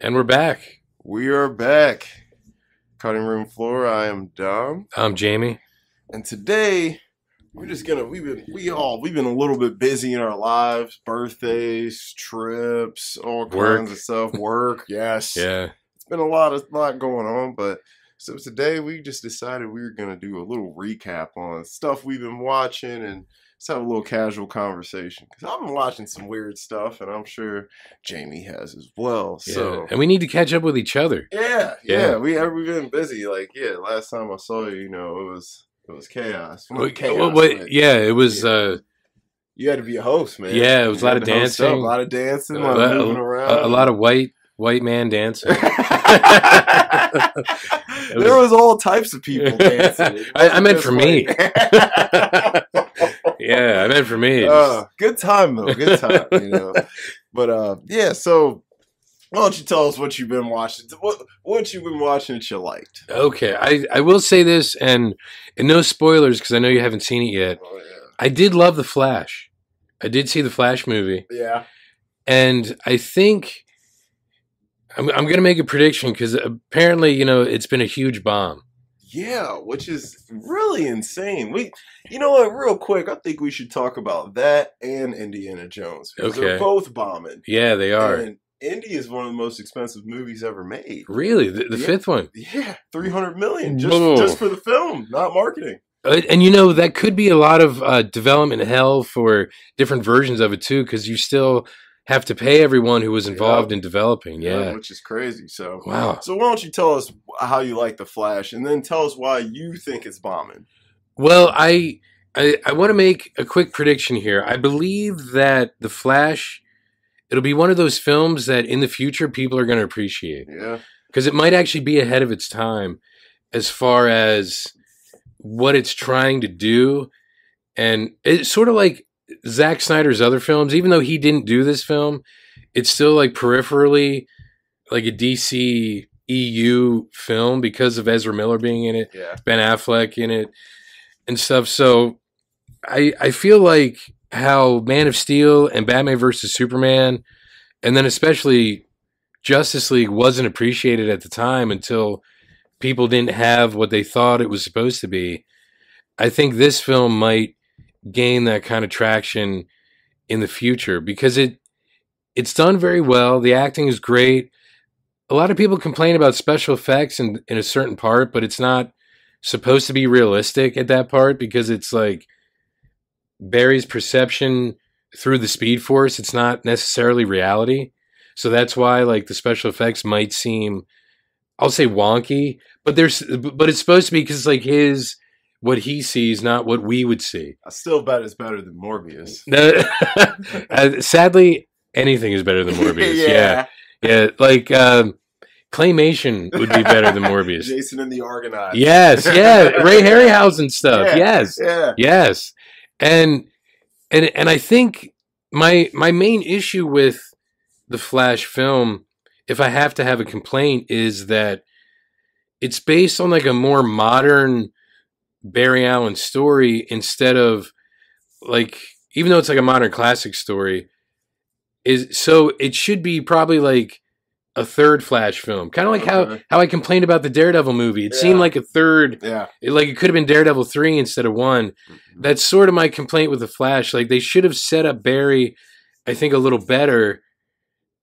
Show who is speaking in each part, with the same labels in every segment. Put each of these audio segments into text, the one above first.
Speaker 1: And we're back.
Speaker 2: We are back. Cutting room floor. I am Dom,
Speaker 1: I'm Jamie.
Speaker 2: and today we're just gonna we've been we all we've been a little bit busy in our lives, birthdays, trips, all
Speaker 1: Work.
Speaker 2: kinds of stuff, work. yes,
Speaker 1: Yeah.
Speaker 2: it's been a lot of lot going on, but so today we just decided we were gonna do a little recap on stuff we've been watching and. Let's have a little casual conversation because I've been watching some weird stuff, and I'm sure Jamie has as well.
Speaker 1: yeah.
Speaker 2: So
Speaker 1: and we need to catch up with each other.
Speaker 2: Yeah,
Speaker 1: Yeah.
Speaker 2: yeah. We have we been busy. Like yeah, last time I saw you, you know, it was it was chaos. Well,
Speaker 1: What-
Speaker 2: chaos,
Speaker 1: what- what-
Speaker 2: but
Speaker 1: yeah, it was uh,
Speaker 2: You had to be a host, man.
Speaker 1: Yeah, it was a
Speaker 2: You
Speaker 1: lot
Speaker 2: had
Speaker 1: of
Speaker 2: to host up,
Speaker 1: dancing.
Speaker 2: a lot of dancing, a
Speaker 1: A
Speaker 2: lot
Speaker 1: lot-
Speaker 2: of moving
Speaker 1: a-
Speaker 2: around,
Speaker 1: a, a lot of white white man dancing.
Speaker 2: there was all types of people dancing. It
Speaker 1: I- I meant
Speaker 2: wasn't
Speaker 1: for
Speaker 2: just
Speaker 1: me.
Speaker 2: white.
Speaker 1: yeah, I meant for me. it
Speaker 2: Uh,
Speaker 1: was-
Speaker 2: good time though, good time, you know. But uh, yeah, so why don't you tell us what you've been watching? What what you've been watching that you liked?
Speaker 1: okay, I, I will say this, and and no spoilers because I know you haven't seen it yet.
Speaker 2: Oh,
Speaker 1: I did love the Flash. I did see the Flash movie.
Speaker 2: yeah. yeah.
Speaker 1: and I think I'm, I'm going to make a prediction because apparently, you know, it's been a huge bomb.
Speaker 2: Yeah, which is really insane. We, you know what? Real quick, I think we should talk about that and Indiana Jones. because
Speaker 1: Okay.
Speaker 2: they're both bombing.
Speaker 1: Yeah, they are.
Speaker 2: And Indy is one of the most expensive movies ever made.
Speaker 1: really? The, the
Speaker 2: Yeah.
Speaker 1: fifth one.
Speaker 2: Yeah, three hundred million just
Speaker 1: Whoa.
Speaker 2: just for the film, not marketing.
Speaker 1: Uh, And, you know, that could be a lot of uh, development hell for different versions of it, too, because you still have to pay everyone who was involved in developing. Yeah.
Speaker 2: which is crazy. So,
Speaker 1: Wow.
Speaker 2: so why don't you tell us how you like the Flash, and then tell us why you think it's bombing?
Speaker 1: Well, I. I, I want to make a quick prediction here. I believe that The Flash, it'll be one of those films that in the future people are going to appreciate.
Speaker 2: Yeah,
Speaker 1: because it might actually be ahead of its time as far as what it's trying to do and it's sort of like Zack Snyder's other films even though he didn't do this film it's still like peripherally like a DC EU film because of Ezra Miller being in it
Speaker 2: yeah,
Speaker 1: Ben Affleck in it and stuff so I I feel like how Man of Steel and Batman versus Superman and then especially Justice League wasn't appreciated at the time until people didn't have what they thought it was supposed to be. I think this film might gain that kind of traction in the future because it it's done very well. The acting is great. A lot of people complain about special effects in, in a certain part, but it's not supposed to be realistic at that part because it's like Barry's perception through the speed force. It's not necessarily reality. So that's why like the special effects might seem I'll say wonky, but there's but it's supposed to be cuz like his what he sees not what we would see.
Speaker 2: I still bet it's better than Morbius.
Speaker 1: No, uh, sadly anything is better than Morbius. yeah. yeah. like um claymation would be better than Morbius.
Speaker 2: Jason and the Argonauts.
Speaker 1: yes, yeah, Ray Harryhausen stuff.
Speaker 2: Yeah.
Speaker 1: Yes.
Speaker 2: yeah,
Speaker 1: Yes. And and and I think my my main issue with the Flash film, if I have to have a complaint, is that it's based on like a more modern Barry Allen story instead of like even though it's like a modern classic story, is so it should be probably like a third Flash film. Kind of like how
Speaker 2: Okay.
Speaker 1: how I complained about the Daredevil movie. It seemed
Speaker 2: Uh-huh. Yeah.
Speaker 1: like a third
Speaker 2: yeah.
Speaker 1: it, like it could have been Daredevil three instead of one.
Speaker 2: Mm-hmm.
Speaker 1: That's sort of my complaint with the Flash. Like they should have set up Barry, I think, a little better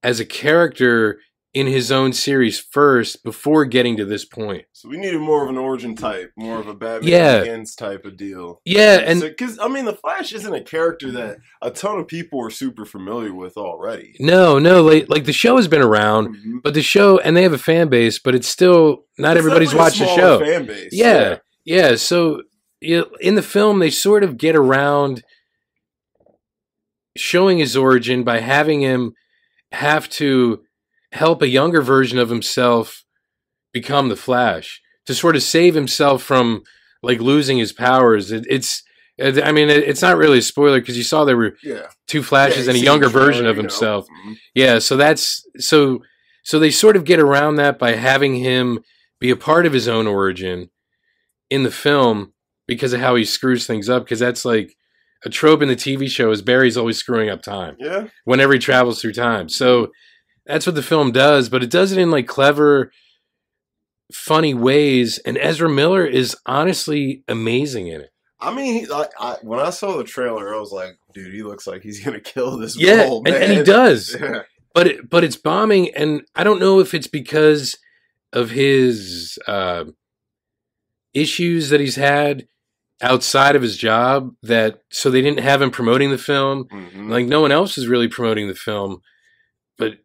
Speaker 1: as a character in his own series first before getting to this point.
Speaker 2: So we needed more of an origin type, more of a Batman
Speaker 1: Yeah.
Speaker 2: Begins type of deal.
Speaker 1: Yeah, and
Speaker 2: because I mean, the Flash isn't a character that a ton of people are super familiar with already.
Speaker 1: no, no, like like the show has been around,
Speaker 2: Mhm.
Speaker 1: but the show and they have a fan base, but it's still not
Speaker 2: It's
Speaker 1: everybody's
Speaker 2: definitely a
Speaker 1: watched the
Speaker 2: smaller
Speaker 1: show.
Speaker 2: Fan base.
Speaker 1: Yeah, yeah. So you know, in the film, they sort of get around showing his origin by having him have to help a younger version of himself become the Flash to sort of save himself from like losing his powers. It, it's, I mean, it, it's not really a spoiler because you saw there were
Speaker 2: yeah. yeah.
Speaker 1: two Flashes
Speaker 2: Yeah,
Speaker 1: and a
Speaker 2: he's
Speaker 1: younger
Speaker 2: seen the
Speaker 1: version
Speaker 2: trailer,
Speaker 1: of
Speaker 2: you know.
Speaker 1: himself.
Speaker 2: Mhm.
Speaker 1: Yeah, so that's so so they sort of get around that by having him be a part of his own origin in the film because of how he screws things up because that's like a trope in the TV show is Barry's always screwing up time
Speaker 2: Yeah,
Speaker 1: whenever he travels through time. So that's what the film does, but it does it in like clever, funny ways. And Ezra Miller is honestly amazing in it.
Speaker 2: I mean, he- I, I, when I saw the trailer, I was like, dude, he looks like he's gonna kill this.
Speaker 1: Yeah,
Speaker 2: role,
Speaker 1: and, and he
Speaker 2: man.
Speaker 1: does.
Speaker 2: Yeah.
Speaker 1: but it, but it's bombing, and I don't know if it's because of his uh, issues that he's had outside of his job that so they didn't have him promoting the film.
Speaker 2: Mhm.
Speaker 1: Like no one else is really promoting the film, but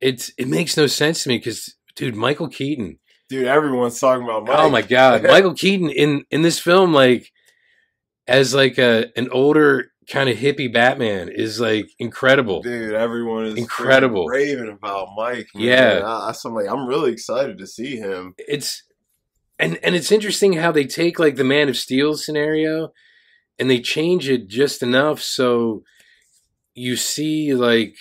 Speaker 1: it's it makes no sense to me because dude, Michael Keaton.
Speaker 2: dude, everyone's talking about. Mike.
Speaker 1: Oh my god, Michael Keaton in in this film, like as like a an older kind of hippie Batman is like incredible.
Speaker 2: Dude, everyone is freaking
Speaker 1: Incredible.
Speaker 2: raving about Mike. man.
Speaker 1: Yeah.
Speaker 2: I, I, so I'm like, I'm really excited to see him.
Speaker 1: it's and and it's interesting how they take like the Man of Steel scenario and they change it just enough so you see like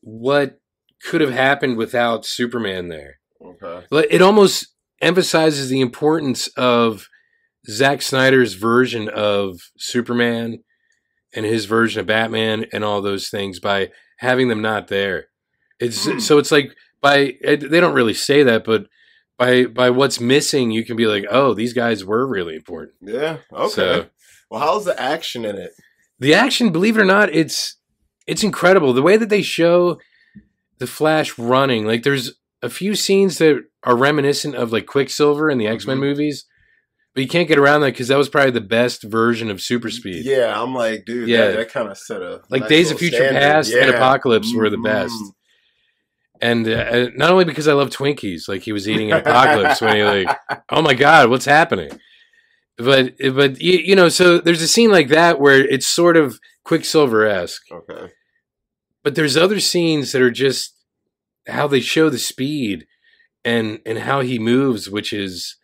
Speaker 1: what could have happened without Superman there.
Speaker 2: Okay,
Speaker 1: Like, It almost emphasizes the importance of Zack Snyder's version of Superman and his version of Batman and all those things by having them not there. It's
Speaker 2: Hmm.
Speaker 1: so it's like by it, they don't really say that, but by by what's missing, you can be like, oh, these guys were really important.
Speaker 2: yeah, okay.
Speaker 1: So-
Speaker 2: well, how's the action in it?
Speaker 1: The action, believe it or not, it's it's incredible the way that they show the Flash running. Like there's a few scenes that are reminiscent of like Quicksilver in the X Men
Speaker 2: Mhm.
Speaker 1: movies, but you can't get around that because that was probably the best version of super speed.
Speaker 2: Yeah, I'm like, dude, yeah,
Speaker 1: Yeah.
Speaker 2: that, kind of set a
Speaker 1: Like
Speaker 2: nice
Speaker 1: Days of
Speaker 2: little
Speaker 1: Future
Speaker 2: standard.
Speaker 1: Past and
Speaker 2: Yeah.
Speaker 1: Apocalypse were the
Speaker 2: Mm,
Speaker 1: best. and uh, not only because I love Twinkies, like he was eating an apocalypse when he like, oh my god, what's happening? But but you, you know, so there's a scene like that where it's sort of Quicksilver esque,
Speaker 2: Okay,
Speaker 1: but there's other scenes that are just how they show the speed and and how he moves, which is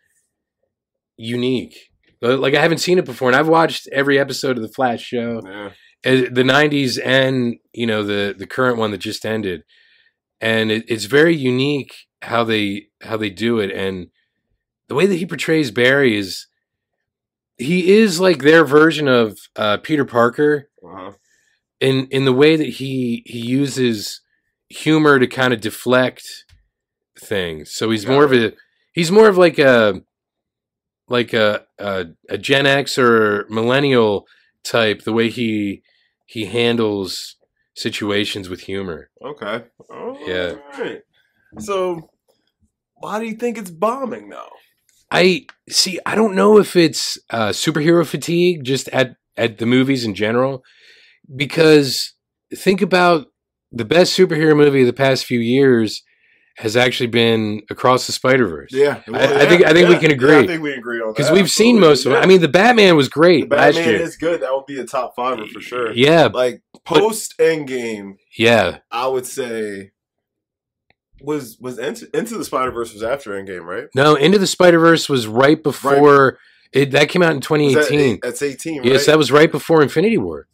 Speaker 1: unique. But, Like I haven't seen it before, and I've watched every episode of the Flash show
Speaker 2: yeah,
Speaker 1: uh, the 90s and you know the the current one that just ended and it, it's very unique how they how they do it and the way that he portrays barry is he is like their version of uh, peter parker
Speaker 2: uh-huh.
Speaker 1: in in the way that he he uses humor to kind of deflect things so he's
Speaker 2: Got
Speaker 1: more of a he's more of like a like a, a a gen x or millennial type the way he he handles situations with humor
Speaker 2: okay, All
Speaker 1: Yeah.
Speaker 2: right. So, why do you think it's bombing though?
Speaker 1: i see i don't know if it's uh superhero fatigue just at at the movies in general because think about the best superhero movie of the past few years has actually been across the spider verse
Speaker 2: Yeah,
Speaker 1: I- I think- I think we can
Speaker 2: Yeah, I
Speaker 1: agree.
Speaker 2: think we agree on that
Speaker 1: because we've seen
Speaker 2: absolutely.
Speaker 1: most of them.
Speaker 2: Yeah.
Speaker 1: I mean, the Batman was
Speaker 2: The
Speaker 1: great last
Speaker 2: Batman
Speaker 1: year.
Speaker 2: is good. That would be a top fiver for sure.
Speaker 1: Yeah,
Speaker 2: Like post Endgame,
Speaker 1: yeah,
Speaker 2: I would say was was Into, Into the Spider Verse was after Endgame, right?
Speaker 1: no. Into the Spider Verse was right before it. That came out in
Speaker 2: Was that
Speaker 1: 2018.
Speaker 2: eight- that's eighteen.
Speaker 1: Yes,
Speaker 2: right?
Speaker 1: that was right before Infinity War.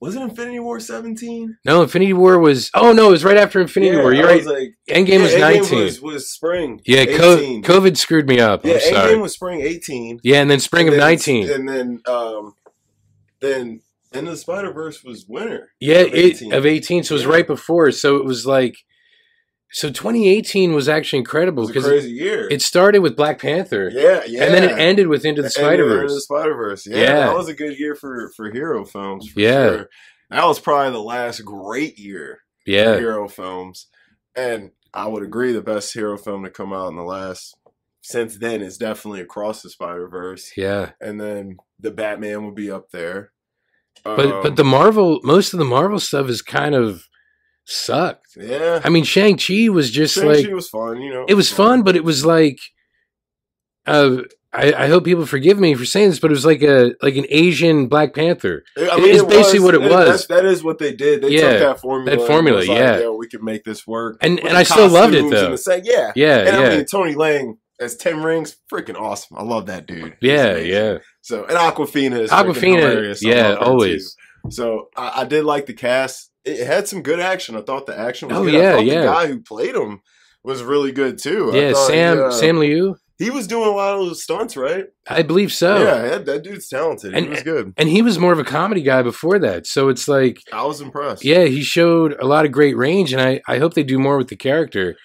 Speaker 2: was it. Infinity War seventeen.
Speaker 1: No, Infinity War was. Oh no, it was right after Infinity War. You're
Speaker 2: I
Speaker 1: right.
Speaker 2: Was like,
Speaker 1: Endgame
Speaker 2: yeah,
Speaker 1: was
Speaker 2: Endgame
Speaker 1: 19.
Speaker 2: Was, was spring.
Speaker 1: yeah, co-
Speaker 2: 18.
Speaker 1: COVID screwed me up.
Speaker 2: yeah,
Speaker 1: I'm sorry.
Speaker 2: Endgame was spring eighteen.
Speaker 1: yeah, and then spring
Speaker 2: and
Speaker 1: of
Speaker 2: then-
Speaker 1: 19.
Speaker 2: and then um, then Into the Spider Verse was winter.
Speaker 1: yeah,
Speaker 2: of
Speaker 1: of 18.
Speaker 2: 18.
Speaker 1: It, of 18. So it was
Speaker 2: Yeah.
Speaker 1: right before. So it was like. So 2018 was actually
Speaker 2: It
Speaker 1: incredible
Speaker 2: was a
Speaker 1: because
Speaker 2: crazy year.
Speaker 1: it started with Black Panther,
Speaker 2: yeah, yeah,
Speaker 1: and then it ended with Into the
Speaker 2: And
Speaker 1: Spider Verse.
Speaker 2: The Spider Verse. Yeah,
Speaker 1: Yeah.
Speaker 2: that was a good year for for hero films. For
Speaker 1: Yeah.
Speaker 2: sure. that was probably the last great year for
Speaker 1: Yeah,
Speaker 2: hero films, and I would agree the best hero film to come out in the last since then is definitely Across the Spider Verse,
Speaker 1: yeah.
Speaker 2: and then the Batman would be up there.
Speaker 1: But
Speaker 2: Um,
Speaker 1: but the Marvel, most of the Marvel stuff is kind of sucked.
Speaker 2: yeah,
Speaker 1: I mean, Shang Chi was just
Speaker 2: Shang-Chi
Speaker 1: like
Speaker 2: was fun. You know,
Speaker 1: it was fun, but it was like, uh, I, I hope people forgive me for saying this, but it was like a like an Asian Black Panther.
Speaker 2: I
Speaker 1: It is basically what it
Speaker 2: that's-
Speaker 1: was.
Speaker 2: that is what they did. They
Speaker 1: Yeah,
Speaker 2: took that formula. and
Speaker 1: formula,
Speaker 2: was like,
Speaker 1: yeah.
Speaker 2: we can make this work.
Speaker 1: And-
Speaker 2: With
Speaker 1: and
Speaker 2: the
Speaker 1: I still loved it,
Speaker 2: costumes and
Speaker 1: though.
Speaker 2: the set. Yeah,
Speaker 1: Yeah,
Speaker 2: And
Speaker 1: yeah,
Speaker 2: I mean, Tony Lang as Tim Rings, freaking awesome. I love that dude. He's
Speaker 1: yeah,
Speaker 2: amazing.
Speaker 1: yeah.
Speaker 2: So and Aquafina is freaking
Speaker 1: Aquafina,
Speaker 2: hilarious. I
Speaker 1: yeah,
Speaker 2: love her,
Speaker 1: always.
Speaker 2: too. So I, I did like the cast. It had some good action. I thought the action was
Speaker 1: Oh,
Speaker 2: good.
Speaker 1: yeah,
Speaker 2: I thought
Speaker 1: yeah.
Speaker 2: The guy who played him was really good too. I
Speaker 1: Yeah,
Speaker 2: thought,
Speaker 1: Sam
Speaker 2: yeah,
Speaker 1: Sam Liu.
Speaker 2: He was doing a lot of those stunts, right?
Speaker 1: I believe so.
Speaker 2: yeah, that, that dude's talented.
Speaker 1: Oh. And-
Speaker 2: he was good.
Speaker 1: And he was more of a comedy guy before that. So it's like,
Speaker 2: I was impressed.
Speaker 1: yeah, he showed a lot of great range, and I, I hope they do more with the character.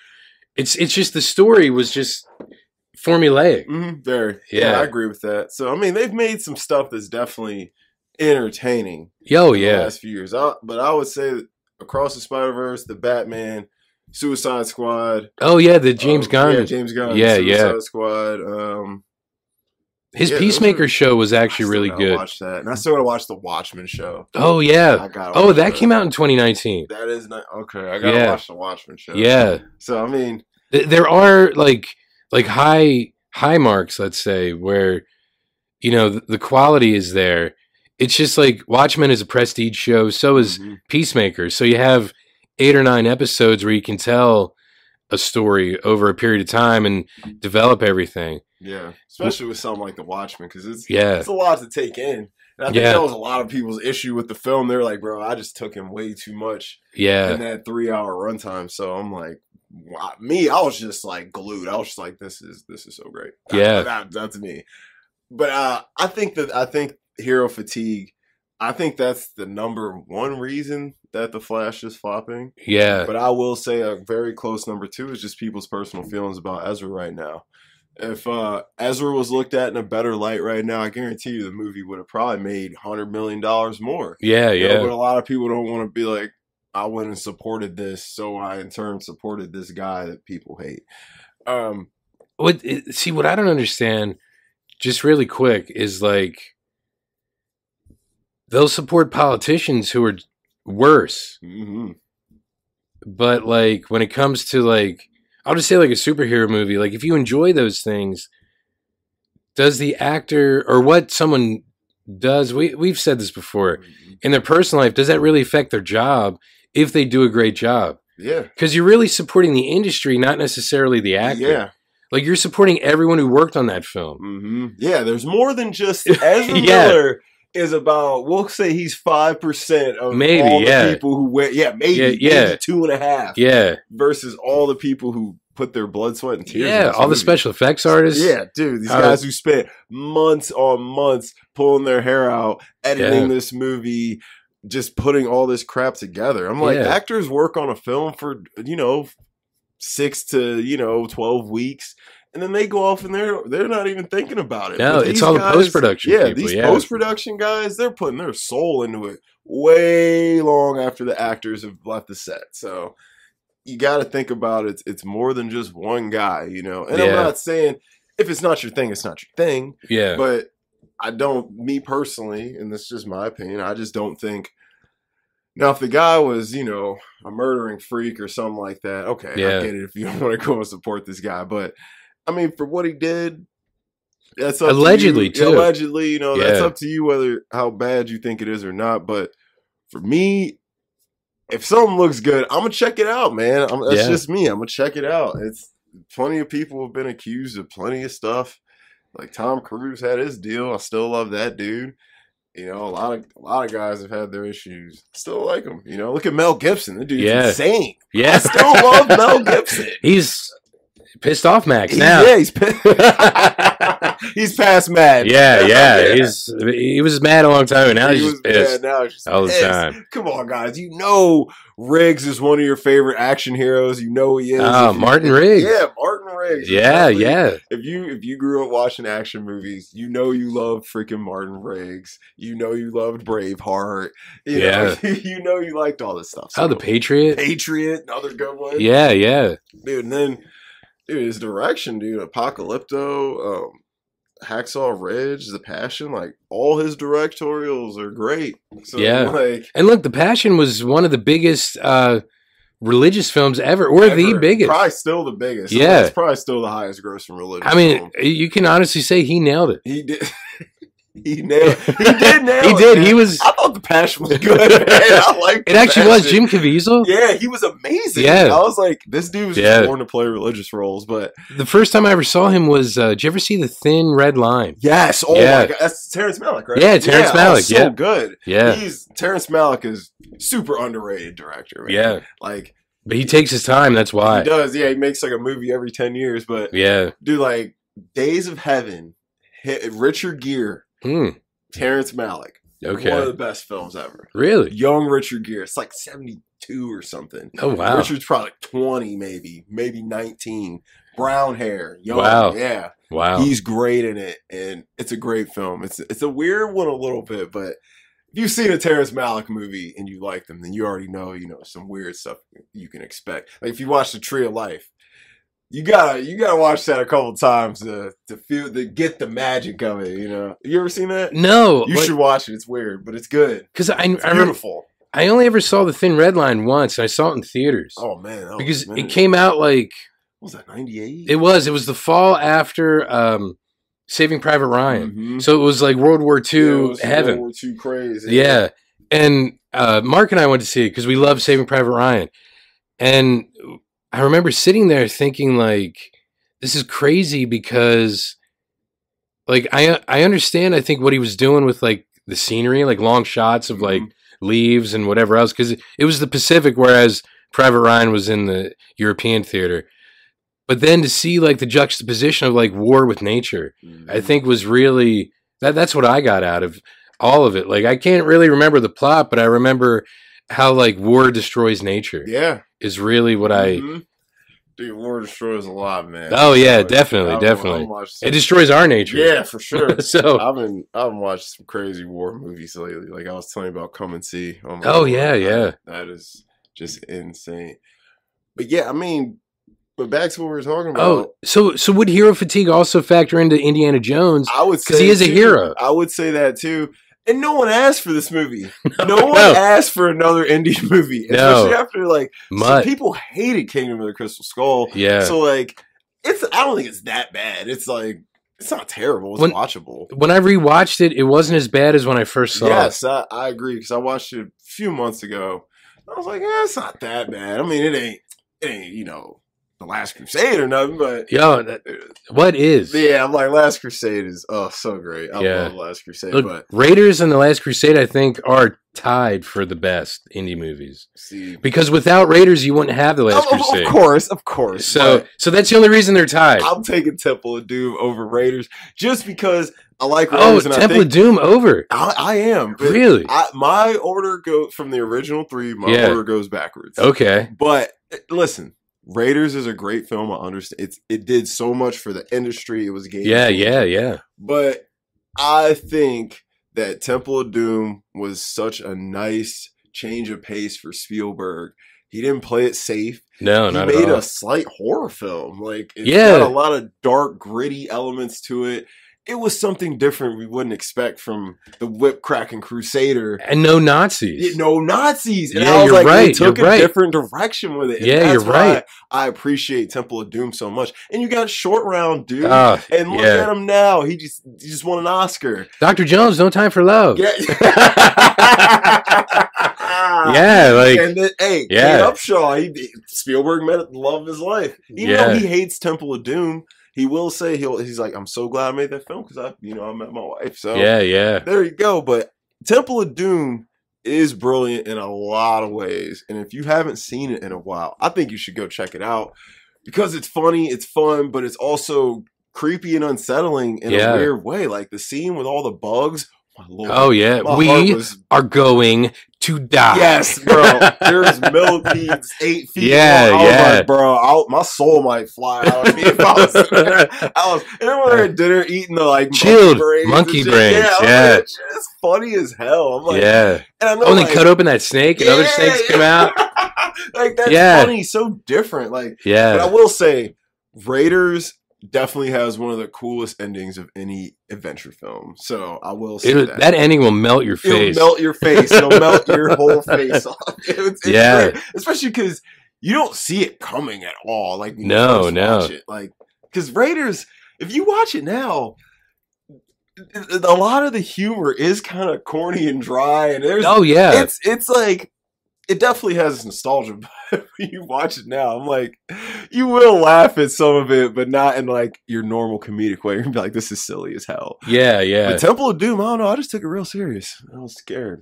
Speaker 1: It's it's just the story was just formulaic.
Speaker 2: Mhm, very.
Speaker 1: Yeah.
Speaker 2: Yeah. I agree with that. So I mean, they've made some stuff that's definitely entertaining.
Speaker 1: Yo,
Speaker 2: in the
Speaker 1: yeah.
Speaker 2: last few years. I, but I would say that across the Spider Verse, the Batman, Suicide Squad,
Speaker 1: Oh yeah, the James
Speaker 2: uh,
Speaker 1: Gunn.
Speaker 2: yeah, James Gunn,
Speaker 1: Yeah, yeah.
Speaker 2: Suicide Squad. Um,
Speaker 1: His
Speaker 2: yeah, those
Speaker 1: Peacemaker
Speaker 2: are-
Speaker 1: show was actually
Speaker 2: I still
Speaker 1: really
Speaker 2: gotta
Speaker 1: good.
Speaker 2: Watch that, and I still gotta watch the Watchmen show.
Speaker 1: Oh yeah.
Speaker 2: I gotta
Speaker 1: Oh,
Speaker 2: watch
Speaker 1: that came out in 2019.
Speaker 2: That is not okay. I gotta
Speaker 1: Yeah.
Speaker 2: watch the Watchmen show.
Speaker 1: Yeah.
Speaker 2: So I mean,
Speaker 1: Th- there are like like high high marks let's say where you know the, the quality is there it's just like watchmen is a prestige show so is
Speaker 2: mhm,
Speaker 1: peacemaker so you have eight or nine episodes where you can tell a story over a period of time and develop everything
Speaker 2: yeah, especially with something like the Watchmen, because it's
Speaker 1: yeah
Speaker 2: it's a lot to take in. And I think
Speaker 1: Yeah.
Speaker 2: that was a lot of people's issue with the film. They're like, bro, I just took in way too much in
Speaker 1: yeah
Speaker 2: that three hour runtime. So I'm like, wow. me, I was just like glued. I was just like, this is this is so great. That-
Speaker 1: Yeah.
Speaker 2: that- that's me. But uh, I think that I think hero fatigue. I think that's the number one reason that the Flash is flopping.
Speaker 1: yeah
Speaker 2: But I will say a very close number two is just people's personal feelings about Ezra right now. If uh, Ezra was looked at in a better light right now, I guarantee you the movie would have probably made hundred million dollars more.
Speaker 1: yeah
Speaker 2: You know, but
Speaker 1: yeah
Speaker 2: a lot of people don't want to be like, I went and supported this, so I in turn supported this guy that people hate. Um,
Speaker 1: what it- see what i don't understand just really quick is like they'll support politicians who are worse
Speaker 2: mhm.
Speaker 1: but like when it comes to like i'll just say like a superhero movie like if you enjoy those things does the actor or what someone does we, we've said this before in their personal life does that really affect their job if they do a great job
Speaker 2: yeah,
Speaker 1: because you're really supporting the industry not necessarily the actor
Speaker 2: yeah,
Speaker 1: like you're supporting everyone who worked on that film
Speaker 2: hmm yeah. There's more than just Ezra
Speaker 1: Yeah.
Speaker 2: Miller is about. We'll say he's five percent of
Speaker 1: Maybe,
Speaker 2: all the
Speaker 1: yeah.
Speaker 2: people who went. Yeah, maybe,
Speaker 1: Yeah, yeah.
Speaker 2: maybe two and a half
Speaker 1: yeah
Speaker 2: versus all the people who put their blood, sweat, and tears. in
Speaker 1: yeah
Speaker 2: this
Speaker 1: all the
Speaker 2: movie.
Speaker 1: special effects artists
Speaker 2: Yeah, dude, these
Speaker 1: How-
Speaker 2: guys who spent months on months pulling their hair out, editing
Speaker 1: Yeah.
Speaker 2: this movie, just putting all this crap together. I'm like,
Speaker 1: Yeah.
Speaker 2: actors work on a film for you know six to you know twelve weeks. And then they go off and they're they're not even thinking about it.
Speaker 1: No,
Speaker 2: But
Speaker 1: it's
Speaker 2: these
Speaker 1: all the post-production
Speaker 2: Yeah,
Speaker 1: people,
Speaker 2: these
Speaker 1: yeah.
Speaker 2: post production guys, they're putting their soul into it way long after the actors have left the set. So you got to think about it. It's, it's more than just one guy, you know. And I'm
Speaker 1: Yeah.
Speaker 2: not saying if it's not your thing, it's not your thing.
Speaker 1: yeah
Speaker 2: But I don't, me personally, and this is just my opinion. I just don't think. Now, if the guy was, you know, a murdering freak or something like that, okay,
Speaker 1: Yeah.
Speaker 2: I get it. If you want to go and support this guy, but I mean, for what he did, that's up to you.
Speaker 1: Allegedly,
Speaker 2: Yeah,
Speaker 1: too.
Speaker 2: Allegedly, you know, that's
Speaker 1: Yeah.
Speaker 2: up to you whether how bad you think it is or not. But for me, if something looks good, I'm gonna check it out, man. I'm, that's
Speaker 1: Yeah.
Speaker 2: just me. I'm gonna check it out. It's plenty of people have been accused of plenty of stuff. Like Tom Cruise had his deal. I still love that dude. You know, a lot of a lot of guys have had their issues. Still like him. You know, look at Mel Gibson. The dude's
Speaker 1: Yeah.
Speaker 2: insane.
Speaker 1: yeah
Speaker 2: I still love Mel Gibson.
Speaker 1: he's pissed off max
Speaker 2: He's-
Speaker 1: now
Speaker 2: Yeah, he's pa- he's past mad.
Speaker 1: Yeah, yeah. He's he was mad a long time, and now he's just pissed
Speaker 2: Yeah, now he's just
Speaker 1: all the
Speaker 2: pissed.
Speaker 1: time.
Speaker 2: Come on, guys. You know Riggs is one of your favorite action heroes. You know he is.
Speaker 1: Ah,
Speaker 2: If you-
Speaker 1: Martin Riggs.
Speaker 2: Yeah, Martin Riggs.
Speaker 1: Yeah,
Speaker 2: exactly.
Speaker 1: yeah,
Speaker 2: If you if you grew up watching action movies, you know you love freaking Martin Riggs. You know you loved Braveheart. You know, you know you liked all this stuff.
Speaker 1: Oh, the
Speaker 2: So,
Speaker 1: Patriot.
Speaker 2: Patriot, another good one.
Speaker 1: Yeah, yeah,
Speaker 2: dude. And then, dude, his direction, dude, Apocalypto, um, Hacksaw Ridge, The Passion, like all his directorials are great. So,
Speaker 1: Yeah.
Speaker 2: like
Speaker 1: and look, The Passion was one of the biggest uh, religious films ever, or the
Speaker 2: ever.
Speaker 1: biggest.
Speaker 2: probably still the biggest.
Speaker 1: Yeah.
Speaker 2: it's probably still the highest grossing religious.
Speaker 1: I mean,
Speaker 2: film.
Speaker 1: you can honestly say he nailed it.
Speaker 2: he did. He nailed. He did nail.
Speaker 1: He
Speaker 2: it,
Speaker 1: did.
Speaker 2: man.
Speaker 1: He was.
Speaker 2: I thought the passion was good. Man. I like
Speaker 1: It actually was Jim Caviezel.
Speaker 2: Yeah, he was amazing.
Speaker 1: Yeah.
Speaker 2: I was like, this dude was
Speaker 1: Yeah.
Speaker 2: just born to play religious roles, but
Speaker 1: The first time I ever saw him was. Uh, did you ever see The Thin Red Line?
Speaker 2: yes, oh
Speaker 1: Yeah.
Speaker 2: my god, that's Terrence Malick, right?
Speaker 1: Yeah, Terrence
Speaker 2: oh,
Speaker 1: Malick,
Speaker 2: so
Speaker 1: yeah.
Speaker 2: good.
Speaker 1: Yeah,
Speaker 2: he's Terrence Malick is super underrated director. Man.
Speaker 1: yeah.
Speaker 2: like
Speaker 1: But he takes his time. That's
Speaker 2: he
Speaker 1: why.
Speaker 2: does. Yeah, he makes like a movie every ten years, but
Speaker 1: Yeah,
Speaker 2: dude, like Days of Heaven, hit Richard Gere,
Speaker 1: Hmm.
Speaker 2: Terrence Malick. One of
Speaker 1: Okay.
Speaker 2: the best films ever.
Speaker 1: Really?
Speaker 2: Young Richard Gere. It's like 72 or something.
Speaker 1: Oh wow.
Speaker 2: Richard's probably like 20, maybe, maybe 19. Brown hair. Young.
Speaker 1: Wow.
Speaker 2: Yeah.
Speaker 1: Wow.
Speaker 2: He's great in it. And it's a great film. It's it's a weird one a little bit, but if you've seen a Terrence Malick movie and you like them, then you already know, you know, some weird stuff you can expect. Like if you watch The Tree of Life, you gotta you gotta watch that a couple times to to feel to get the magic of it, you know. You ever seen that?
Speaker 1: no,
Speaker 2: You should watch it. It's weird, but it's good.
Speaker 1: because I, I
Speaker 2: It's
Speaker 1: remember
Speaker 2: beautiful.
Speaker 1: I only ever saw the Thin Red Line once, and I saw it in theaters
Speaker 2: Oh man, that was
Speaker 1: because
Speaker 2: a
Speaker 1: it
Speaker 2: minute.
Speaker 1: came out like
Speaker 2: What was that ninety eight?
Speaker 1: it was. It was the fall after um, Saving Private Ryan,
Speaker 2: Mm-hmm.
Speaker 1: so it was like World War II heaven.
Speaker 2: World War II crazy.
Speaker 1: Yeah. And uh, Mark and I went to see it because we love Saving Private Ryan. And I remember sitting there thinking, like, this is crazy because, like, I I understand. I think what he was doing with like the scenery, like long shots of like
Speaker 2: Mhm.
Speaker 1: leaves and whatever else, because it was the Pacific, whereas Private Ryan was in the European theater. But then to see like the juxtaposition of like war with nature,
Speaker 2: Mm-hmm.
Speaker 1: I think was really that that's what I got out of all of it. Like I can't really remember the plot, but I remember how like war destroys nature
Speaker 2: Yeah.
Speaker 1: is really what I
Speaker 2: Mhm. Dude, War destroys a lot, man.
Speaker 1: Oh, yeah,
Speaker 2: Like,
Speaker 1: definitely,
Speaker 2: I've- I've
Speaker 1: definitely.
Speaker 2: watched
Speaker 1: it
Speaker 2: some-
Speaker 1: destroys our nature.
Speaker 2: Yeah, for sure.
Speaker 1: so
Speaker 2: I've been I've been watching some crazy war movies lately. Like I was telling you about Come and See. Oh,
Speaker 1: Oh,
Speaker 2: my God.
Speaker 1: yeah, yeah.
Speaker 2: That is just insane. But yeah, I mean, but back to what we were talking about.
Speaker 1: oh, so so would hero fatigue also factor into Indiana Jones?
Speaker 2: I would
Speaker 1: 'Cause
Speaker 2: say
Speaker 1: he is a
Speaker 2: too.
Speaker 1: hero.
Speaker 2: I would say that too. And no one asked for this movie. No, one
Speaker 1: no.
Speaker 2: asked for another indie movie,
Speaker 1: No.
Speaker 2: especially after like some
Speaker 1: Mutt.
Speaker 2: people hated Kingdom of the Crystal Skull.
Speaker 1: Yeah.
Speaker 2: So like, it's I don't think it's that bad. It's like it's not terrible. It's
Speaker 1: When-
Speaker 2: watchable.
Speaker 1: when I rewatched it, it wasn't as bad as when I first saw it.
Speaker 2: Yes, I, I agree because I watched it a few months ago. I was like, eh, it's not that bad. I mean, it ain't it ain't you know the Last Crusade or nothing, but. uh,
Speaker 1: Yo, that, what is?
Speaker 2: Yeah, I'm like Last Crusade is oh so great. I
Speaker 1: Yeah.
Speaker 2: love Last Crusade,
Speaker 1: Look,
Speaker 2: but
Speaker 1: Raiders and The Last Crusade, I think, are tied for the best indie movies.
Speaker 2: see,
Speaker 1: Because without Raiders, you wouldn't have The Last
Speaker 2: Of- Oh, of,
Speaker 1: Crusade.
Speaker 2: of course, of course.
Speaker 1: So,
Speaker 2: but
Speaker 1: so that's the only reason they're tied.
Speaker 2: I'm taking Temple of Doom over Raiders just because I like
Speaker 1: oh,
Speaker 2: Raiders and I
Speaker 1: Temple
Speaker 2: think
Speaker 1: of Doom over.
Speaker 2: I, I am. But
Speaker 1: Really?
Speaker 2: I, my order go from the original three. My
Speaker 1: Yeah.
Speaker 2: order goes backwards.
Speaker 1: Okay.
Speaker 2: But eh, listen, Raiders is a great film. I understand. It's it did so much for the industry. It was a game.
Speaker 1: Yeah,
Speaker 2: changer.
Speaker 1: yeah, yeah.
Speaker 2: But I think that Temple of Doom was such a nice change of pace for Spielberg. He didn't play it safe.
Speaker 1: No, Oh,
Speaker 2: he
Speaker 1: not
Speaker 2: made
Speaker 1: at all.
Speaker 2: a slight horror film. Like it's
Speaker 1: Yeah.
Speaker 2: got a lot of dark, gritty elements to it. It was something different we wouldn't expect from the whip cracking crusader.
Speaker 1: and no Nazis.
Speaker 2: It- no Nazis. And
Speaker 1: Yeah,
Speaker 2: I was
Speaker 1: you're
Speaker 2: like, they
Speaker 1: right,
Speaker 2: took
Speaker 1: you're
Speaker 2: a
Speaker 1: right.
Speaker 2: different direction with it. And
Speaker 1: Yeah,
Speaker 2: that's
Speaker 1: you're
Speaker 2: why
Speaker 1: right.
Speaker 2: I appreciate Temple of Doom so much. And you got short round, dude.
Speaker 1: Ah,
Speaker 2: and look
Speaker 1: yeah.
Speaker 2: at him now. He just he just won an Oscar.
Speaker 1: Dr. Jones, no time for love.
Speaker 2: Yeah.
Speaker 1: Yeah, like
Speaker 2: and then, hey,
Speaker 1: yeah.
Speaker 2: Kate Upshaw, he, Spielberg met the love of his life. Even
Speaker 1: Yeah.
Speaker 2: though he hates Temple of Doom, he will say he'll. He's like, I'm so glad I made that film because I, you know, I met my wife. So
Speaker 1: yeah, yeah.
Speaker 2: there you go. But Temple of Doom is brilliant in a lot of ways, and if you haven't seen it in a while, I think you should go check it out because it's funny, it's fun, but it's also creepy and unsettling in
Speaker 1: Yeah.
Speaker 2: a weird way. Like the scene with all the bugs. My lord.
Speaker 1: Oh yeah,
Speaker 2: My heart
Speaker 1: we
Speaker 2: was
Speaker 1: are going to die.
Speaker 2: Yes, bro. There's millipedes eight feet.
Speaker 1: Yeah,
Speaker 2: long. I was
Speaker 1: yeah.
Speaker 2: like, bro, I'll, my soul might fly out of me if I was. I was. And then we were at dinner eating the like
Speaker 1: Chilled monkey
Speaker 2: monkey brains. and
Speaker 1: brains,
Speaker 2: shit. I was
Speaker 1: yeah.
Speaker 2: like, "That shit's funny as hell. I'm like,
Speaker 1: yeah.
Speaker 2: and I know,
Speaker 1: Only
Speaker 2: like,
Speaker 1: cut open that snake and other snakes
Speaker 2: yeah.
Speaker 1: came out.
Speaker 2: like that's
Speaker 1: Yeah.
Speaker 2: funny, so different. Like, but I
Speaker 1: Yeah.
Speaker 2: will say, Raiders definitely has one of the coolest endings of any adventure film. So I will say
Speaker 1: It,
Speaker 2: that.
Speaker 1: that ending will melt your
Speaker 2: It'll
Speaker 1: face.
Speaker 2: melt your face. It'll melt your whole face off. It was- it's
Speaker 1: Yeah.
Speaker 2: great. especially because you don't see it coming at all. Like when you
Speaker 1: No,
Speaker 2: first
Speaker 1: no.
Speaker 2: watch it. like because Raiders. If you watch it now, a lot of the humor is kind of corny and dry, and there's
Speaker 1: oh yeah.
Speaker 2: it's it's like it definitely has its nostalgia. But when you watch it now, I'm like, you will laugh at some of it, but not in like your normal comedic way. You're gonna be like, this is silly as hell.
Speaker 1: Yeah, yeah.
Speaker 2: But Temple of Doom, I don't know. I just took it real serious. I was scared.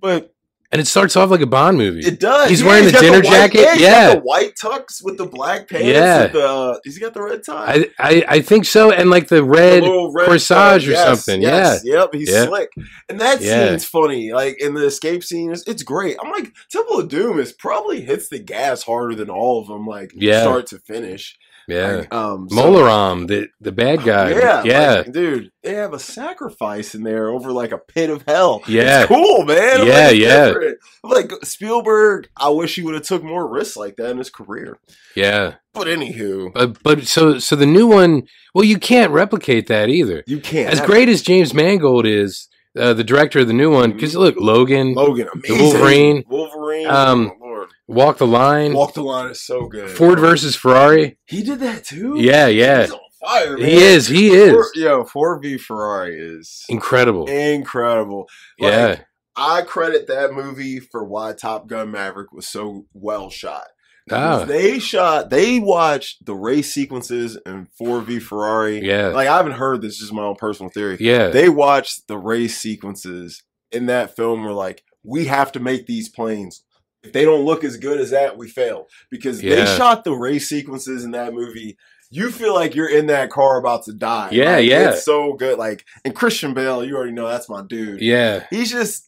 Speaker 2: But
Speaker 1: and it starts off like a Bond movie.
Speaker 2: It does.
Speaker 1: He's wearing the
Speaker 2: got
Speaker 1: dinner
Speaker 2: white-
Speaker 1: jacket?
Speaker 2: Yeah, he's got
Speaker 1: Yeah.
Speaker 2: the white tux with the black pants.
Speaker 1: Yeah.
Speaker 2: with the, uh, he's got the red tie.
Speaker 1: I, I I think so, and like the
Speaker 2: The
Speaker 1: red.
Speaker 2: little
Speaker 1: corsage or something,
Speaker 2: yeah. Yep. He's
Speaker 1: Yeah.
Speaker 2: slick, and that
Speaker 1: Yeah.
Speaker 2: scene's funny. Like in the escape scene, it's, it's great. I'm like Temple of Doom is probably hits the gas harder than all of them. Like
Speaker 1: Yeah.
Speaker 2: start to finish.
Speaker 1: Yeah,
Speaker 2: Like, um, so-
Speaker 1: Molaram, the the bad guy.
Speaker 2: Yeah,
Speaker 1: Yeah, yeah,
Speaker 2: like, dude, they have a sacrifice in there over like a pit of hell.
Speaker 1: yeah,
Speaker 2: It's cool, man. I'm
Speaker 1: Yeah,
Speaker 2: like,
Speaker 1: yeah.
Speaker 2: different. I'm like Spielberg. I wish he would have took more risks like that in his career. But anywho,
Speaker 1: But but so so the new one. Well, you can't replicate that either.
Speaker 2: you can't.
Speaker 1: As great as James Mangold is, uh, the director of the new one, because look, Logan,
Speaker 2: Logan, amazing.
Speaker 1: Wolverine,
Speaker 2: Wolverine.
Speaker 1: um,
Speaker 2: oh, Lord.
Speaker 1: Walk the Line,
Speaker 2: Walk the Line is so good.
Speaker 1: Ford versus Ferrari.
Speaker 2: He did that too.
Speaker 1: Yeah, yeah,
Speaker 2: He's on fire. Man.
Speaker 1: he is. He
Speaker 2: Ford-
Speaker 1: is
Speaker 2: Yo, Ford v Ferrari is
Speaker 1: incredible.
Speaker 2: incredible. Like,
Speaker 1: Yeah,
Speaker 2: I credit that movie for why Top Gun Maverick was so well shot.
Speaker 1: ah,
Speaker 2: They shot, they watched the race sequences in 4v Ferrari.
Speaker 1: yeah,
Speaker 2: Like, I haven't heard this, this is my own personal theory.
Speaker 1: yeah,
Speaker 2: They watched the race sequences in that film, were like, we have to make these planes. If they don't look as good as that, we fail. Because they
Speaker 1: Yeah.
Speaker 2: shot the race sequences in that movie. You feel like you're in that car about to die.
Speaker 1: Yeah,
Speaker 2: Like,
Speaker 1: yeah.
Speaker 2: It's so good. Like, and Christian Bale, you already know that's my dude
Speaker 1: yeah.
Speaker 2: he's just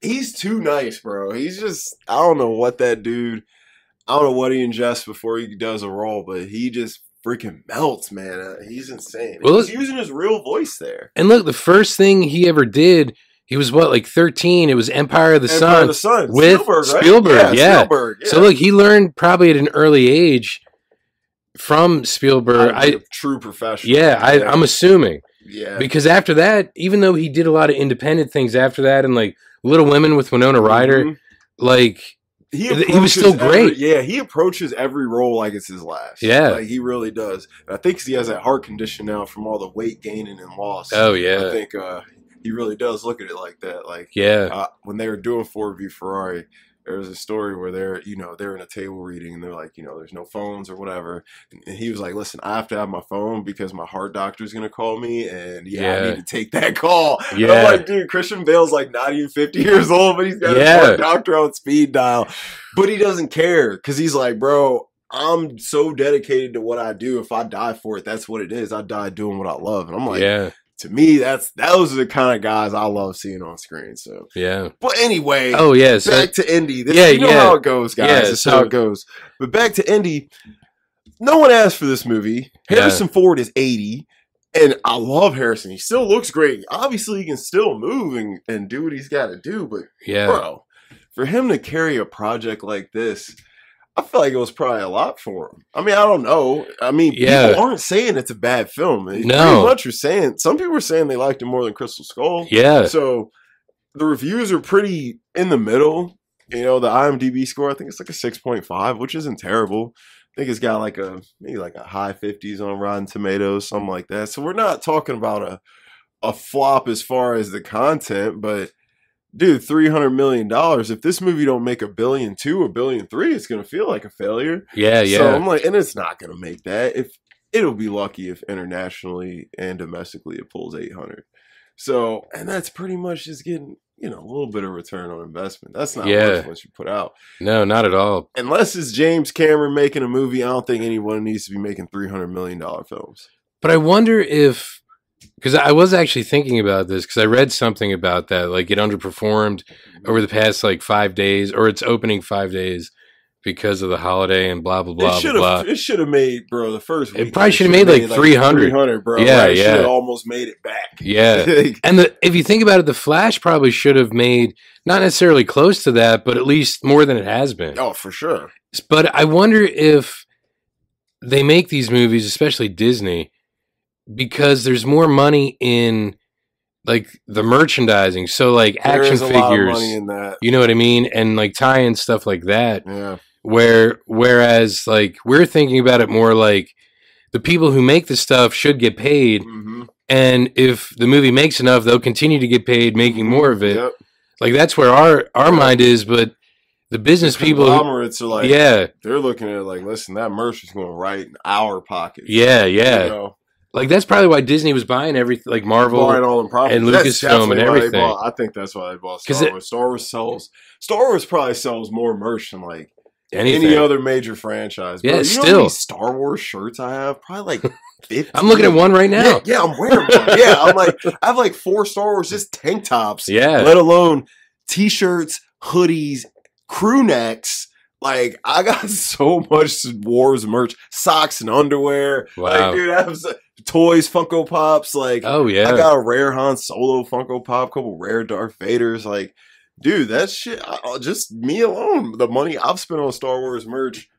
Speaker 2: he's too nice, bro. He's just I don't know what that dude I don't know what he ingests before he does a role, but he just freaking melts, man. Uh, He's insane.
Speaker 1: Well,
Speaker 2: he's using his real voice there.
Speaker 1: And look, the first thing he ever did, he was what like thirteen. It was Empire of the
Speaker 2: And
Speaker 1: Sun.
Speaker 2: by the Sun
Speaker 1: with Spielberg, yeah.
Speaker 2: Spielberg, yeah.
Speaker 1: So look, he learned probably at an early age from Spielberg.
Speaker 2: Gotta be
Speaker 1: I
Speaker 2: a true professional.
Speaker 1: yeah, I, I'm assuming
Speaker 2: yeah.
Speaker 1: because after that, even though he did a lot of independent things after that, and like Little Women with Winona Ryder,
Speaker 2: Mhm.
Speaker 1: like
Speaker 2: He,
Speaker 1: He was
Speaker 2: approaches
Speaker 1: still
Speaker 2: every-
Speaker 1: great.
Speaker 2: yeah, he approaches every role like it's his last.
Speaker 1: Yeah.
Speaker 2: like he really does. And I think he has that heart condition now from all the weight gaining and loss.
Speaker 1: oh
Speaker 2: I
Speaker 1: yeah,
Speaker 2: think uh, he really does look at it like that. Like
Speaker 1: yeah,
Speaker 2: uh, when they were doing Ford v Ferrari, there was a story where they're you know they're in a table reading and they're like you know there's no phones or whatever, and he was like, listen, I have to have my phone because my heart doctor's gonna call me and yeah, I
Speaker 1: Yeah.
Speaker 2: need to take that call. And
Speaker 1: Yeah.
Speaker 2: I'm like, dude, Christian Bale's like not even 50 years old, but he's got his
Speaker 1: Yeah.
Speaker 2: heart doctor on speed dial, but he doesn't care because he's like, bro. I'm so dedicated to what I do. If I die for it, that's what it is. I die doing what I love. And I'm like,
Speaker 1: yeah,
Speaker 2: to me, that's those are the kind of guys I love seeing on screen. So,
Speaker 1: yeah.
Speaker 2: but anyway,
Speaker 1: Oh yeah, so,
Speaker 2: back to Indy. This,
Speaker 1: Yeah,
Speaker 2: you know
Speaker 1: yeah.
Speaker 2: how it goes, guys.
Speaker 1: Yeah,
Speaker 2: This is
Speaker 1: so-
Speaker 2: how it goes. But back to Indy. No one asked for this movie.
Speaker 1: Yeah.
Speaker 2: Harrison Ford is eighty, and I love Harrison. He still looks great. Obviously, he can still move and, and do what he's got to do. But
Speaker 1: yeah,
Speaker 2: bro, for him to carry a project like this. I feel like it was probably a lot for him. I mean, I don't know. I mean,
Speaker 1: Yeah.
Speaker 2: people aren't saying it's a bad film. They Pretty
Speaker 1: No.
Speaker 2: much are saying some people are saying they liked it more than Crystal Skull.
Speaker 1: yeah,
Speaker 2: So the reviews are pretty in the middle. You know, the IMDb score, I think it's like a 6.5, which isn't terrible. I think it's got like a maybe like a high 50s on Rotten Tomatoes, something like that. So we're not talking about a a flop as far as the content, but dude, 300 million dollars. If this movie don't make a billion 2, a billion 3, it's going to feel like a failure.
Speaker 1: yeah,
Speaker 2: So
Speaker 1: yeah.
Speaker 2: I'm like, and it's not gonna make that. If it'll be lucky if internationally and domestically it pulls 800. So, and that's pretty much just getting you know a little bit of return on investment. That's not
Speaker 1: Yeah.
Speaker 2: much once you put out.
Speaker 1: No, not at all.
Speaker 2: Unless it's James Cameron making a movie, I don't think anyone needs to be making 300 million dollar films.
Speaker 1: But I wonder if because I was actually thinking about this because I read something about that, like it underperformed over the past like five days or its opening five days because of the holiday and blah blah blah
Speaker 2: it
Speaker 1: blah.
Speaker 2: should have
Speaker 1: blah.
Speaker 2: it should have made bro the first
Speaker 1: It
Speaker 2: week,
Speaker 1: probably shoulda
Speaker 2: shoulda
Speaker 1: made, like, 300.
Speaker 2: 300 bro
Speaker 1: Yeah,
Speaker 2: Like, it
Speaker 1: yeah.
Speaker 2: shoulda almost made it back
Speaker 1: Yeah.
Speaker 2: Like,
Speaker 1: And the, if you think about it, the Flash probably should have made not necessarily close to that, but at least more than it has been.
Speaker 2: oh for sure
Speaker 1: But I wonder if they make these movies, especially Disney, because there's more money in like the merchandising. So like action
Speaker 2: There's a lot of
Speaker 1: figures,
Speaker 2: money in that
Speaker 1: you know what I mean, and like tie-in stuff like that.
Speaker 2: yeah
Speaker 1: where whereas like we're thinking about it more like the people who make the stuff should get paid
Speaker 2: hmm
Speaker 1: and if the movie makes enough they'll continue to get paid making more of it
Speaker 2: yep.
Speaker 1: like that's where our our mind is but the business people who,
Speaker 2: conglomerates are like
Speaker 1: yeah
Speaker 2: they're looking at it like, listen, that merch is going right in our pocket.
Speaker 1: yeah
Speaker 2: You
Speaker 1: yeah
Speaker 2: know?
Speaker 1: Like that's probably why Disney was buying everything, like Marvel.
Speaker 2: Buying all them properties.
Speaker 1: and
Speaker 2: That's
Speaker 1: Lucasfilm and
Speaker 2: definitely why they
Speaker 1: everything.
Speaker 2: bought- I think that's why they bought
Speaker 1: 'Cause
Speaker 2: Star
Speaker 1: it-
Speaker 2: Wars. Star Wars sells. Star Wars probably sells more merch than like
Speaker 1: anything.
Speaker 2: any other major franchise. Bro,
Speaker 1: Yeah,
Speaker 2: you know how
Speaker 1: still.
Speaker 2: many Star Wars shirts I have probably like. 50.
Speaker 1: I'm looking at one right
Speaker 2: Yeah,
Speaker 1: now.
Speaker 2: yeah, I'm wearing one. Yeah, I'm like I have like four Star Wars just tank tops,
Speaker 1: Yeah,
Speaker 2: let alone t-shirts, hoodies, crew necks. Like I got so much Wars merch, socks and underwear.
Speaker 1: Wow.
Speaker 2: Like, dude, I have so- toys, Funko Pops. Like
Speaker 1: Oh yeah.
Speaker 2: I got a rare Han Solo Funko Pop, couple rare Darth Vaders. Like, dude, that shit. I, I- just me alone, the money I've spent on Star Wars merch,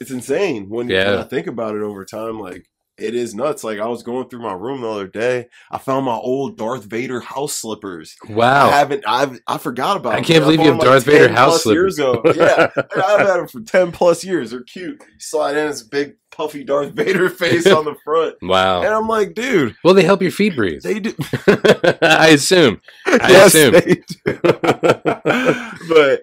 Speaker 2: it's insane. When, when
Speaker 1: Yeah.
Speaker 2: I think about it over time, like it is nuts. Like I was going through my room the other day, I found my old Darth Vader house slippers. I
Speaker 1: wow.
Speaker 2: haven't. I've. I forgot about.
Speaker 1: I
Speaker 2: them.
Speaker 1: can't
Speaker 2: I
Speaker 1: believe
Speaker 2: bought
Speaker 1: you
Speaker 2: them,
Speaker 1: have Darth Vader
Speaker 2: 10
Speaker 1: house
Speaker 2: plus years ago. Yeah, I've had them for ten plus years. They're cute. Slide in this big puffy Darth Vader face on the front, and
Speaker 1: Wow.
Speaker 2: I'm like, dude,
Speaker 1: Well, they help your feet breathe.
Speaker 2: they do.
Speaker 1: I assume. I assume.
Speaker 2: they do. but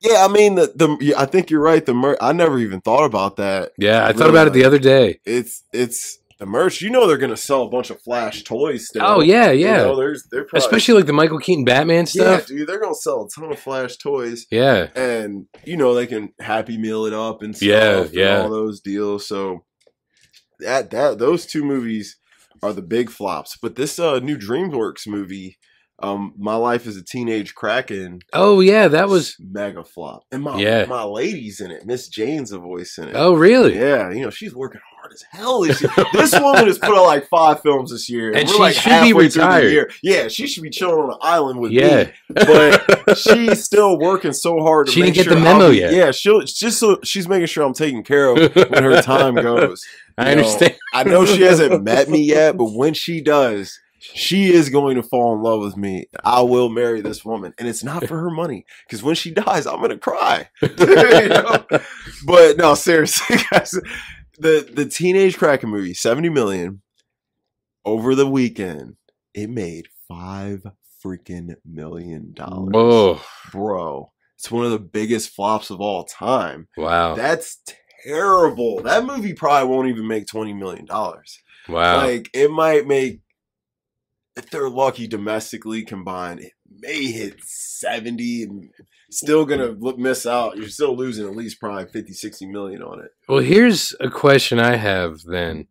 Speaker 2: yeah, I mean, the, the yeah, I think you're right. The mer- I never even thought about that.
Speaker 1: Yeah, I thought
Speaker 2: Really
Speaker 1: about it the
Speaker 2: like-
Speaker 1: other day.
Speaker 2: It's it's the merch. You know, they're gonna sell a bunch of Flash toys. Still.
Speaker 1: Oh yeah,
Speaker 2: You
Speaker 1: yeah.
Speaker 2: know, there's they're probably,
Speaker 1: Especially like the Michael Keaton Batman stuff.
Speaker 2: Yeah, dude, they're gonna sell a ton of Flash toys.
Speaker 1: Yeah.
Speaker 2: and you know they can happy meal it up and stuff
Speaker 1: Yeah,
Speaker 2: and
Speaker 1: yeah.
Speaker 2: all those deals. So that that those two movies are the big flops. But this uh, new DreamWorks movie, um, My Life as a Teenage Kraken,
Speaker 1: Oh yeah, that was.
Speaker 2: mega flop. And my
Speaker 1: Yeah.
Speaker 2: my lady's in it. Miss Jane's a voice in it.
Speaker 1: Oh really?
Speaker 2: Yeah, you know she's working hard as hell. This, year. this woman has put out like five films this year,
Speaker 1: And
Speaker 2: we're,
Speaker 1: she
Speaker 2: like,
Speaker 1: should be
Speaker 2: halfway through the
Speaker 1: retired.
Speaker 2: year. Yeah, she should be chilling on an island with me
Speaker 1: Yeah.
Speaker 2: but she's still working so hard. To
Speaker 1: She
Speaker 2: make
Speaker 1: didn't get
Speaker 2: sure
Speaker 1: the memo
Speaker 2: I'll be-
Speaker 1: yet.
Speaker 2: Yeah, she'll it's just so she's making sure I'm taken care of when her time goes.
Speaker 1: I
Speaker 2: you know,
Speaker 1: understand.
Speaker 2: I know she hasn't met me yet, but when she does, she is going to fall in love with me. I will marry this woman, and it's not for her money because when she dies, I'm gonna cry. You know? But no, seriously, guys, the the teenage Kraken movie, seventy million over the weekend, it made five freaking million dollars
Speaker 1: Whoa!
Speaker 2: bro. It's one of the biggest flops of all time.
Speaker 1: Wow!
Speaker 2: That's terrible. That movie probably won't even make twenty million dollars.
Speaker 1: wow!
Speaker 2: Like it might make, if they're lucky domestically combined, it may hit seventy. And still gonna look, miss out. You're still losing at least probably 50, 60 million on it.
Speaker 1: Well, here's a question I have then.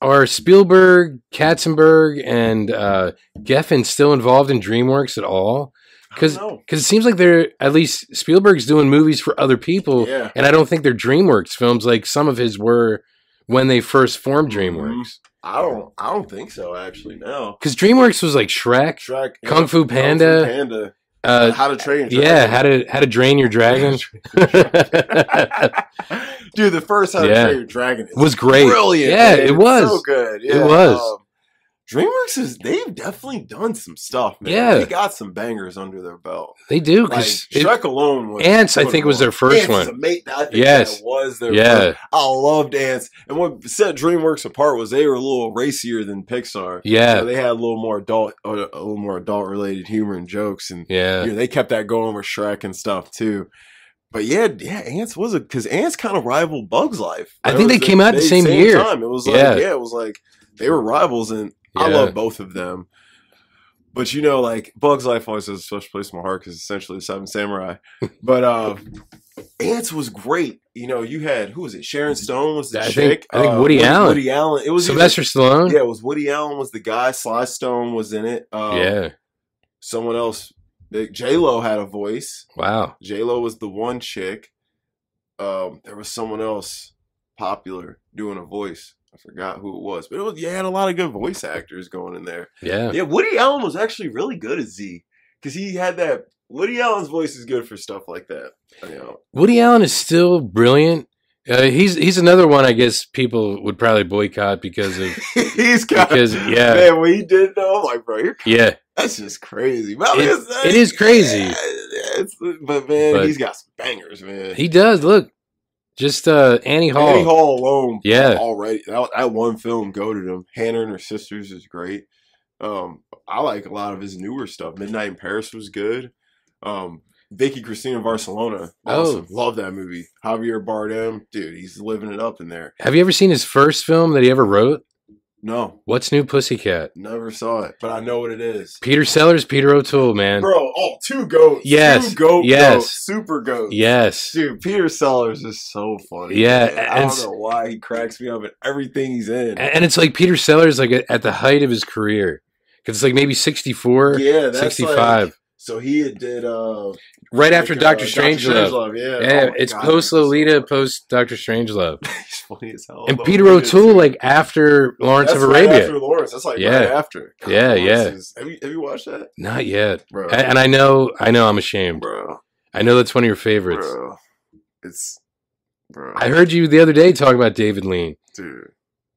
Speaker 1: Are Spielberg, Katzenberg, and uh, Geffen still involved in DreamWorks at all?
Speaker 2: I don't
Speaker 1: 'Cause-
Speaker 2: know.
Speaker 1: Because it seems like they're, at least Spielberg's doing movies for other people,
Speaker 2: yeah,
Speaker 1: and I don't think they're DreamWorks films like some of his were when they first formed
Speaker 2: Mm-hmm.
Speaker 1: DreamWorks.
Speaker 2: I don't, I don't think so. Actually, now
Speaker 1: Because DreamWorks was like Shrek,
Speaker 2: Shrek,
Speaker 1: Kung Fu
Speaker 2: Kung Fu
Speaker 1: Panda,
Speaker 2: Panda,
Speaker 1: uh,
Speaker 2: How to Train, Your
Speaker 1: yeah,
Speaker 2: Dragon.
Speaker 1: how to how to drain your dragon
Speaker 2: Dude, the first How to
Speaker 1: Yeah.
Speaker 2: Train Your Dragon is
Speaker 1: was great.
Speaker 2: brilliant.
Speaker 1: Yeah,
Speaker 2: man.
Speaker 1: it
Speaker 2: It's
Speaker 1: was.
Speaker 2: so good.
Speaker 1: It
Speaker 2: Yeah,
Speaker 1: was.
Speaker 2: um, DreamWorks is they've definitely done some stuff, man.
Speaker 1: Yeah.
Speaker 2: they got some bangers under their belt.
Speaker 1: They do
Speaker 2: Like
Speaker 1: because
Speaker 2: Shrek alone was
Speaker 1: Ants, I
Speaker 2: was
Speaker 1: think, was
Speaker 2: one.
Speaker 1: their first
Speaker 2: Ants
Speaker 1: one.
Speaker 2: Is a mate, I think
Speaker 1: Yes.
Speaker 2: that was their
Speaker 1: yeah,
Speaker 2: first. I loved Ants, and what set DreamWorks apart was they were a little racier than Pixar.
Speaker 1: yeah,
Speaker 2: So they had a little more adult, uh, a little more adult related humor and jokes, and
Speaker 1: yeah.
Speaker 2: yeah, they kept that going with Shrek and stuff too. But yeah, yeah, Ants was a because Ants kind of rivaled Bugs Life.
Speaker 1: I
Speaker 2: There
Speaker 1: think they
Speaker 2: was a-
Speaker 1: came out the
Speaker 2: they-
Speaker 1: same year.
Speaker 2: Time. It was like
Speaker 1: Yeah.
Speaker 2: yeah. it was like they were rivals, and I
Speaker 1: Yeah.
Speaker 2: love both of them. But you know, like Bugs Life always has a special place in my heart because essentially the Seven Samurai. But uh, Ants was great. You know, you had who was it? Sharon Stone was the
Speaker 1: I think-
Speaker 2: chick.
Speaker 1: I think
Speaker 2: Uh,
Speaker 1: Woody Allen.
Speaker 2: Woody Allen. It was
Speaker 1: Sylvester Stallone.
Speaker 2: Yeah, it was Woody Allen was the guy. Sly Stone was in it. Uh,
Speaker 1: yeah.
Speaker 2: someone else. J Lo had a voice.
Speaker 1: Wow.
Speaker 2: J Lo was the one chick. Um, there was someone else popular doing a voice. I forgot who it was, but it was yeah, had a lot of good voice actors going in there.
Speaker 1: Yeah.
Speaker 2: Yeah, Woody Allen was actually really good as Z because he had that. Woody Allen's voice is good for stuff like that. You know,
Speaker 1: Woody Allen is still brilliant. Uh, he's he's another one I guess people would probably boycott because of
Speaker 2: he's got
Speaker 1: because yeah
Speaker 2: man. When he did though, I'm like, bro, you're,
Speaker 1: yeah
Speaker 2: that's just crazy. But I mean,
Speaker 1: It-
Speaker 2: it's-
Speaker 1: it is crazy.
Speaker 2: Yeah, yeah, it's- but man,
Speaker 1: But-
Speaker 2: he's got some bangers, man.
Speaker 1: he does look just uh Annie Hall.
Speaker 2: Annie Hall alone
Speaker 1: yeah
Speaker 2: already that, that one film goaded him. Hannah and her sisters is great. Um, I like a lot of his newer stuff. Midnight in Paris was good. Um, Vicky Cristina Barcelona, awesome.
Speaker 1: Oh.
Speaker 2: Love that movie. Javier Bardem, dude, he's living it up in there.
Speaker 1: have you ever seen his first film that he ever wrote
Speaker 2: No,
Speaker 1: What's new, Pussycat?
Speaker 2: never saw it, but I know what it is.
Speaker 1: Peter Sellers, Peter O'Toole, man.
Speaker 2: Bro, oh, two goats.
Speaker 1: Yes,
Speaker 2: Two goat
Speaker 1: yes.
Speaker 2: goats. Super goats.
Speaker 1: Yes.
Speaker 2: Dude, Peter Sellers is so funny.
Speaker 1: Yeah,
Speaker 2: man. I
Speaker 1: and-
Speaker 2: don't know why he cracks me up at everything he's in.
Speaker 1: A- And it's like Peter Sellers, like at at the height of his career, because it's like maybe sixty-four,
Speaker 2: yeah, that's
Speaker 1: sixty-five,
Speaker 2: Like, so he had did uh
Speaker 1: right after
Speaker 2: like, uh,
Speaker 1: Doctor Strangelove.
Speaker 2: yeah.
Speaker 1: Yeah,
Speaker 2: Oh my
Speaker 1: it's
Speaker 2: God,
Speaker 1: post
Speaker 2: he's so
Speaker 1: Lolita,
Speaker 2: funny.
Speaker 1: post Doctor Strangelove,
Speaker 2: He's funny as hell.
Speaker 1: and
Speaker 2: Lolita,
Speaker 1: Peter O'Toole,
Speaker 2: too.
Speaker 1: like after Lawrence
Speaker 2: That's
Speaker 1: of
Speaker 2: right
Speaker 1: Arabia.
Speaker 2: after Lawrence. That's like
Speaker 1: Yeah.
Speaker 2: right after. God,
Speaker 1: Yeah,
Speaker 2: Lawrence
Speaker 1: yeah.
Speaker 2: is- have you have you watched that?
Speaker 1: Not yet.
Speaker 2: Bro.
Speaker 1: A- And I know, I know, I'm ashamed.
Speaker 2: bro.
Speaker 1: I know that's one of your favorites.
Speaker 2: Bro. It's bro.
Speaker 1: I heard you the other day talking about David Lean
Speaker 2: dude.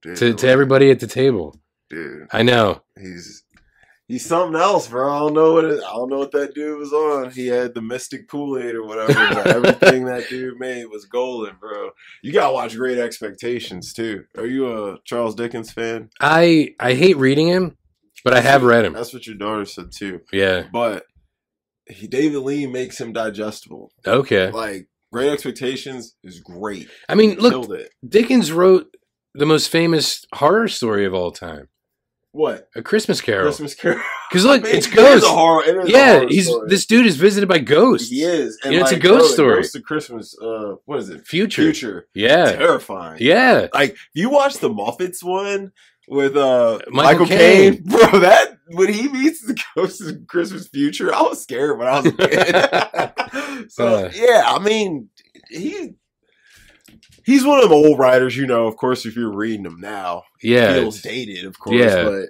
Speaker 1: to,
Speaker 2: dude,
Speaker 1: to everybody at the table.
Speaker 2: Dude.
Speaker 1: I know.
Speaker 2: he's he's something else, bro. I don't know what it, I don't know what that dude was on. He had the Mystic Kool Aid or whatever. but everything that dude made was golden, bro. You gotta watch Great Expectations too. Are you a Charles Dickens fan?
Speaker 1: I I hate reading him, but I have read him.
Speaker 2: That's what your daughter said too.
Speaker 1: Yeah.
Speaker 2: But he, David Lean makes him digestible.
Speaker 1: Okay.
Speaker 2: Like Great Expectations is great.
Speaker 1: I mean, look,
Speaker 2: Killed it.
Speaker 1: Dickens wrote the most famous horror story of all time,
Speaker 2: What
Speaker 1: A Christmas Carol.
Speaker 2: Christmas Carol?
Speaker 1: Because look,
Speaker 2: Man,
Speaker 1: it's
Speaker 2: it is
Speaker 1: ghosts.
Speaker 2: a horror- it is a
Speaker 1: Yeah,
Speaker 2: horror
Speaker 1: he's
Speaker 2: story.
Speaker 1: this dude is visited by ghosts.
Speaker 2: He is.
Speaker 1: You know, it's a ghost
Speaker 2: bro, the
Speaker 1: story.
Speaker 2: Ghost of Christmas. Uh, what is it?
Speaker 1: Future.
Speaker 2: Future.
Speaker 1: Yeah.
Speaker 2: Terrifying.
Speaker 1: Yeah.
Speaker 2: Like you watch the Muppets one with uh
Speaker 1: Michael
Speaker 2: Michael Caine, bro. That when he meets the ghost of Christmas future, I was scared when I was a kid. so
Speaker 1: Uh.
Speaker 2: yeah, I mean he. He's one of the old writers, you know. Of course, if you're reading them now,
Speaker 1: Yeah.
Speaker 2: feels dated, of course.
Speaker 1: Yeah.
Speaker 2: but,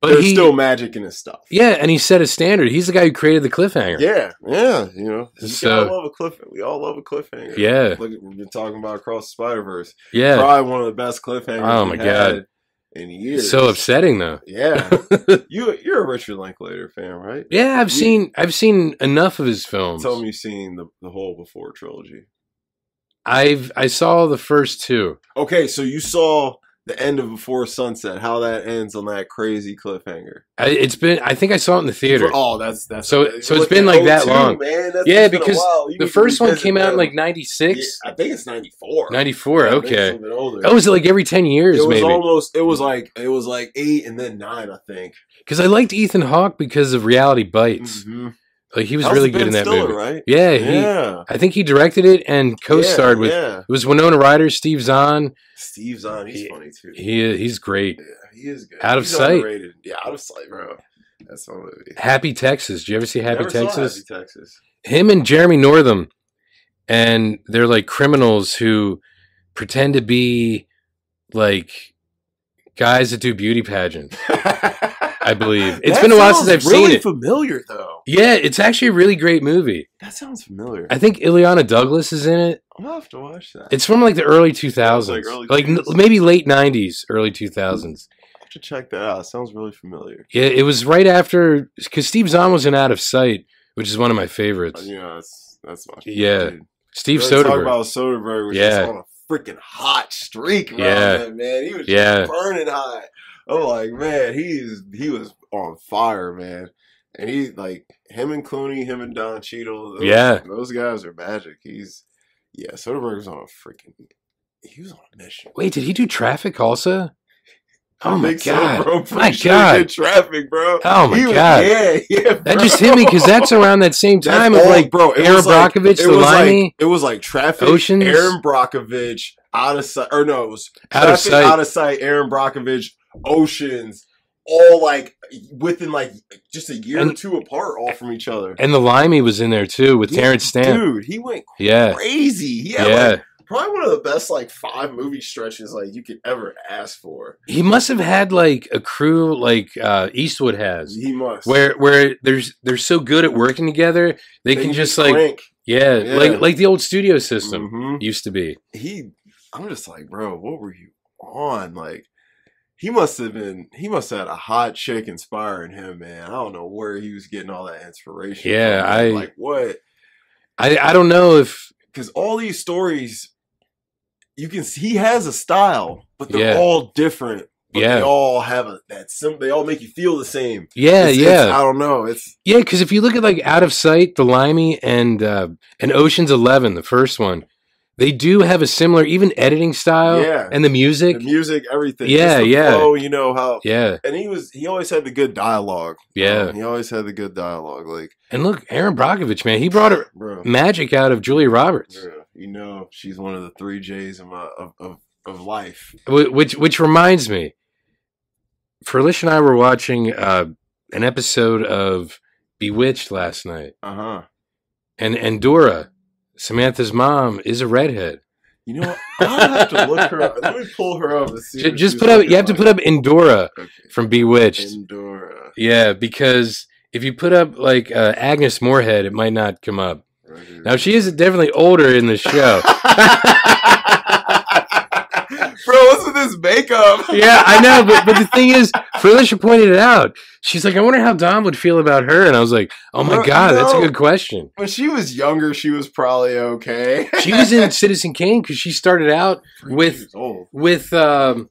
Speaker 1: But
Speaker 2: there's
Speaker 1: he
Speaker 2: still magic in his stuff.
Speaker 1: Yeah, and he set a standard. He's the guy who created the cliffhanger.
Speaker 2: yeah, yeah. You know, you
Speaker 1: So-
Speaker 2: gotta love a cliffhanger. We all love a cliffhanger.
Speaker 1: Yeah.
Speaker 2: look, we've been talking about across the Spider Verse.
Speaker 1: Yeah.
Speaker 2: probably one of the best cliffhangers.
Speaker 1: Oh,
Speaker 2: we've
Speaker 1: my God.
Speaker 2: had in years.
Speaker 1: So upsetting though.
Speaker 2: Yeah, you you're a Richard Linklater fan, right?
Speaker 1: Yeah, I've
Speaker 2: You-
Speaker 1: seen I've seen enough of his films.
Speaker 2: Tell me you've seen the the whole Before trilogy.
Speaker 1: I've I saw the first two.
Speaker 2: Okay, so you saw the end of Before Sunset. How that ends on that crazy cliffhanger.
Speaker 1: I, it's been I think I saw it in the theater.
Speaker 2: Oh, that's that's
Speaker 1: So-
Speaker 2: you're
Speaker 1: so it's
Speaker 2: looking
Speaker 1: been
Speaker 2: at
Speaker 1: like that
Speaker 2: 02,
Speaker 1: long.
Speaker 2: man. That's
Speaker 1: Yeah,
Speaker 2: it's been a
Speaker 1: because
Speaker 2: while. You
Speaker 1: the
Speaker 2: need to
Speaker 1: first one
Speaker 2: revisit
Speaker 1: came out in
Speaker 2: that.
Speaker 1: like 96,
Speaker 2: Yeah, I think it's ninety four.
Speaker 1: 94. Okay.
Speaker 2: Older.
Speaker 1: Oh, was it like every 10 years
Speaker 2: it was
Speaker 1: maybe? Mm.
Speaker 2: almost. It was like it was like eight and then nine. I think.
Speaker 1: Cuz I liked Ethan Hawke because of Reality Bites.
Speaker 2: Mhm.
Speaker 1: Like he was
Speaker 2: That
Speaker 1: really
Speaker 2: Ben
Speaker 1: good in that
Speaker 2: Stiller,
Speaker 1: movie.
Speaker 2: right?
Speaker 1: Yeah, he I think he directed it and co-starred
Speaker 2: Yeah,
Speaker 1: with
Speaker 2: yeah.
Speaker 1: it was Winona Ryder, Steve Zahn.
Speaker 2: Steve Zahn, he's
Speaker 1: He-
Speaker 2: funny too.
Speaker 1: He he's great.
Speaker 2: yeah, he is good.
Speaker 1: Out of
Speaker 2: He's
Speaker 1: sight.
Speaker 2: underrated. Yeah, out of sight, bro. That's my movie.
Speaker 1: Happy Texas. Did you ever see Happy
Speaker 2: Never saw
Speaker 1: Texas?
Speaker 2: Happy Texas.
Speaker 1: Him and Jeremy Northam, and they're like criminals who pretend to be like guys that do beauty pageants. I believe it's
Speaker 2: That
Speaker 1: been a while since
Speaker 2: sounds
Speaker 1: I've
Speaker 2: really
Speaker 1: seen it.
Speaker 2: Familiar though.
Speaker 1: yeah, it's actually a really great movie.
Speaker 2: That sounds familiar.
Speaker 1: I think Ileana Douglas is in it.
Speaker 2: I'm gonna have to watch that.
Speaker 1: It's from like the early 2000s, like,
Speaker 2: Like early
Speaker 1: n-
Speaker 2: 2000s.
Speaker 1: maybe late 90s, early 2000s.
Speaker 2: I have to check that out. It sounds really familiar.
Speaker 1: Yeah, it was right after because Steve Zahn was in Out of Sight, which is one of my favorites.
Speaker 2: Yeah, that's that's my
Speaker 1: Yeah.
Speaker 2: dude.
Speaker 1: Steve
Speaker 2: We're gonna Talk
Speaker 1: Soderbergh.
Speaker 2: about Soderbergh, which
Speaker 1: Yeah.
Speaker 2: is on a freaking hot streak. Around
Speaker 1: Yeah.
Speaker 2: that, man. He was
Speaker 1: Yeah.
Speaker 2: just burning hot. I'm like, man, he's he was on fire, man. And he like him and Clooney, him and Don Cheadle. Those,
Speaker 1: Yeah.
Speaker 2: those guys are magic. He's yeah, Soderbergh was on a freaking. He was on a mission.
Speaker 1: Wait, did he do Traffic also? Oh
Speaker 2: I
Speaker 1: my
Speaker 2: think so,
Speaker 1: god,
Speaker 2: bro. I'm pretty
Speaker 1: My
Speaker 2: sure
Speaker 1: God.
Speaker 2: he did traffic, bro.
Speaker 1: Oh, my
Speaker 2: He was-
Speaker 1: God.
Speaker 2: yeah, yeah.
Speaker 1: that
Speaker 2: bro.
Speaker 1: just hit me because that's around that same
Speaker 2: That's
Speaker 1: time of
Speaker 2: all,
Speaker 1: like
Speaker 2: bro, it
Speaker 1: Aaron
Speaker 2: was like-
Speaker 1: Brockovich,
Speaker 2: it
Speaker 1: the
Speaker 2: was like-
Speaker 1: Limey.
Speaker 2: it was like traffic,
Speaker 1: Oceans.
Speaker 2: Aaron Brockovich, out of sight, or no, it was
Speaker 1: Out of
Speaker 2: Traffic,
Speaker 1: Sight.
Speaker 2: out of sight. Aaron Brockovich, oceans, all like within like just a year or
Speaker 1: And-
Speaker 2: two apart, all from each other.
Speaker 1: and the Limey was in there too with
Speaker 2: Yeah,
Speaker 1: Terrence Stamp.
Speaker 2: Dude, he went
Speaker 1: yeah,
Speaker 2: crazy. He
Speaker 1: yeah.
Speaker 2: had, like, probably one of the best like five movie stretches like you could ever ask for.
Speaker 1: he must have had like a crew like uh, Eastwood has,
Speaker 2: He must.
Speaker 1: where where there's they're so good at working together they, can just like
Speaker 2: crank.
Speaker 1: yeah,
Speaker 2: Yeah.
Speaker 1: like like the old studio system
Speaker 2: Mhm.
Speaker 1: used to be.
Speaker 2: He, I'm just like, bro, what were you on? Like. He must have been. He must have had a hot chick inspiring him, man. I don't know where he was getting all that inspiration.
Speaker 1: Yeah,
Speaker 2: from, man.
Speaker 1: I-
Speaker 2: like what
Speaker 1: I I don't know if
Speaker 2: because all these stories, you can see he has a style, but they're
Speaker 1: Yeah.
Speaker 2: all different. But
Speaker 1: Yeah.
Speaker 2: they all have a that sim. They all make you feel the same.
Speaker 1: yeah
Speaker 2: It's-
Speaker 1: yeah.
Speaker 2: it's- I don't know. It's
Speaker 1: Yeah, because if you look at like Out of Sight, The Limey, and uh, and Ocean's Eleven, the first one, They do have a similar, even editing style
Speaker 2: Yeah.
Speaker 1: and the music.
Speaker 2: The music, everything.
Speaker 1: Yeah, yeah.
Speaker 2: Oh, you know how.
Speaker 1: yeah,
Speaker 2: And he was he always had the good dialogue. um,
Speaker 1: yeah.
Speaker 2: He always had the good dialogue. Like,
Speaker 1: Um, And look, Aaron Brockovich, man, he brought a
Speaker 2: bro,
Speaker 1: magic out of Julia Roberts,
Speaker 2: bro, you know she's one of the three J's of my of of, of life.
Speaker 1: Wh- which which reminds me, Ferlish and I were watching uh, an episode of Bewitched last night,
Speaker 2: Uh huh.
Speaker 1: and and Dora, Samantha's mom, is a redhead.
Speaker 2: You know what? I'll have to look her up. Let me pull her up and see.
Speaker 1: Ju-
Speaker 2: what
Speaker 1: Just
Speaker 2: she's
Speaker 1: put up.
Speaker 2: looking
Speaker 1: You have to
Speaker 2: like.
Speaker 1: put up Endora
Speaker 2: Okay.
Speaker 1: from Bewitched.
Speaker 2: Pandora.
Speaker 1: Yeah, because if you put up like uh, Agnes Moorehead, it might not come up.
Speaker 2: Right here.
Speaker 1: Now she is definitely older in the show.
Speaker 2: Bro, what's with this makeup?
Speaker 1: yeah, I know, but but the thing is, Felicia pointed it out. She's like, I wonder how Dom would feel about her, and I was like, Oh my
Speaker 2: Bro,
Speaker 1: god, that's a
Speaker 2: no.
Speaker 1: good question.
Speaker 2: When she was younger, she was probably okay.
Speaker 1: She was in Citizen Kane because she started out With-
Speaker 2: Years old.
Speaker 1: with um,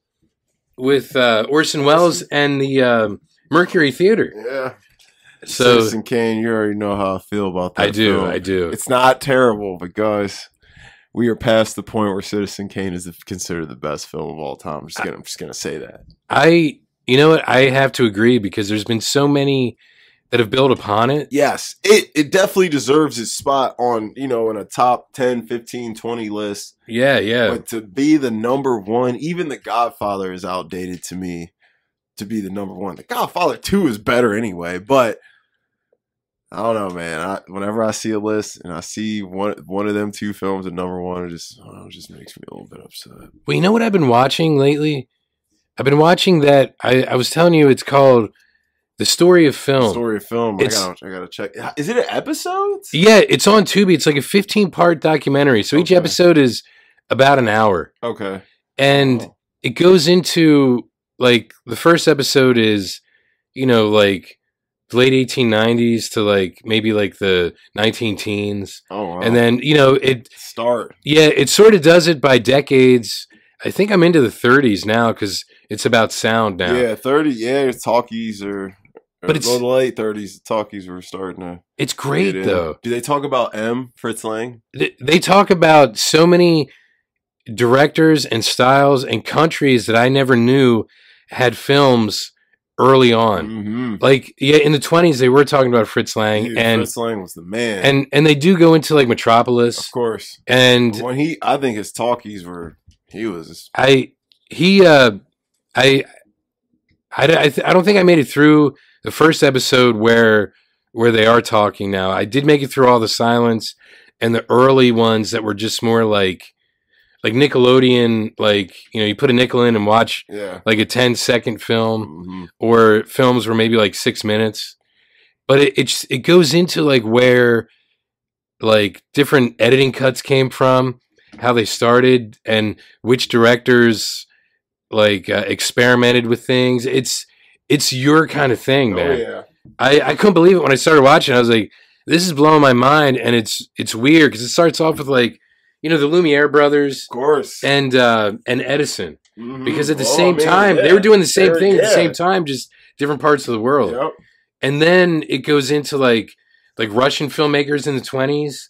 Speaker 1: with uh, Orson Welles and the um, Mercury Theater.
Speaker 2: Yeah.
Speaker 1: So
Speaker 2: Citizen Kane, you already know how I feel about that.
Speaker 1: I do,
Speaker 2: film.
Speaker 1: I do.
Speaker 2: It's not terrible, but guys, we are past the point where Citizen Kane is considered the best film of all time. I'm just gonna, I'm just gonna say that.
Speaker 1: I you know what I have to agree because there's been so many that have built upon it.
Speaker 2: Yes, it it definitely deserves its spot on, you know, in a top 10, 15, 20 list.
Speaker 1: Yeah, yeah.
Speaker 2: But to be the number one, even The Godfather is outdated to me. To be the number one, The Godfather Two is better anyway. But I don't know, man. I, whenever I see a list and I see one one of them two films at number one, it just I don't know, it just makes me a little bit upset.
Speaker 1: Well, you know what I've been watching lately? I've been watching that. I, I was telling you it's called The Story of Film.
Speaker 2: Story of film.
Speaker 1: Oh. It's-
Speaker 2: I gotta I gotta check. Is it an episode?
Speaker 1: Yeah, it's on Tubi. It's like a 15 part documentary. So each
Speaker 2: Okay.
Speaker 1: episode is about an hour.
Speaker 2: Okay.
Speaker 1: And
Speaker 2: Wow.
Speaker 1: it goes into like the first episode is, you know, like the late 1890s to like maybe like the 19 teens.
Speaker 2: oh wow.
Speaker 1: And then, you know, it
Speaker 2: start.
Speaker 1: Yeah, it sort of does it by decades. I think I'm into the 30s now because it's about sound now.
Speaker 2: Yeah, thirty. Yeah, talkies or.
Speaker 1: But
Speaker 2: But
Speaker 1: it's-
Speaker 2: it's the late thirties. Talkies were starting to
Speaker 1: It's great
Speaker 2: get in.
Speaker 1: though.
Speaker 2: Do they talk about M Fritz Lang?
Speaker 1: Th- They talk about so many directors and styles and countries that I never knew had films early on.
Speaker 2: Mm-hmm.
Speaker 1: Like yeah, in the 20s they were talking about Fritz Lang
Speaker 2: Dude,
Speaker 1: and
Speaker 2: Fritz Lang was the man.
Speaker 1: and and they do go into like
Speaker 2: of
Speaker 1: Metropolis
Speaker 2: course,
Speaker 1: and
Speaker 2: when he, I think his talkies were, he was.
Speaker 1: I he uh I I I, th- I don't think I made it through the first episode where where they are talking now. I did make it through all the silence and the early ones that were just more like like Nickelodeon like you know you put a nickel in and watch
Speaker 2: Yeah.
Speaker 1: like a 10 second film
Speaker 2: Mhm.
Speaker 1: or films were maybe like 6 minutes. But it it's, it goes into like where like different editing cuts came from, how they started, and which directors like uh, experimented with things. It's it's your kind of thing, man.
Speaker 2: Mm-hmm. Oh, yeah.
Speaker 1: I I couldn't believe it when I started watching. I was like, this is blowing my mind, and it's it's weird because it starts off with like you know the Lumiere brothers
Speaker 2: Of course.
Speaker 1: and uh, and Edison
Speaker 2: Mhm.
Speaker 1: because at the
Speaker 2: Oh,
Speaker 1: same
Speaker 2: man,
Speaker 1: time
Speaker 2: yeah.
Speaker 1: they were doing the same
Speaker 2: They're-
Speaker 1: thing at the
Speaker 2: yeah.
Speaker 1: same time, just different parts of the world
Speaker 2: Yep.
Speaker 1: and then it goes into like like Russian filmmakers in the twenties,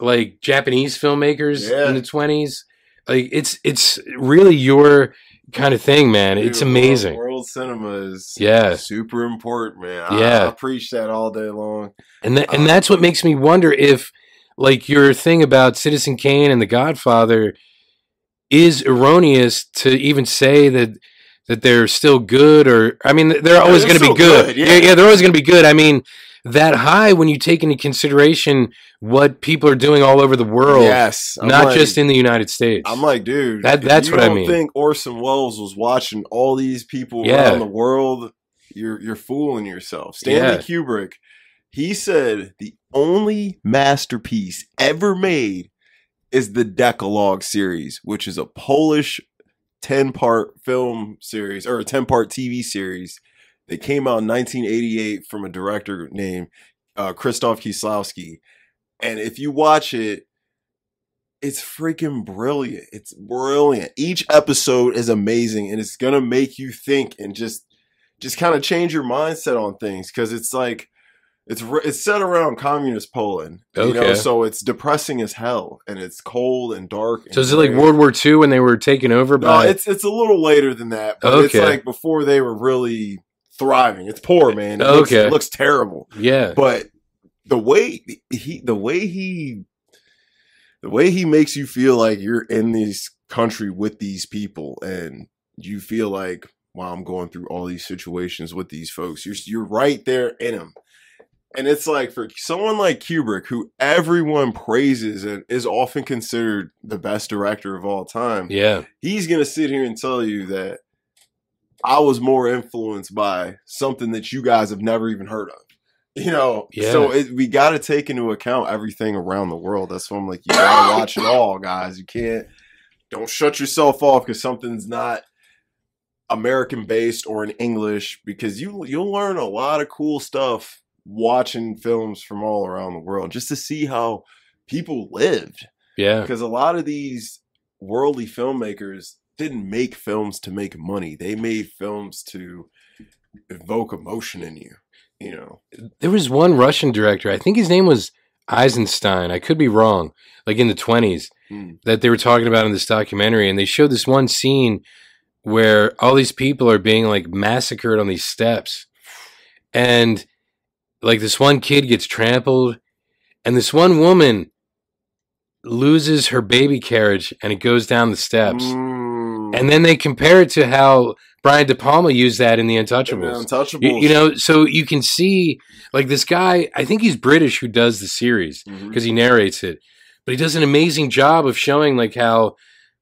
Speaker 1: like Japanese filmmakers
Speaker 2: Yeah.
Speaker 1: in the twenties. Like it's it's really your kind of thing, man. it's
Speaker 2: Dude,
Speaker 1: amazing.
Speaker 2: World, world cinema is
Speaker 1: Yeah,
Speaker 2: super important, man. I,
Speaker 1: Yeah.
Speaker 2: I preach that all day long.
Speaker 1: and that
Speaker 2: Uh,
Speaker 1: and that's what makes me wonder if like your thing about Citizen Kane and The Godfather is erroneous to even say that that they're still good or I mean they're always
Speaker 2: they're
Speaker 1: going to be
Speaker 2: still
Speaker 1: good.
Speaker 2: good, yeah.
Speaker 1: yeah, yeah, they're always going to be good. I mean that high when you take into consideration what people are doing all over the world,
Speaker 2: Yes. I'm
Speaker 1: not
Speaker 2: like-
Speaker 1: just in the United States.
Speaker 2: I'm like, dude.
Speaker 1: That-
Speaker 2: if
Speaker 1: that's
Speaker 2: you
Speaker 1: what I
Speaker 2: don't
Speaker 1: mean.
Speaker 2: Think Orson Welles was watching all these people
Speaker 1: Yeah.
Speaker 2: around the world. You're you're fooling yourself. Stanley
Speaker 1: Yeah.
Speaker 2: Kubrick, he said the only masterpiece ever made is the Decalogue series, which is a Polish ten part film series or a ten part TV series that came out in 1988 from a director named uh, Krzysztof Kieslowski. And if you watch it, it's freaking brilliant. It's brilliant. Each episode is amazing and it's going to make you think and just just kind of change your mindset on things cuz it's like It's re- it's set around communist Poland. You know,
Speaker 1: Okay.
Speaker 2: so it's depressing as hell, and it's cold and dark. And
Speaker 1: So is it like
Speaker 2: gray.
Speaker 1: World War II when they were taken over
Speaker 2: No,
Speaker 1: by?
Speaker 2: it's it's a little later than that, but it's
Speaker 1: Okay.
Speaker 2: like before they were really thriving. It's poor, man. It looks,
Speaker 1: Okay.
Speaker 2: it looks terrible.
Speaker 1: yeah.
Speaker 2: But the way he, the way he, the way he makes you feel like you're in this country with these people, and you feel like, wow, I'm going through all these situations with these folks. You're you're right there in them. And it's like for someone like Kubrick, who everyone praises and is often considered the best director of all time,
Speaker 1: Yeah.
Speaker 2: he's gonna sit here and tell you that I was more influenced by something that you guys have never even heard of. You know,
Speaker 1: Yeah.
Speaker 2: so it, we got to take into account everything around the world. That's why I'm like, you gotta watch it all, guys. You can't don't shut yourself off because something's not American based or in English because you you'll learn a lot of cool stuff watching films from all around the world just to see how people lived
Speaker 1: Yeah.
Speaker 2: because a lot of these worldly filmmakers didn't make films to make money they made films to evoke emotion in you you know
Speaker 1: There was one Russian director. I think his name was Eisenstein. I could be wrong. Like in the twenties,
Speaker 2: Mm.
Speaker 1: that they were talking about in this documentary, and they showed this one scene where all these people are being like massacred on these steps, and like this one kid gets trampled, and this one woman loses her baby carriage and it goes down the steps.
Speaker 2: Mm.
Speaker 1: And then they compare it to how Brian De Palma used that in The
Speaker 2: And
Speaker 1: Untouchables.
Speaker 2: the untouchables
Speaker 1: You, you know, so you can see, like, this guy, I think he's British who does the series
Speaker 2: Mhm.
Speaker 1: because he narrates it, but he does an amazing job of showing, like, how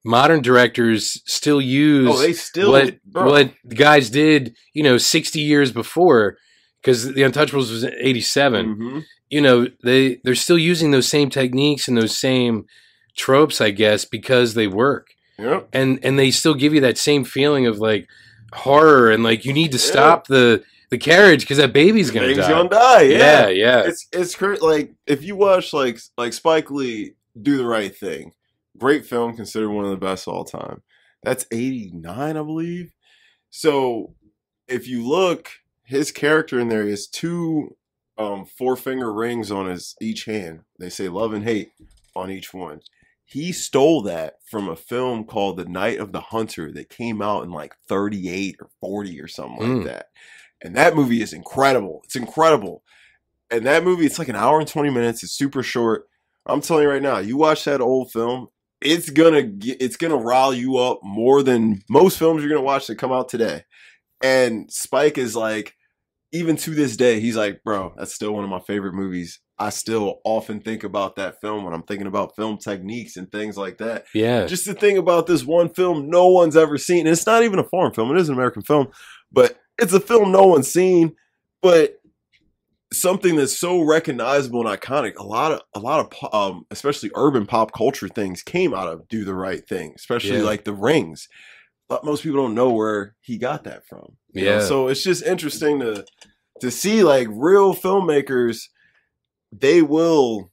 Speaker 1: modern directors still use
Speaker 2: oh they still
Speaker 1: what,
Speaker 2: bro,
Speaker 1: what the guys did, you know, 60 years before because The Untouchables was 87
Speaker 2: mhm.
Speaker 1: you know they they're still using those same techniques and those same tropes i guess because they work
Speaker 2: yep
Speaker 1: and and they still give you that same feeling of like horror and like you need to
Speaker 2: Yeah.
Speaker 1: stop the the carriage because that baby's gonna
Speaker 2: Baby's
Speaker 1: die
Speaker 2: gonna die
Speaker 1: yeah
Speaker 2: yeah,
Speaker 1: yeah
Speaker 2: it's it's cra- like if you watch like like spike lee do the right thing great film considered one of the best all time that's 89 i believe so if you look his character in there is two um four finger rings on his each hand they say love and hate on each one he stole that from a film called the night of the hunter that came out in like 38 or 40 or something
Speaker 1: Mm.
Speaker 2: like that and that movie is incredible it's incredible and that movie it's like an hour and 20 minutes it's super short i'm telling you right now you watch that old film it's gonna get, it's gonna rile you up more than most films you're gonna watch that come out today and spike is like even to this day he's like bro that's still one of my favorite movies i still often think about that film when i'm thinking about film techniques and things like that
Speaker 1: yeah
Speaker 2: just the thing about this one film no one's ever seen. And it's not even a foreign film, it is an American film, but it's a film no one's seen, but something that's so recognizable and iconic. A lot of a lot of po- um especially urban pop culture things came out of Do the Right Thing, especially
Speaker 1: Yeah.
Speaker 2: like The Rings. But most people don't know where he got that from. you know?
Speaker 1: Yeah.
Speaker 2: So it's just interesting to to see like real filmmakers they will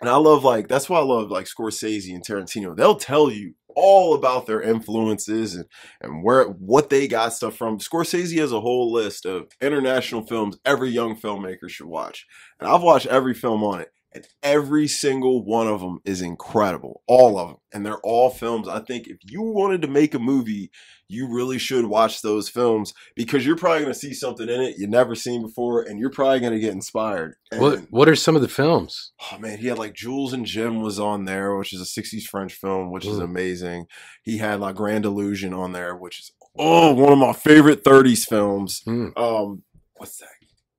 Speaker 2: and I love like that's why I love like Scorsese and Tarantino. They'll tell you all about their influences and and where what they got stuff from. Scorsese has a whole list of international films every young filmmaker should watch. And I've watched every film on it and every single one of them is incredible. All of them. And they're all films I think if you wanted to make a movie, you really should watch those films because you're probably going to see something in it you never seen before and you're probably going to get inspired.
Speaker 1: what
Speaker 2: And-
Speaker 1: what are some of the films
Speaker 2: oh man, he had like Jules and Jim was on there, which is a 60s French film, which is
Speaker 1: Ooh.
Speaker 2: amazing. He had like Grand Illusion on there, which is oh one of my favorite 30s films.
Speaker 1: Hmm.
Speaker 2: Um, what's that?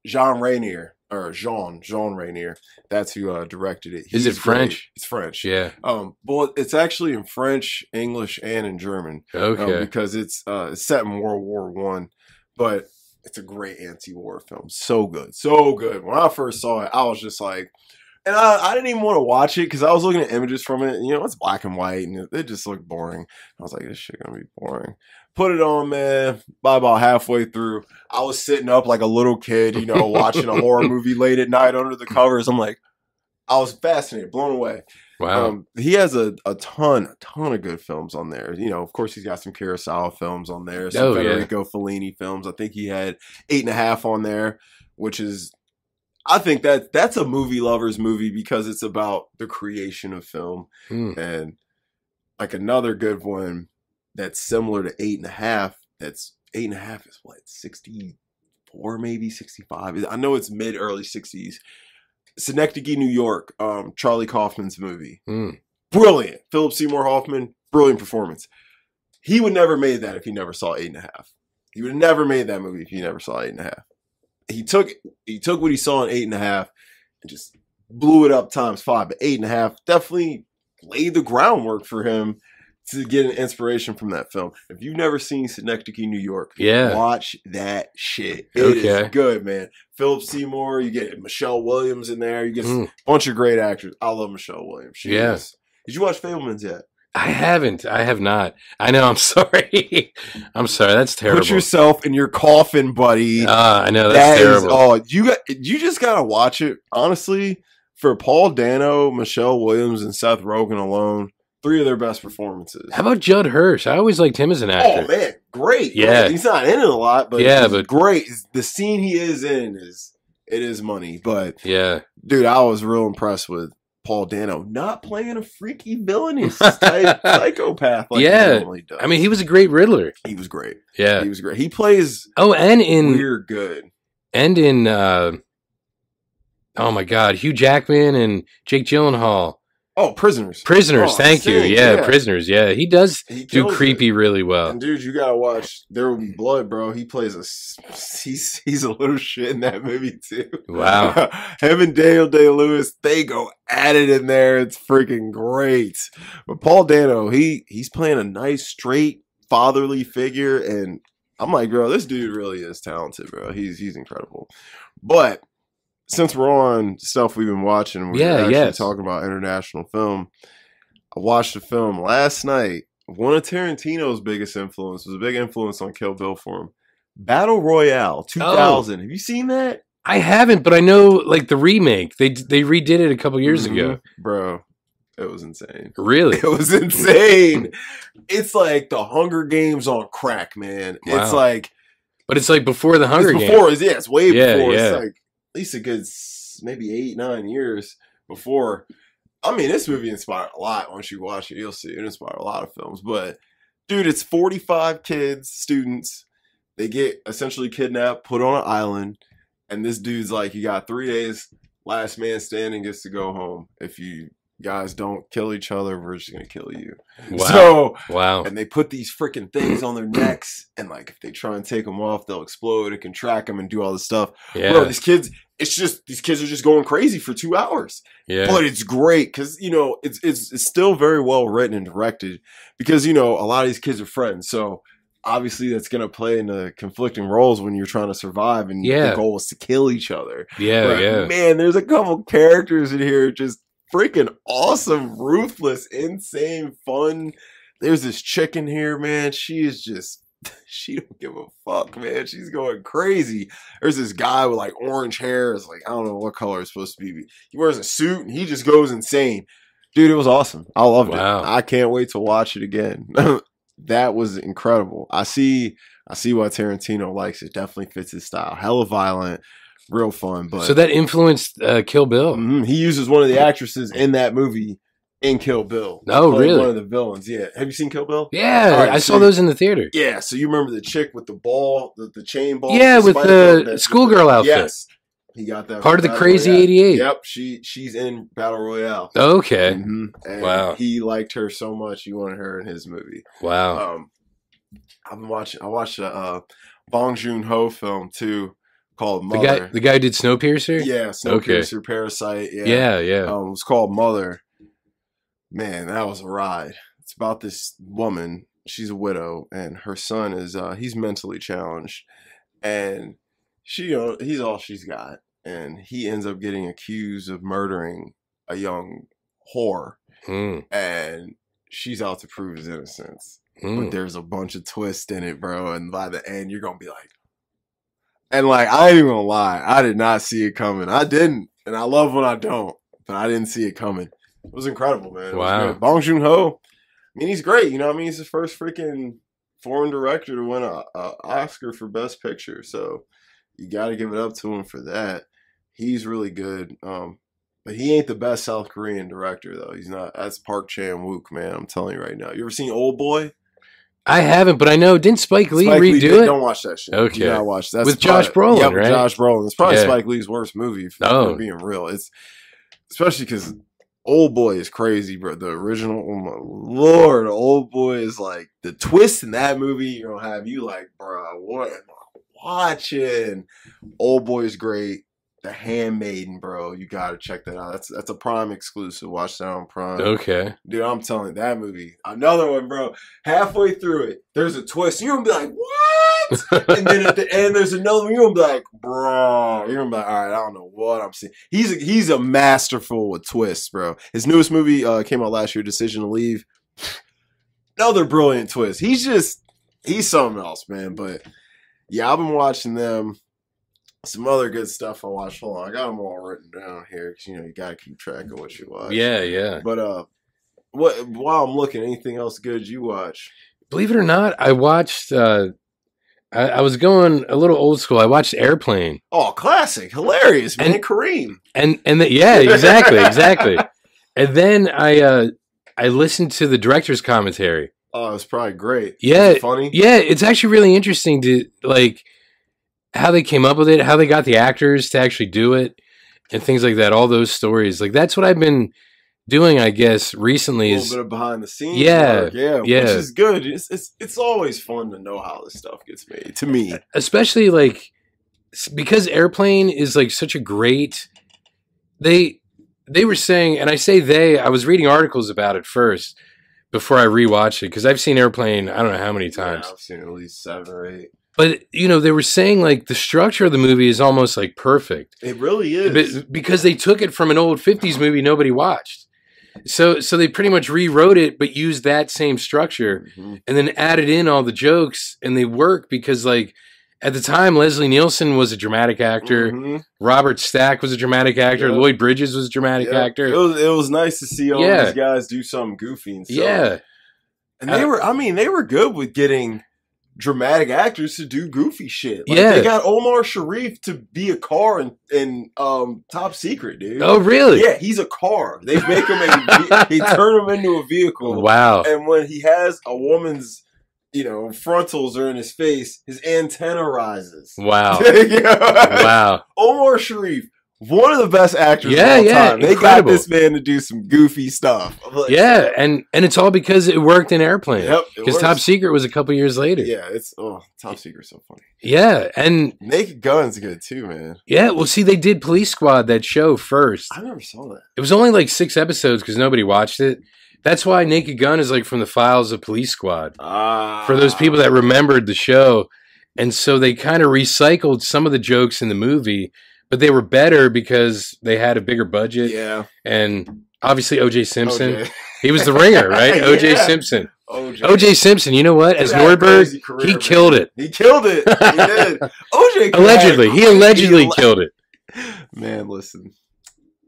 Speaker 2: Jean Rainier or Jean Jean Rainier. That's who uh, directed it.
Speaker 1: Is it
Speaker 2: great.
Speaker 1: French?
Speaker 2: It's French.
Speaker 1: yeah
Speaker 2: Um, well, it's actually in French, English, and in German um,
Speaker 1: okay
Speaker 2: because it's uh, it's set in World War One, but it's a great anti-war film. So good, so good. When I first saw it, I was just like, and I, I didn't even want to watch it because I was looking at images from it. And, you know, it's black and white, and it, it just looked boring. I was like, this shit gonna be boring. Put it on, man. By about halfway through, I was sitting up like a little kid, you know, watching a horror movie late at night under the covers. I'm like, I was fascinated, blown away.
Speaker 1: wow
Speaker 2: Um, he has a, a ton, a ton of good films on there. You know, of course, he's got some Kurosawa films on there, some
Speaker 1: Oh, yeah.
Speaker 2: Federico Fellini films. I think he had eight and a half on there, which is I think that that's a movie lovers movie because it's about the creation of film
Speaker 1: Mm.
Speaker 2: and like another good one that's similar to eight and a half. That's eight and a half is what sixty four maybe sixty five. I know it's mid early sixties. Synecdoche, New York. Um, Charlie Kaufman's movie.
Speaker 1: Mm.
Speaker 2: Brilliant. Philip Seymour Hoffman. Brilliant performance. He would never made that if he never saw eight and a half. He would have never made that movie if he never saw eight and a half. He took he took what he saw in eight and a half and just blew it up times five. But eight and a half definitely laid the groundwork for him to get an inspiration from that film. If you've never seen Synecdoche, New York,
Speaker 1: Yeah.
Speaker 2: watch that shit. It is
Speaker 1: Okay.
Speaker 2: good, man. Philip Seymour, you get Michelle Williams in there. You get
Speaker 1: Mm.
Speaker 2: a bunch of great actors. I love Michelle Williams. She
Speaker 1: Yeah.
Speaker 2: is- Did you watch Fablemans yet?
Speaker 1: I haven't. I have not. I know. I'm sorry. I'm sorry. That's terrible.
Speaker 2: Put yourself in your coffin, buddy.
Speaker 1: Ah, I know.
Speaker 2: That
Speaker 1: That's
Speaker 2: is
Speaker 1: terrible.
Speaker 2: all. You got. You just gotta watch it. Honestly, for Paul Dano, Michelle Williams, and Seth Rogen alone, three of their best performances.
Speaker 1: How about Judd Hirsch? I always liked him as an
Speaker 2: Oh
Speaker 1: actor.
Speaker 2: man, great.
Speaker 1: Yeah.
Speaker 2: Like, he's not in it a lot, but
Speaker 1: Yeah,
Speaker 2: yeah,
Speaker 1: but-
Speaker 2: but great. The scene he is in is it is money. But
Speaker 1: yeah.
Speaker 2: dude, I was real impressed with Paul Dano not playing a freaky villainous type psychopath like
Speaker 1: Yeah.
Speaker 2: he normally does.
Speaker 1: I mean, he was a great Riddler.
Speaker 2: he was great.
Speaker 1: Yeah.
Speaker 2: He was great. He plays
Speaker 1: Oh, and Uh, in
Speaker 2: weird good.
Speaker 1: and in uh, oh my God, Hugh Jackman and Jake Gyllenhaal,
Speaker 2: Oh, prisoners.
Speaker 1: Prisoners.
Speaker 2: Oh,
Speaker 1: thank you.
Speaker 2: sick,
Speaker 1: Yeah,
Speaker 2: yeah.
Speaker 1: Prisoners. Yeah, he does
Speaker 2: He
Speaker 1: do
Speaker 2: kills it.
Speaker 1: creepy really well.
Speaker 2: And dude, you gotta watch. There will be blood, bro. He plays a s- he's he's a little shit in that movie too.
Speaker 1: Wow.
Speaker 2: him and Daniel Day Lewis, they go at it in there. It's freaking great. But Paul Dano, he he's playing a nice, straight, fatherly figure, and I'm like, bro, this dude really is talented, bro. He's he's incredible. But since we're on stuff we've been watching, and we're
Speaker 1: Yeah,
Speaker 2: actually
Speaker 1: yes.
Speaker 2: talking about international film. I watched a film last night. One of Tarantino's biggest influence was a big influence on Kill Bill for him. Battle Royale
Speaker 1: Oh.
Speaker 2: 2000. Have you seen that?
Speaker 1: I haven't, but I know like the remake. They they redid it a couple years ago.
Speaker 2: Mhm. Bro, it was insane.
Speaker 1: Really?
Speaker 2: It was insane. It's like the Hunger Games on crack, man.
Speaker 1: Wow.
Speaker 2: It's like
Speaker 1: But it's like before the Hunger
Speaker 2: it's
Speaker 1: Games.
Speaker 2: before, it's, yeah, it's way
Speaker 1: Yeah,
Speaker 2: before.
Speaker 1: yeah.
Speaker 2: It's like at least a good s- maybe eight, nine years before. I mean, this movie inspired a lot. Once you watch it, you'll see it inspired a lot of films. But dude, it's 45 kids, students. They get essentially kidnapped, put on an island, and this dude's like, "You got three days. Last man standing gets to go home. If you guys don't kill each other, we're just gonna kill you."
Speaker 1: Wow.
Speaker 2: So
Speaker 1: wow.
Speaker 2: and they put these freaking things on their necks, and like if they try and take them off, they'll explode. It can track them and do all this stuff.
Speaker 1: Yeah.
Speaker 2: Bro, these kids, it's just these kids are just going crazy for two hours.
Speaker 1: yeah.
Speaker 2: But it's great because you know it's, it's it's still very well written and directed because you know a lot of these kids are friends, so obviously that's gonna play into conflicting roles when you're trying to survive, and
Speaker 1: Yeah.
Speaker 2: the goal is to kill each other.
Speaker 1: yeah.
Speaker 2: But,
Speaker 1: yeah.
Speaker 2: Man, there's a couple characters in here just freaking awesome, ruthless, insane, fun. There's this chick in here, man. She is just she don't give a fuck, man. She's going crazy. There's this guy with like orange hair. It's like I don't know what color it's supposed to be. He wears a suit and he just goes insane. Dude, it was awesome. I loved
Speaker 1: Wow.
Speaker 2: it. I can't wait to watch it again. that was incredible. I see I see why Tarantino likes it. Definitely fits his style. Hella violent, real fun, but
Speaker 1: so that influenced uh, Kill Bill.
Speaker 2: Mhm. He uses one of the actresses in that movie in Kill Bill.
Speaker 1: Oh,
Speaker 2: Played
Speaker 1: really?
Speaker 2: One of the villains. Yeah. Have you seen Kill Bill?
Speaker 1: Yeah,
Speaker 2: All right,
Speaker 1: I saw
Speaker 2: so-
Speaker 1: those in the theater.
Speaker 2: Yeah. So you remember the chick with the ball, the, the chain ball?
Speaker 1: Yeah, with
Speaker 2: spider
Speaker 1: the
Speaker 2: belt that-
Speaker 1: schoolgirl outfit.
Speaker 2: Yes. He got that
Speaker 1: Part of
Speaker 2: from
Speaker 1: the
Speaker 2: Battle
Speaker 1: Crazy
Speaker 2: Royale.
Speaker 1: 88.
Speaker 2: Yep. She she's in Battle Royale.
Speaker 1: Okay.
Speaker 2: Mhm. And
Speaker 1: Wow.
Speaker 2: He liked her so much. He wanted her in his movie.
Speaker 1: Wow.
Speaker 2: Um, I've been watching. I watched a uh, Bong Joon Ho film too called
Speaker 1: the
Speaker 2: Mother.
Speaker 1: guy the guy who did Snowpiercer?
Speaker 2: yeah. Snowpiercer, Parasite.
Speaker 1: Yeah, yeah.
Speaker 2: um, it's called Mother. Man, that was a ride. It's about this woman. She's a widow, and her son is uh, he's mentally challenged, and she you know, he's all she's got, and he ends up getting accused of murdering a young whore,
Speaker 1: Mm,
Speaker 2: and she's out to prove his innocence but
Speaker 1: mm.
Speaker 2: there's a bunch of twists in it, bro. And by the end, you're gonna be like, and like I ain't even gonna lie, I did not see it coming. I didn't, and I love when I don't, but I didn't see it coming. It was incredible, man. It was
Speaker 1: Wow.
Speaker 2: good. Bong Joon Ho. I mean, he's great. You know, what I mean, he's the first freaking foreign director to win a, a Oscar for Best Picture, so you got to give it up to him for that. He's really good. Um, but he ain't the best South Korean director though. He's not. That's Park Chan Wook, man. I'm telling you right now. You ever seen Old Boy?
Speaker 1: I haven't, but I know. Didn't Spike Lee
Speaker 2: Spike
Speaker 1: redo
Speaker 2: Lee did-
Speaker 1: it?
Speaker 2: Don't watch that shit.
Speaker 1: Okay.
Speaker 2: Do not watch that.
Speaker 1: With Josh Brolin,
Speaker 2: Yep, with
Speaker 1: right?
Speaker 2: Josh Brolin. It's probably
Speaker 1: Yeah. Oh.
Speaker 2: Spike Lee's worst movie. If
Speaker 1: No.
Speaker 2: we're being real, it's especially because Old Boy is crazy, bro. The original, oh my lord, Old Boy is like the twist in that movie. You're gonna have you like, bro, what am I watching? Old Boy's great. The Handmaiden, bro, you gotta check that out. That's that's a Prime exclusive. Watch that on Prime.
Speaker 1: Okay.
Speaker 2: Dude, I'm telling you, that movie, another one, bro. Halfway through it, there's a twist. You're gonna be like, what? and then at the end, there's another one. You're gonna be like, bro. You're gonna be like, all right, I don't know what I'm seeing. He's a, he's a masterful with twists, bro. His newest movie uh, came out last year, Decision to Leave. Another brilliant twist. He's just he's something else, man. But yeah, I've been watching them. Some other good stuff I watched. Hold on, I got them all written down here because you know you gotta keep track of what you watch.
Speaker 1: Yeah, yeah.
Speaker 2: But uh, what while I'm looking, anything else good you watch?
Speaker 1: Believe it or not, I watched. Uh, I, I was going a little old school. I watched Airplane,
Speaker 2: Oh, classic, hilarious, man.
Speaker 1: And-
Speaker 2: Kareem.
Speaker 1: and and the, yeah, exactly, exactly. And then I uh, I listened to the director's commentary.
Speaker 2: Oh, it's probably great.
Speaker 1: Yeah,
Speaker 2: Is it funny.
Speaker 1: Yeah, it's actually really interesting to like how they came up with it, how they got the actors to actually do it, and things like that. All those stories, like that's what I've been doing, I guess, recently.
Speaker 2: A little
Speaker 1: Is
Speaker 2: bit of behind the scenes.
Speaker 1: Yeah,
Speaker 2: work, yeah,
Speaker 1: yeah.
Speaker 2: Which is good. It's, it's it's always fun to know how this stuff gets made. To me,
Speaker 1: especially like s- because airplane is like such a great they they were saying and i say they i was reading articles about it first before i rewatched it because i've seen airplane i don't know how many times
Speaker 2: Yeah, I've seen at least seven or eight.
Speaker 1: but you know they were saying like the structure of the movie is almost like perfect
Speaker 2: It really is.
Speaker 1: Be- because they took it from an old 50s movie nobody watched so so they pretty much rewrote it but used that same structure
Speaker 2: Mhm.
Speaker 1: and then added in all the jokes and they work because like at the time leslie nielsen was a dramatic actor
Speaker 2: Mhm.
Speaker 1: robert stack was a dramatic actor
Speaker 2: Yeah.
Speaker 1: lloyd bridges was a dramatic
Speaker 2: Yeah. It
Speaker 1: actor
Speaker 2: was it was nice to see all
Speaker 1: Yeah.
Speaker 2: these guys do something goofy and stuff.
Speaker 1: yeah
Speaker 2: And they
Speaker 1: Uh,
Speaker 2: were, I mean, they were good with getting dramatic actors to do goofy shit. Like,
Speaker 1: Yeah.
Speaker 2: They got Omar Sharif to be a car in, in um, Top Secret, dude.
Speaker 1: oh really
Speaker 2: Yeah, he's a car. They make him a, they turn him into a vehicle.
Speaker 1: wow
Speaker 2: And when he has a woman's, you know, frontals are in his face, his antenna rises.
Speaker 1: wow
Speaker 2: Yeah.
Speaker 1: wow
Speaker 2: Omar Sharif, one of the best actors
Speaker 1: Yeah,
Speaker 2: of all
Speaker 1: yeah,
Speaker 2: time. They
Speaker 1: incredible.
Speaker 2: got this man to do some goofy stuff. I'm like,
Speaker 1: yeah and and it's all because it worked in airplane
Speaker 2: Yep. it
Speaker 1: because
Speaker 2: works.
Speaker 1: top secret was a couple years later
Speaker 2: Yeah, it's oh, Top Secret's so funny.
Speaker 1: yeah and
Speaker 2: Naked Gun's good too, man.
Speaker 1: Yeah, well, see, they did Police Squad that show first.
Speaker 2: I never saw that.
Speaker 1: It was only like six episodes because nobody watched it. That's why Naked Gun is like from the files of Police Squad
Speaker 2: Ah,
Speaker 1: for those people that remembered the show. And so they kind of recycled some of the jokes in the movie, but they were better because they had a bigger budget.
Speaker 2: yeah,
Speaker 1: And obviously, OJ Simpson,
Speaker 2: OJ.
Speaker 1: he was the ringer, right? OJ
Speaker 2: Yeah.
Speaker 1: Simpson.
Speaker 2: OJ,
Speaker 1: OJ Simpson, you know what? As
Speaker 2: He had a
Speaker 1: Nordberg,
Speaker 2: crazy career,
Speaker 1: he
Speaker 2: man.
Speaker 1: killed it.
Speaker 2: He killed it. He did. OJ
Speaker 1: Allegedly, he allegedly
Speaker 2: killed
Speaker 1: killed it.
Speaker 2: Man, listen,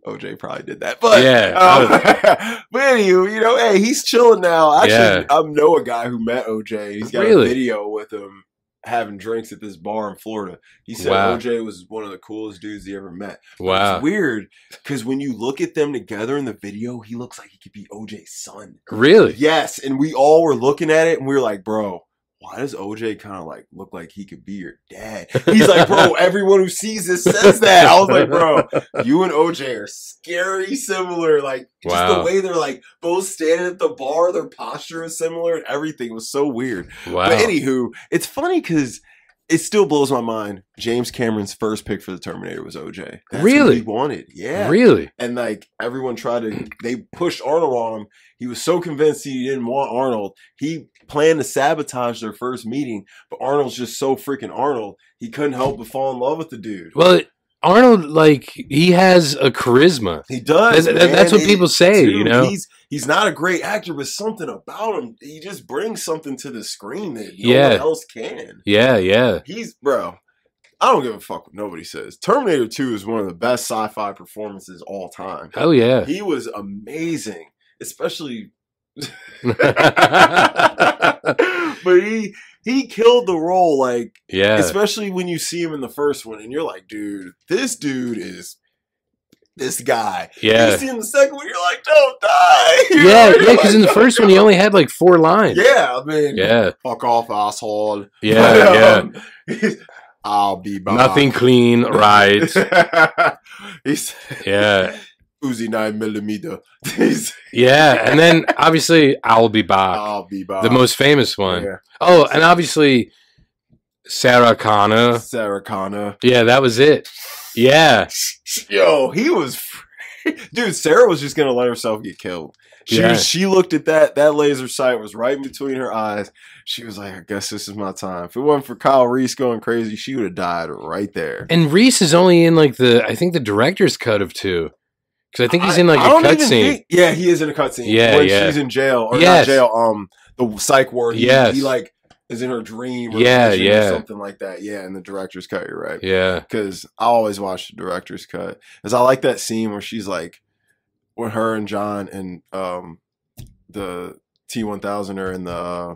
Speaker 2: OJ probably did that, but
Speaker 1: Yeah, Oh,
Speaker 2: um, but anyway, you know, hey, he's chilling now. I
Speaker 1: Yeah.
Speaker 2: should I know a guy who met OJ. He's got
Speaker 1: Really?
Speaker 2: a video with him having drinks at this bar in Florida. He said
Speaker 1: Wow.
Speaker 2: OJ was one of the coolest dudes he ever met. It's
Speaker 1: Wow.
Speaker 2: weird because when you look at them together in the video, he looks like he could be OJ's son.
Speaker 1: Really?
Speaker 2: Yes, and we all were looking at it and we were like, bro, why does OJ kind of like look like he could be your dad? He's like, bro, everyone who sees this says that. I was like, bro, you and OJ are scary similar. Like just
Speaker 1: Wow.
Speaker 2: the way they're like both standing at the bar, their posture is similar and everything It was so weird.
Speaker 1: Wow.
Speaker 2: But anywho, it's funny because it still blows my mind. James Cameron's first pick for the Terminator was OJ. That's who
Speaker 1: Really?
Speaker 2: he wanted, yeah.
Speaker 1: Really?
Speaker 2: And like everyone tried to, they pushed Arnold on him. He was so convinced he didn't want Arnold. He planned to sabotage their first meeting, but Arnold's just so freaking Arnold. He couldn't help but fall in love with the dude.
Speaker 1: Well, Arnold, like he has a charisma.
Speaker 2: He does.
Speaker 1: That- that-
Speaker 2: man.
Speaker 1: that's what
Speaker 2: It-
Speaker 1: people say,
Speaker 2: dude,
Speaker 1: you know.
Speaker 2: He's he's not a great actor, but something about him, he just brings something to the screen that no
Speaker 1: Yeah.
Speaker 2: one else can.
Speaker 1: yeah, yeah,
Speaker 2: He's bro. I don't give a fuck what nobody says. Terminator 2 is one of the best sci-fi performances all time.
Speaker 1: oh yeah.
Speaker 2: He was amazing, especially but he he killed the role like
Speaker 1: yeah,
Speaker 2: especially when you see him in the first one and you're like, dude, this dude is this guy. You
Speaker 1: Yeah.
Speaker 2: see in the second one, you're like, don't die. You know?
Speaker 1: Yeah,
Speaker 2: You're
Speaker 1: yeah, because
Speaker 2: like,
Speaker 1: in the
Speaker 2: "Don't
Speaker 1: first one
Speaker 2: die."
Speaker 1: he only had like four lines.
Speaker 2: Yeah, I mean,
Speaker 1: Yeah.
Speaker 2: fuck off, asshole.
Speaker 1: Yeah. Yeah.
Speaker 2: yeah. I'll be back.
Speaker 1: Nothing clean, right?
Speaker 2: He's
Speaker 1: Yeah.
Speaker 2: Uzi nine millimeter. He's
Speaker 1: Yeah. And then obviously I'll be back.
Speaker 2: I'll be back.
Speaker 1: Uh, The most famous one.
Speaker 2: Yeah.
Speaker 1: Oh, and obviously Sarah Connor.
Speaker 2: Sarah Connor.
Speaker 1: Yeah, that was it. Yeah.
Speaker 2: Yo, he was. fr- Dude, Sarah was just gonna let herself get killed. She
Speaker 1: Yeah.
Speaker 2: was, she looked at that that laser sight was right in between her eyes. She was like, "I guess this is my time." If it wasn't for Kyle Reese going crazy, she would have died right there.
Speaker 1: And Reese is only in like the I think the director's cut of two. Because I think he's in like
Speaker 2: a
Speaker 1: a cutscene.
Speaker 2: yeah, he is in a cutscene.
Speaker 1: Yeah,
Speaker 2: when
Speaker 1: yeah.
Speaker 2: she's in jail or
Speaker 1: Yes.
Speaker 2: not jail. Um, the psych ward. He,
Speaker 1: Yes.
Speaker 2: he like is in her dream. Or
Speaker 1: Yeah,
Speaker 2: vision
Speaker 1: yeah.
Speaker 2: or something like that. Yeah, and the director's cut. You're right.
Speaker 1: Yeah.
Speaker 2: because I always watch the director's cut. Because I like that scene where she's like, when her and John and um, the T one thousand are in the, uh,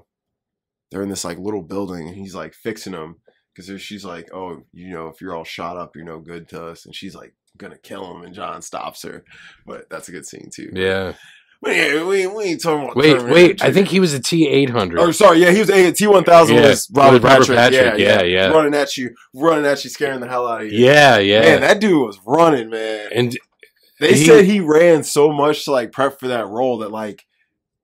Speaker 2: they're in this like little building, and he's like fixing them because she's like, oh, you know, if you're all shot up, you're no good to us, and she's like gonna kill him, and John stops her. But that's a good scene too.
Speaker 1: Yeah.
Speaker 2: We ain't, we, ain't- we ain't talking about
Speaker 1: Wait,
Speaker 2: Terminator
Speaker 1: wait. I
Speaker 2: two.
Speaker 1: think he was a T eight hundred.
Speaker 2: Or sorry, yeah, he was a T one thousand
Speaker 1: Yeah,
Speaker 2: was
Speaker 1: Robert
Speaker 2: Robert, Patrick.
Speaker 1: Patrick,
Speaker 2: Yeah,
Speaker 1: yeah,
Speaker 2: yeah,
Speaker 1: yeah.
Speaker 2: running at you, running at you, scaring the hell out of you.
Speaker 1: Yeah, yeah.
Speaker 2: Man, that dude was running, man.
Speaker 1: and
Speaker 2: They
Speaker 1: he-
Speaker 2: said he ran so much to like prep for that role that like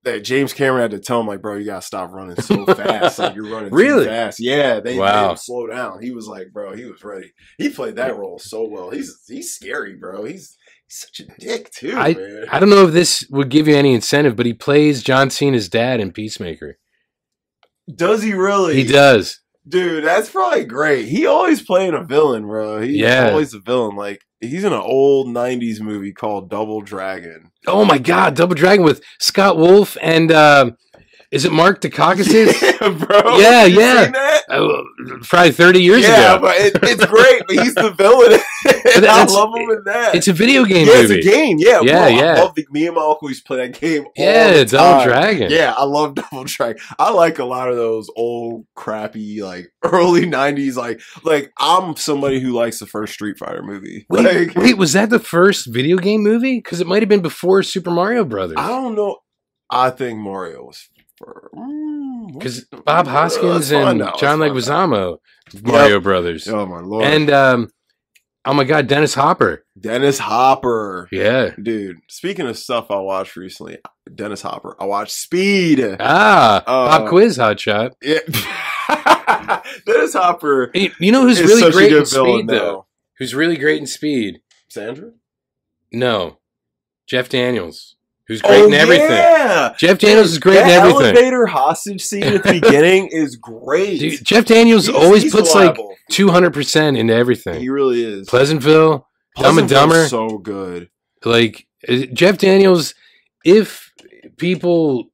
Speaker 2: that James Cameron had to tell him like, bro, you gotta stop running so fast. Like you're running
Speaker 1: Really?
Speaker 2: too fast. Yeah, they made
Speaker 1: Wow.
Speaker 2: him slow down. He was like, bro, he was ready. He played that role so well. He's he's scary, bro. He's he's such a dick too, man.
Speaker 1: I don't know if this would give you any incentive, but he plays John Cena's dad in Peacemaker.
Speaker 2: does he really?
Speaker 1: He does.
Speaker 2: Dude, that's probably great. He always playing a villain, bro. He's
Speaker 1: Yeah.
Speaker 2: always a villain. Like he's in an old '90s movie called Double Dragon.
Speaker 1: Oh my God, Double Dragon with Scott Wolf and um is it Mark Dukakis?
Speaker 2: yeah, bro.
Speaker 1: Yeah,
Speaker 2: You
Speaker 1: yeah.
Speaker 2: seen that?
Speaker 1: Uh, probably thirty years
Speaker 2: yeah,
Speaker 1: ago.
Speaker 2: but it, it's great. But he's the villain. and I
Speaker 1: that's-
Speaker 2: love him in that.
Speaker 1: It's a video game
Speaker 2: yeah,
Speaker 1: movie.
Speaker 2: it's a game. Yeah,
Speaker 1: Yeah,
Speaker 2: bro,
Speaker 1: yeah.
Speaker 2: I love the, me and my uncle used to play that game. all
Speaker 1: yeah,
Speaker 2: the
Speaker 1: Double
Speaker 2: time.
Speaker 1: Dragon.
Speaker 2: Yeah, I love Double Track. I like a lot of those old crappy like early '90s. Like, like I'm somebody who likes the first Street Fighter movie.
Speaker 1: Wait,
Speaker 2: like,
Speaker 1: wait, was that the first video game movie? Because it might have been before Super Mario Brothers.
Speaker 2: I don't know. I think Mario was. for- mm,
Speaker 1: Because Bob
Speaker 2: let's
Speaker 1: Hoskins
Speaker 2: find
Speaker 1: and
Speaker 2: out, let's
Speaker 1: John
Speaker 2: find out.
Speaker 1: Leguizamo, Mario Brothers,
Speaker 2: Oh my lord!
Speaker 1: and um, oh my God, Dennis Hopper.
Speaker 2: Dennis Hopper.
Speaker 1: Yeah.
Speaker 2: Dude, speaking of stuff I watched recently, Dennis Hopper. I watched Speed.
Speaker 1: Ah,
Speaker 2: Uh,
Speaker 1: Pop Quiz Hot Shot.
Speaker 2: Yeah. Dennis Hopper
Speaker 1: Hey, You know who's
Speaker 2: is
Speaker 1: really
Speaker 2: such
Speaker 1: great
Speaker 2: a
Speaker 1: in
Speaker 2: good villain
Speaker 1: speed though?
Speaker 2: though.
Speaker 1: Who's really great in speed?
Speaker 2: Sandra?
Speaker 1: No, Jeff Daniels, who's great in everything.
Speaker 2: Oh, Yeah.
Speaker 1: Jeff Daniels is great in
Speaker 2: That
Speaker 1: everything.
Speaker 2: elevator hostage scene at the beginning is great.
Speaker 1: Dude, Jeff Daniels
Speaker 2: He's-
Speaker 1: always
Speaker 2: he's
Speaker 1: puts
Speaker 2: reliable.
Speaker 1: like two hundred percent in everything.
Speaker 2: he really is.
Speaker 1: Pleasantville, Dumb and Dumber.
Speaker 2: Pleasantville's so good.
Speaker 1: like uh, Jeff Daniels. If people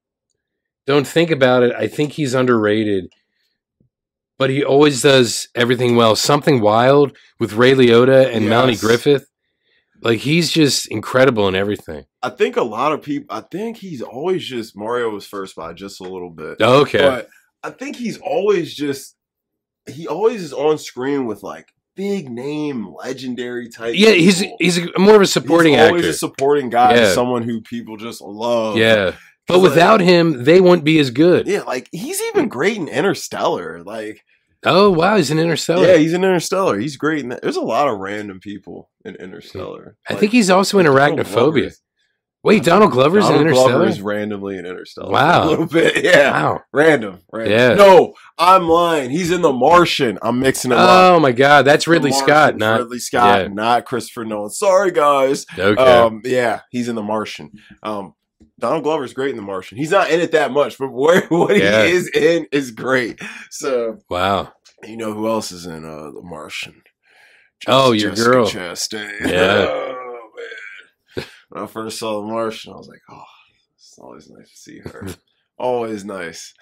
Speaker 1: don't think about it, I think he's underrated. But he always does everything well. Something wild with Ray Liotta and Melanie
Speaker 2: Yes.
Speaker 1: Griffith. Like he's just incredible in everything.
Speaker 2: I think a lot of people I think he's always just Mario was first by just a little bit.
Speaker 1: Okay.
Speaker 2: But I think he's always just he always is on screen with like big name, legendary type.
Speaker 1: yeah, he's
Speaker 2: people.
Speaker 1: he's a- more of a supporting
Speaker 2: He's always
Speaker 1: actor.
Speaker 2: a supporting guy,
Speaker 1: Yeah.
Speaker 2: someone who people just love.
Speaker 1: yeah. But
Speaker 2: He's like-
Speaker 1: without him, they wouldn't be as good.
Speaker 2: yeah, like he's even great in Interstellar. Like,
Speaker 1: Oh wow, he's an interstellar.
Speaker 2: yeah, he's in Interstellar. He's great in that. There's a lot of random people in Interstellar.
Speaker 1: I think he's also in arachnophobia. Wait, Donald Glover's
Speaker 2: Donald
Speaker 1: in
Speaker 2: Glover
Speaker 1: interstellar.
Speaker 2: is randomly in Interstellar.
Speaker 1: Wow.
Speaker 2: a little bit, yeah,
Speaker 1: Wow.
Speaker 2: random, random.
Speaker 1: Yeah.
Speaker 2: No, I'm lying. He's in The Martian. I'm mixing him up.
Speaker 1: Oh my god, that's Ridley
Speaker 2: The
Speaker 1: Scott.
Speaker 2: Martian,
Speaker 1: Not
Speaker 2: Ridley Scott,
Speaker 1: yeah.
Speaker 2: not Christopher Nolan. Sorry, guys.
Speaker 1: okay.
Speaker 2: Um, yeah, he's in The Martian. Um, Donald Glover's great in The Martian. He's not in it that much, but where what
Speaker 1: Yeah.
Speaker 2: he is in is great. So
Speaker 1: wow.
Speaker 2: you know who else is in uh, The Martian?
Speaker 1: Oh, your
Speaker 2: Jessica
Speaker 1: girl.
Speaker 2: Chastain.
Speaker 1: Yeah.
Speaker 2: Oh, man. When I first saw The Martian, I was like, oh, it's always nice to see her. always nice.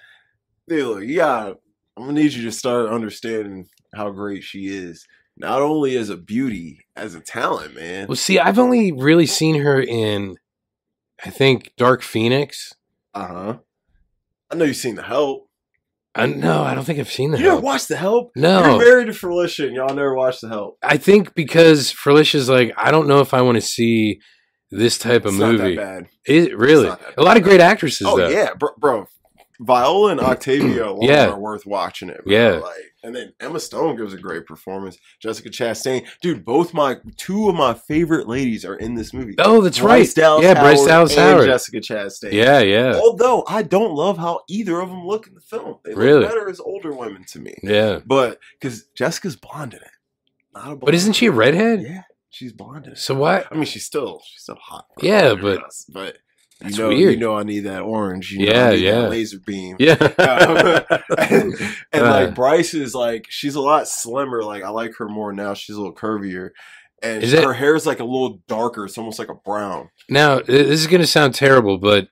Speaker 2: Dude, look, you gotta, I'm gonna need you to start understanding how great she is. Not only as a beauty, as a talent, man.
Speaker 1: Well, see, I've only really seen her in, I think, Dark Phoenix.
Speaker 2: Uh-huh. Uh huh. I know you've seen The Help.
Speaker 1: I, no, I don't think I've seen that.
Speaker 2: You never watched The Help? You're
Speaker 1: no,
Speaker 2: married to Felicia and y'all never watched The Help.
Speaker 1: I think because Felicia's like, I don't know if I want to see this type of
Speaker 2: it's
Speaker 1: movie.
Speaker 2: not that bad.
Speaker 1: It really
Speaker 2: not that
Speaker 1: a lot of great actresses
Speaker 2: oh,
Speaker 1: though.
Speaker 2: yeah, bro, bro. Viola and Octavia alone
Speaker 1: Yeah.
Speaker 2: are worth watching it.
Speaker 1: Yeah.
Speaker 2: Like, and then Emma Stone gives a great performance. Jessica Chastain. Dude, both my two of my favorite ladies are in this movie.
Speaker 1: Oh, that's
Speaker 2: Bryce
Speaker 1: right.
Speaker 2: Dallas
Speaker 1: yeah, Bryce
Speaker 2: Howard
Speaker 1: Dallas
Speaker 2: and
Speaker 1: Howard.
Speaker 2: Jessica Chastain.
Speaker 1: Yeah, yeah,
Speaker 2: Although I don't love how either of them look in the film. They look
Speaker 1: Really?
Speaker 2: better as older women to me.
Speaker 1: yeah.
Speaker 2: But because Jessica's blonde in it, not a blonde.
Speaker 1: But isn't she a redhead?
Speaker 2: Yeah, she's blonde in it.
Speaker 1: So what?
Speaker 2: I mean, she's still she's still hot.
Speaker 1: Yeah,
Speaker 2: Whatever
Speaker 1: but-
Speaker 2: else, but
Speaker 1: That's
Speaker 2: you know,
Speaker 1: weird.
Speaker 2: You know, I need that orange. You know,
Speaker 1: Yeah,
Speaker 2: I need
Speaker 1: yeah.
Speaker 2: That laser beam.
Speaker 1: Yeah.
Speaker 2: and
Speaker 1: Uh.
Speaker 2: like Bryce is like she's a lot slimmer. Like I like her more now. She's a little curvier, and
Speaker 1: Is it-
Speaker 2: her hair is like a little darker. It's almost like a brown.
Speaker 1: now th- this is gonna sound terrible, but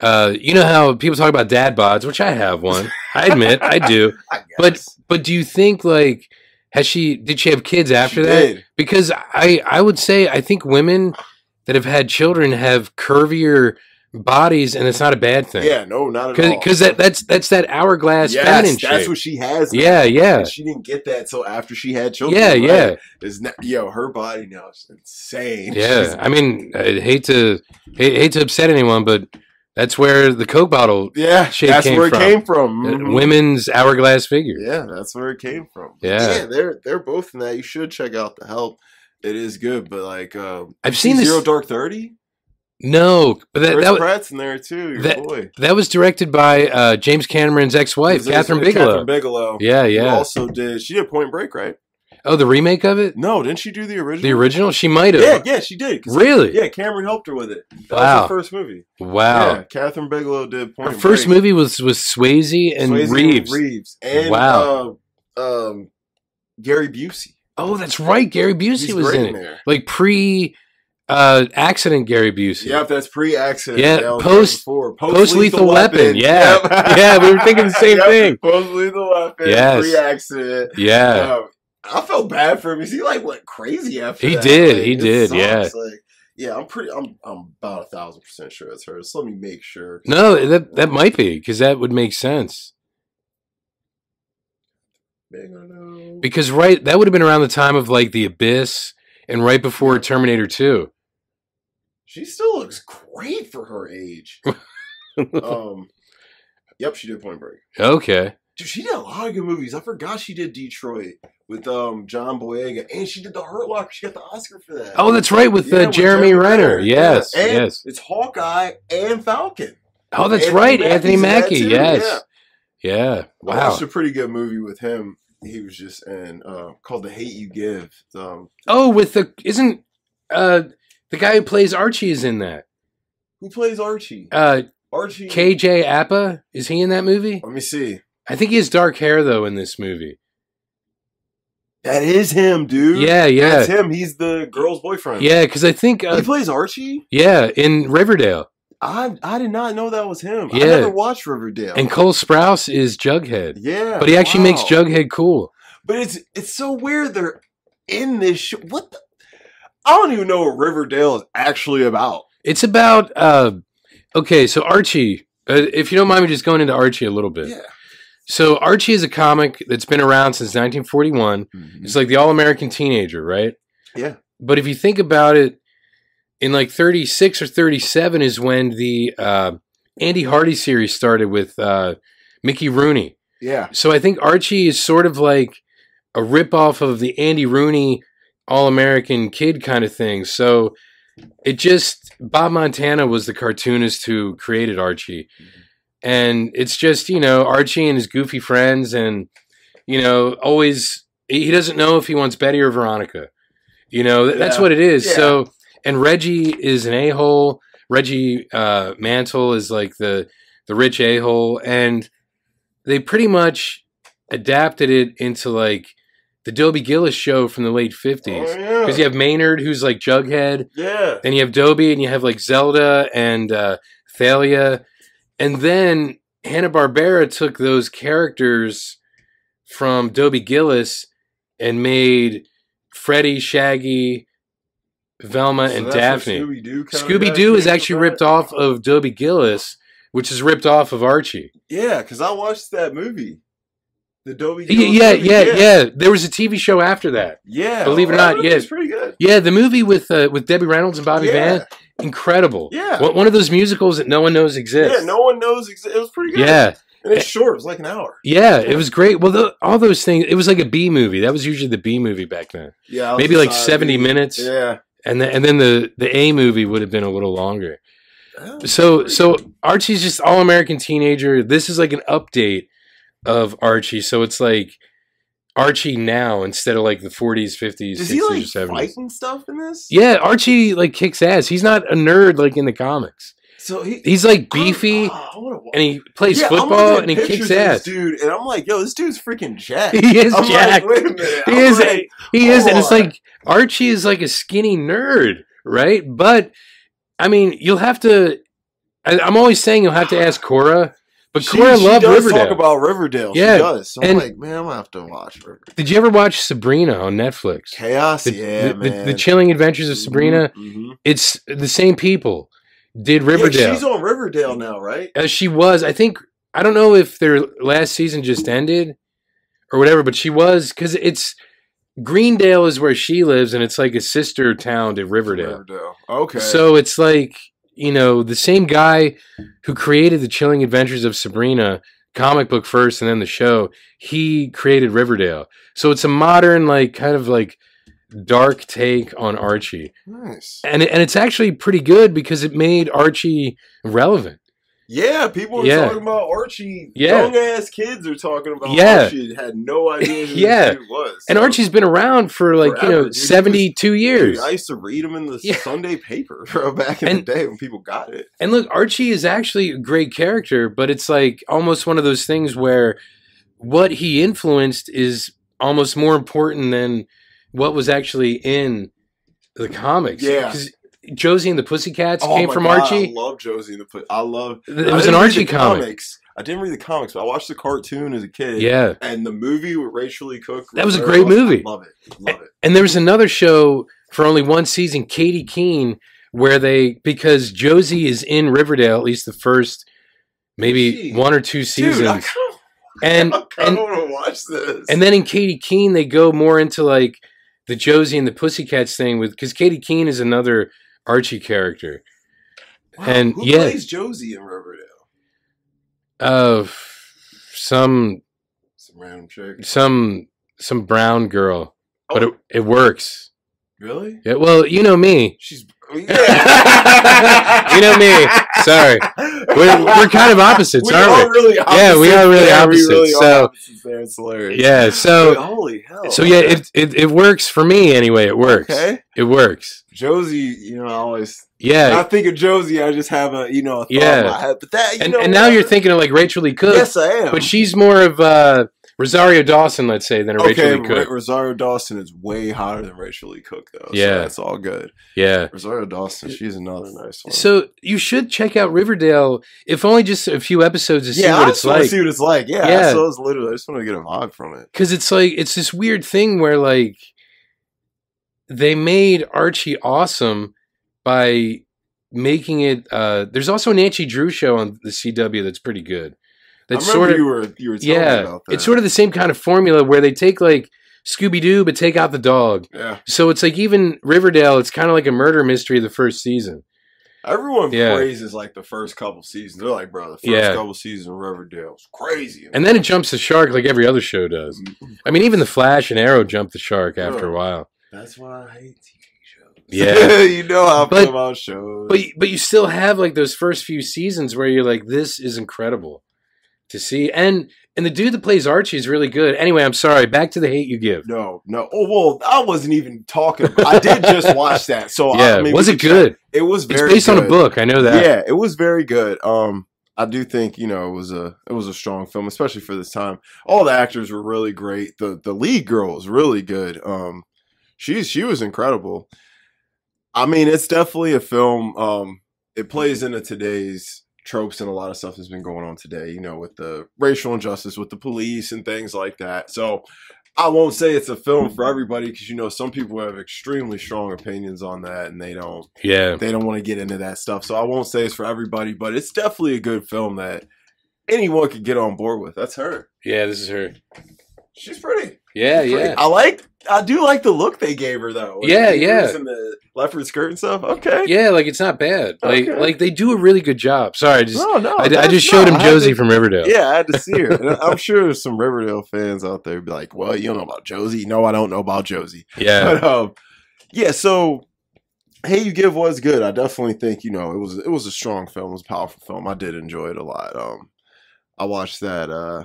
Speaker 1: uh, you know how people talk about dad bods, which I have one. I admit I do.
Speaker 2: I
Speaker 1: But-
Speaker 2: guess.
Speaker 1: But do you think like has she did she have kids after
Speaker 2: She
Speaker 1: that?
Speaker 2: did.
Speaker 1: Because I I would say I think women that have had children have curvier bodies, and it's not a bad thing.
Speaker 2: Yeah, no, not at all.
Speaker 1: because that that's that's that hourglass
Speaker 2: Yes,
Speaker 1: feminine
Speaker 2: that's
Speaker 1: shape.
Speaker 2: what she has. now.
Speaker 1: yeah, yeah,
Speaker 2: And she didn't get that till after she had children.
Speaker 1: yeah,
Speaker 2: right?
Speaker 1: yeah,
Speaker 2: Is now, yo, her body now is insane.
Speaker 1: yeah.
Speaker 2: She's-
Speaker 1: I mean, I hate to hate, hate to upset anyone, but that's where the Coke bottle,
Speaker 2: yeah,
Speaker 1: Shape
Speaker 2: that's
Speaker 1: came
Speaker 2: where it
Speaker 1: from.
Speaker 2: came from.
Speaker 1: uh,
Speaker 2: Mhm.
Speaker 1: women's hourglass figure.
Speaker 2: Yeah, that's where it came from.
Speaker 1: Yeah.
Speaker 2: they're they're both in that. You should check out the help. It is good, but like uh,
Speaker 1: I've seen this.
Speaker 2: Zero Dark Thirty.
Speaker 1: no, but that
Speaker 2: Chris
Speaker 1: that, wa-
Speaker 2: Pratt's in there too. Your
Speaker 1: that-
Speaker 2: boy,
Speaker 1: that was directed by uh, James Cameron's ex-wife,
Speaker 2: There's- there's
Speaker 1: Catherine Bigelow.
Speaker 2: Catherine Bigelow.
Speaker 1: Yeah,
Speaker 2: who
Speaker 1: yeah.
Speaker 2: also did she did Point Break, right?
Speaker 1: Oh, the remake of it,
Speaker 2: No, didn't she do the original?
Speaker 1: the original. She might have.
Speaker 2: Yeah, yeah, she did. 'cause-
Speaker 1: Really?
Speaker 2: Yeah, Cameron helped her with it. That was
Speaker 1: Wow.
Speaker 2: her first movie.
Speaker 1: Wow.
Speaker 2: Yeah, Catherine Bigelow did Point
Speaker 1: Her first
Speaker 2: Break.
Speaker 1: movie was was Swayze and
Speaker 2: Swayze
Speaker 1: Reeves.
Speaker 2: Reeves and
Speaker 1: Wow.
Speaker 2: uh, um, Gary Busey.
Speaker 1: Oh, that's right. Gary Busey
Speaker 2: He's
Speaker 1: was
Speaker 2: great
Speaker 1: in it.
Speaker 2: there.
Speaker 1: Like pre uh accident Gary Busey.
Speaker 2: Yep, that's pre-accident.
Speaker 1: Yeah,
Speaker 2: That was
Speaker 1: post-
Speaker 2: before.
Speaker 1: post-Lethal Weapon, yeah. Yeah, we were thinking the same thing.
Speaker 2: Post-lethal weapon.
Speaker 1: Yes.
Speaker 2: Pre-accident.
Speaker 1: Yeah.
Speaker 2: Um, I felt bad for him. 'cause He like went crazy after.
Speaker 1: He
Speaker 2: that.
Speaker 1: did,
Speaker 2: Like,
Speaker 1: he
Speaker 2: it
Speaker 1: did,
Speaker 2: sucks.
Speaker 1: yeah.
Speaker 2: Like, yeah, I'm pretty. I'm. I'm about a thousand percent sure it's her. So let me make sure.
Speaker 1: No, that that might be because that would make sense.
Speaker 2: Because
Speaker 1: Because right, that would have been around the time of like The Abyss and right before Terminator Two.
Speaker 2: she still looks great for her age. um. Yep, she did Point Break.
Speaker 1: Okay.
Speaker 2: Dude, she did a lot of good movies. I forgot she did Detroit with um John Boyega, and she did The Hurt Locker. She got the Oscar for that.
Speaker 1: Oh, that's right with,
Speaker 2: Yeah,
Speaker 1: uh,
Speaker 2: with
Speaker 1: Jeremy, Renner.
Speaker 2: Yeah.
Speaker 1: Yes.
Speaker 2: And
Speaker 1: Yes.
Speaker 2: It's Hawkeye and Falcon.
Speaker 1: Oh, that's
Speaker 2: Anthony
Speaker 1: right.
Speaker 2: Mackie's
Speaker 1: Anthony
Speaker 2: in that
Speaker 1: Mackie.
Speaker 2: too,
Speaker 1: Yes. Yeah.
Speaker 2: I
Speaker 1: Wow.
Speaker 2: watched a pretty good movie with him. He was just in uh, called The Hate You Give. Um,
Speaker 1: Oh, with the isn't uh the guy who plays Archie is in that.
Speaker 2: who plays Archie?
Speaker 1: Uh
Speaker 2: Archie.
Speaker 1: KJ Appa is he in that movie?
Speaker 2: Let me see.
Speaker 1: I think he has dark hair though in this movie.
Speaker 2: That is him, dude.
Speaker 1: Yeah,
Speaker 2: That's
Speaker 1: yeah,
Speaker 2: him. He's the girl's boyfriend.
Speaker 1: yeah. Because I think uh,
Speaker 2: He plays Archie.
Speaker 1: yeah in Riverdale
Speaker 2: I I did not know that was him.
Speaker 1: Yeah.
Speaker 2: I never watched Riverdale.
Speaker 1: and Cole Sprouse is Jughead,
Speaker 2: yeah,
Speaker 1: but he actually makes
Speaker 2: wow.
Speaker 1: Jughead cool.
Speaker 2: But it's it's so weird they're in this. Sh- what? The- I don't even know what Riverdale is actually about.
Speaker 1: It's about uh, okay. So Archie, uh, if you don't mind me just going into Archie a little bit. So Archie is a comic that's been around since 1941. It's like the all American teenager, right?
Speaker 2: Mm-hmm. Yeah.
Speaker 1: But if you think about it, in like 36 or 37 is when the uh, Andy Hardy series started with uh, Mickey Rooney.
Speaker 2: Yeah.
Speaker 1: So I think Archie is sort of like a ripoff of the Andy Rooney all American kid kind of thing. So it just, Bob Montana was the cartoonist who created Archie. And it's just, you know, Archie and his goofy friends, and, you know, always, he he doesn't know if he wants Betty or Veronica. You know, th- that's
Speaker 2: Yeah.
Speaker 1: what it is.
Speaker 2: Yeah.
Speaker 1: So, and Reggie is an a hole. Reggie uh, Mantle is like the, the rich a hole. And they pretty much adapted it into like the Dobie Gillis show from the late 50s.
Speaker 2: Oh,
Speaker 1: Because
Speaker 2: yeah.
Speaker 1: you have Maynard, who's like Jughead,
Speaker 2: yeah.
Speaker 1: then you have Dobie, and you have like Zelda and uh, Thalia. And then Hanna-Barbera took those characters from Dobie Gillis and made Freddy, Shaggy, Velma, and Daphne.
Speaker 2: Scooby Doo.
Speaker 1: Scooby Doo is actually ripped off of Dobie Gillis, which is ripped off of Archie.
Speaker 2: Yeah, because I watched that movie, the Dobie.
Speaker 1: Yeah,
Speaker 2: Gillis
Speaker 1: yeah,
Speaker 2: movie,
Speaker 1: yeah, yeah. There was a TV show after that.
Speaker 2: Yeah,
Speaker 1: Believe it or
Speaker 2: that
Speaker 1: not,
Speaker 2: movie
Speaker 1: yeah.
Speaker 2: was pretty good.
Speaker 1: Yeah, the movie with uh, with Debbie Reynolds and Bobby
Speaker 2: yeah.
Speaker 1: Van, incredible.
Speaker 2: Yeah.
Speaker 1: one, one of those musicals that no one knows exists.
Speaker 2: Yeah, no one knows. Ex- it was pretty good.
Speaker 1: Yeah,
Speaker 2: and it's short. It was like an hour.
Speaker 1: yeah, it was great. Well, tho- all those things. It was like a B movie. That was usually the B movie back then.
Speaker 2: Yeah, I was
Speaker 1: Maybe like
Speaker 2: excited.
Speaker 1: seventy minutes,
Speaker 2: Yeah,
Speaker 1: and then and then the the A movie would have been a little longer.
Speaker 2: That was
Speaker 1: So
Speaker 2: pretty
Speaker 1: so
Speaker 2: good.
Speaker 1: Archie's just all American teenager. This is like an update of Archie. So it's like Archie now instead of like the 40s, 50s,
Speaker 2: Does
Speaker 1: 60s,
Speaker 2: he
Speaker 1: or
Speaker 2: like
Speaker 1: 70s.
Speaker 2: fighting stuff in this?
Speaker 1: Yeah, Archie like kicks ass. He's not a nerd like in the comics.
Speaker 2: So he
Speaker 1: He's like
Speaker 2: I'm-
Speaker 1: beefy
Speaker 2: oh, I wanna wa-
Speaker 1: and he plays
Speaker 2: Yeah, I'm looking
Speaker 1: football
Speaker 2: at
Speaker 1: and he
Speaker 2: pictures
Speaker 1: kicks
Speaker 2: of this
Speaker 1: ass.
Speaker 2: dude. And I'm like, yo, this dude's freaking jacked.
Speaker 1: He is
Speaker 2: I'm
Speaker 1: jacked.
Speaker 2: Like, Wait a minute.
Speaker 1: He
Speaker 2: I'm
Speaker 1: is-
Speaker 2: like,
Speaker 1: he is, and it's
Speaker 2: Lord.
Speaker 1: like Archie is like a skinny nerd, right? But I mean, you'll have to. I, I'm always saying you'll have to ask Cora, but
Speaker 2: she,
Speaker 1: Cora
Speaker 2: she
Speaker 1: loved
Speaker 2: does
Speaker 1: Riverdale.
Speaker 2: talk about Riverdale.
Speaker 1: Yeah,
Speaker 2: She does. So I'm
Speaker 1: and-
Speaker 2: like, man, I'm gonna have to watch Riverdale.
Speaker 1: Did you ever watch Sabrina on Netflix?
Speaker 2: Chaos,
Speaker 1: The, the,
Speaker 2: yeah,
Speaker 1: the-
Speaker 2: man. Mm-hmm,
Speaker 1: the Chilling Adventures of Sabrina.
Speaker 2: Mhm, mhm.
Speaker 1: It's the same people did
Speaker 2: Yeah,
Speaker 1: Riverdale.
Speaker 2: she's on Riverdale now, right?
Speaker 1: as Uh, she was. I think I don't know if their last season just ended or whatever, but she was because it's Greendale is where she lives, and it's like a sister town to Riverdale.
Speaker 2: Okay.
Speaker 1: So it's like you know the same guy who created the Chilling Adventures of Sabrina comic book first, and then the show. He created Riverdale, so it's a modern like kind of like dark take on Archie,
Speaker 2: nice.
Speaker 1: and it, and it's actually pretty good because it made Archie relevant.
Speaker 2: Yeah, people were
Speaker 1: Yeah.
Speaker 2: talking about Archie.
Speaker 1: Yeah.
Speaker 2: Young ass kids are talking about
Speaker 1: Yeah.
Speaker 2: Archie and had no idea who
Speaker 1: Yeah.
Speaker 2: this dude was.
Speaker 1: And
Speaker 2: so.
Speaker 1: Archie's been around for like you
Speaker 2: Forever,
Speaker 1: know
Speaker 2: dude. He was-
Speaker 1: seventy two years.
Speaker 2: Dude, I used to read them in the
Speaker 1: Yeah.
Speaker 2: Sunday paper back in
Speaker 1: And-
Speaker 2: the day when people got it.
Speaker 1: and look, Archie is actually a great character, but it's like almost one of those things where what he influenced is almost more important than what was actually in the comics.
Speaker 2: Yeah.
Speaker 1: 'Cause Josie and the Pussycats
Speaker 2: Oh
Speaker 1: came
Speaker 2: my
Speaker 1: from
Speaker 2: God, I
Speaker 1: Archie.
Speaker 2: love Josie and the Put. I love.
Speaker 1: It
Speaker 2: I
Speaker 1: was an
Speaker 2: didn't read
Speaker 1: Archie
Speaker 2: the
Speaker 1: comic.
Speaker 2: Comics. I didn't read the comics, but I watched the cartoon as a kid.
Speaker 1: Yeah.
Speaker 2: And the movie with Rachel Lee Cook.
Speaker 1: That was a
Speaker 2: Rivera,
Speaker 1: great movie.
Speaker 2: I love it. Love it.
Speaker 1: And there was another show for only one season, Katie Keene, where they because Josie is in Riverdale at least the first maybe
Speaker 2: Gee.
Speaker 1: one or two seasons.
Speaker 2: Dude, I kind
Speaker 1: and
Speaker 2: of,
Speaker 1: and
Speaker 2: want to watch this.
Speaker 1: and then in Katie Keene they go more into like the Josie and the Pussycats thing with because Katie Keene is another Archie character. and-
Speaker 2: who
Speaker 1: yeah.
Speaker 2: plays Josie in Riverdale?
Speaker 1: Of some
Speaker 2: Some random chick.
Speaker 1: some some brown girl, but
Speaker 2: Oh.
Speaker 1: it, it works.
Speaker 2: Really?
Speaker 1: Yeah, well, you know me.
Speaker 2: She's. oh,
Speaker 1: You know me. Sorry, we're, we're kind of opposites,
Speaker 2: We
Speaker 1: aren't we?
Speaker 2: are really opposites.
Speaker 1: Yeah, we are really
Speaker 2: there.
Speaker 1: opposites,
Speaker 2: We really
Speaker 1: so-
Speaker 2: are opposites there. It's hilarious.
Speaker 1: Yeah,
Speaker 2: Dude,
Speaker 1: so
Speaker 2: holy hell.
Speaker 1: so yeah, it, it it works for me anyway. It works.
Speaker 2: Okay.
Speaker 1: It works.
Speaker 2: Josie, you know, I always when I
Speaker 1: Yeah.
Speaker 2: think of Josie, I just have a you know, a thought
Speaker 1: Yeah.
Speaker 2: in my head. But that you
Speaker 1: And
Speaker 2: know
Speaker 1: and now
Speaker 2: what?
Speaker 1: you're thinking of like Rachel Lee Cook,
Speaker 2: Yes, I am.
Speaker 1: but she's more of uh Rosario Dawson, let's say, than a
Speaker 2: okay,
Speaker 1: Rachel Lee Cook.
Speaker 2: Ra- Rosario Dawson is way hotter than Rachel Lee Cook though. so
Speaker 1: Yeah.
Speaker 2: that's all good.
Speaker 1: Yeah.
Speaker 2: Rosario Dawson, she's another nice one.
Speaker 1: So you should check out Riverdale, if only just a few episodes to
Speaker 2: yeah,
Speaker 1: see what
Speaker 2: I
Speaker 1: it's
Speaker 2: just want to
Speaker 1: like.
Speaker 2: see what it's like. Yeah,
Speaker 1: Yeah.
Speaker 2: so it's literally I just want to get a vibe from it.
Speaker 1: Because it's like it's this weird thing where like they made Archie awesome by making it. uh There's also an Nancy Drew show on the CW that's pretty good. That's
Speaker 2: I remember
Speaker 1: sort of
Speaker 2: you were you were telling me
Speaker 1: yeah.
Speaker 2: about that.
Speaker 1: It's sort of the same kind of formula where they take like Scooby Doo but take out the dog.
Speaker 2: yeah.
Speaker 1: So it's like even Riverdale, it's kind of like a murder mystery the first season.
Speaker 2: Everyone
Speaker 1: Yeah.
Speaker 2: praises like the first couple seasons. They're like, bro, the first
Speaker 1: Yeah.
Speaker 2: couple seasons of Riverdale was crazy.
Speaker 1: And then it jumps the shark like every other show does. I mean, even The Flash and Arrow jump the shark after a while.
Speaker 2: That's why I hate TV shows.
Speaker 1: Yeah.
Speaker 2: you know how I
Speaker 1: But-
Speaker 2: feel about shows.
Speaker 1: But but you still have like those first few seasons where you're like, this is incredible to see. And and the dude that plays Archie is really good. Anyway, I'm sorry. Back to the hate you give.
Speaker 2: no, no. Oh well, I wasn't even talking. About, I did just watch that, so
Speaker 1: yeah,
Speaker 2: I, mean,
Speaker 1: was
Speaker 2: we
Speaker 1: it
Speaker 2: can check-
Speaker 1: good?
Speaker 2: It was
Speaker 1: It's
Speaker 2: very.
Speaker 1: based on a
Speaker 2: good.
Speaker 1: book. I know that.
Speaker 2: Yeah, it was very good. Um, I do think you know it was a it was a strong film, especially for this time. All the actors were really great. the The lead girl was really good. Um, she she was incredible. I mean, it's definitely a film. Um, it plays into today's tropes and a lot of stuff that's been going on today. You know, with the racial injustice, with the police and things like that. So, I won't say it's a film for everybody because you know some people have extremely strong opinions on that and they don't
Speaker 1: Yeah.
Speaker 2: they don't want to get into that stuff. So I won't say it's for everybody, but it's definitely a good film that anyone could get on board with. That's her.
Speaker 1: Yeah, this is her.
Speaker 2: She's pretty.
Speaker 1: Yeah,
Speaker 2: Pretty.
Speaker 1: yeah.
Speaker 2: I like. I do like the look they gave her though. With
Speaker 1: Yeah,
Speaker 2: the ears
Speaker 1: yeah.
Speaker 2: And the leopard skirt and stuff. Okay.
Speaker 1: Yeah, like it's not bad. Like
Speaker 2: Okay.
Speaker 1: like they do a really good job. Sorry, I just
Speaker 2: no, no.
Speaker 1: I, I
Speaker 2: that's
Speaker 1: just showed him
Speaker 2: not- I had
Speaker 1: Josie
Speaker 2: to-
Speaker 1: from Riverdale.
Speaker 2: Yeah, I had to see her. And I'm sure there's some Riverdale fans out there be like, "Well, you don't know about Josie." No, I don't know about Josie.
Speaker 1: Yeah.
Speaker 2: But um, yeah. So, hey, you give was good. I definitely think you know it was it was a strong film. It was a powerful film. I did enjoy it a lot. Um, I watched that. Uh,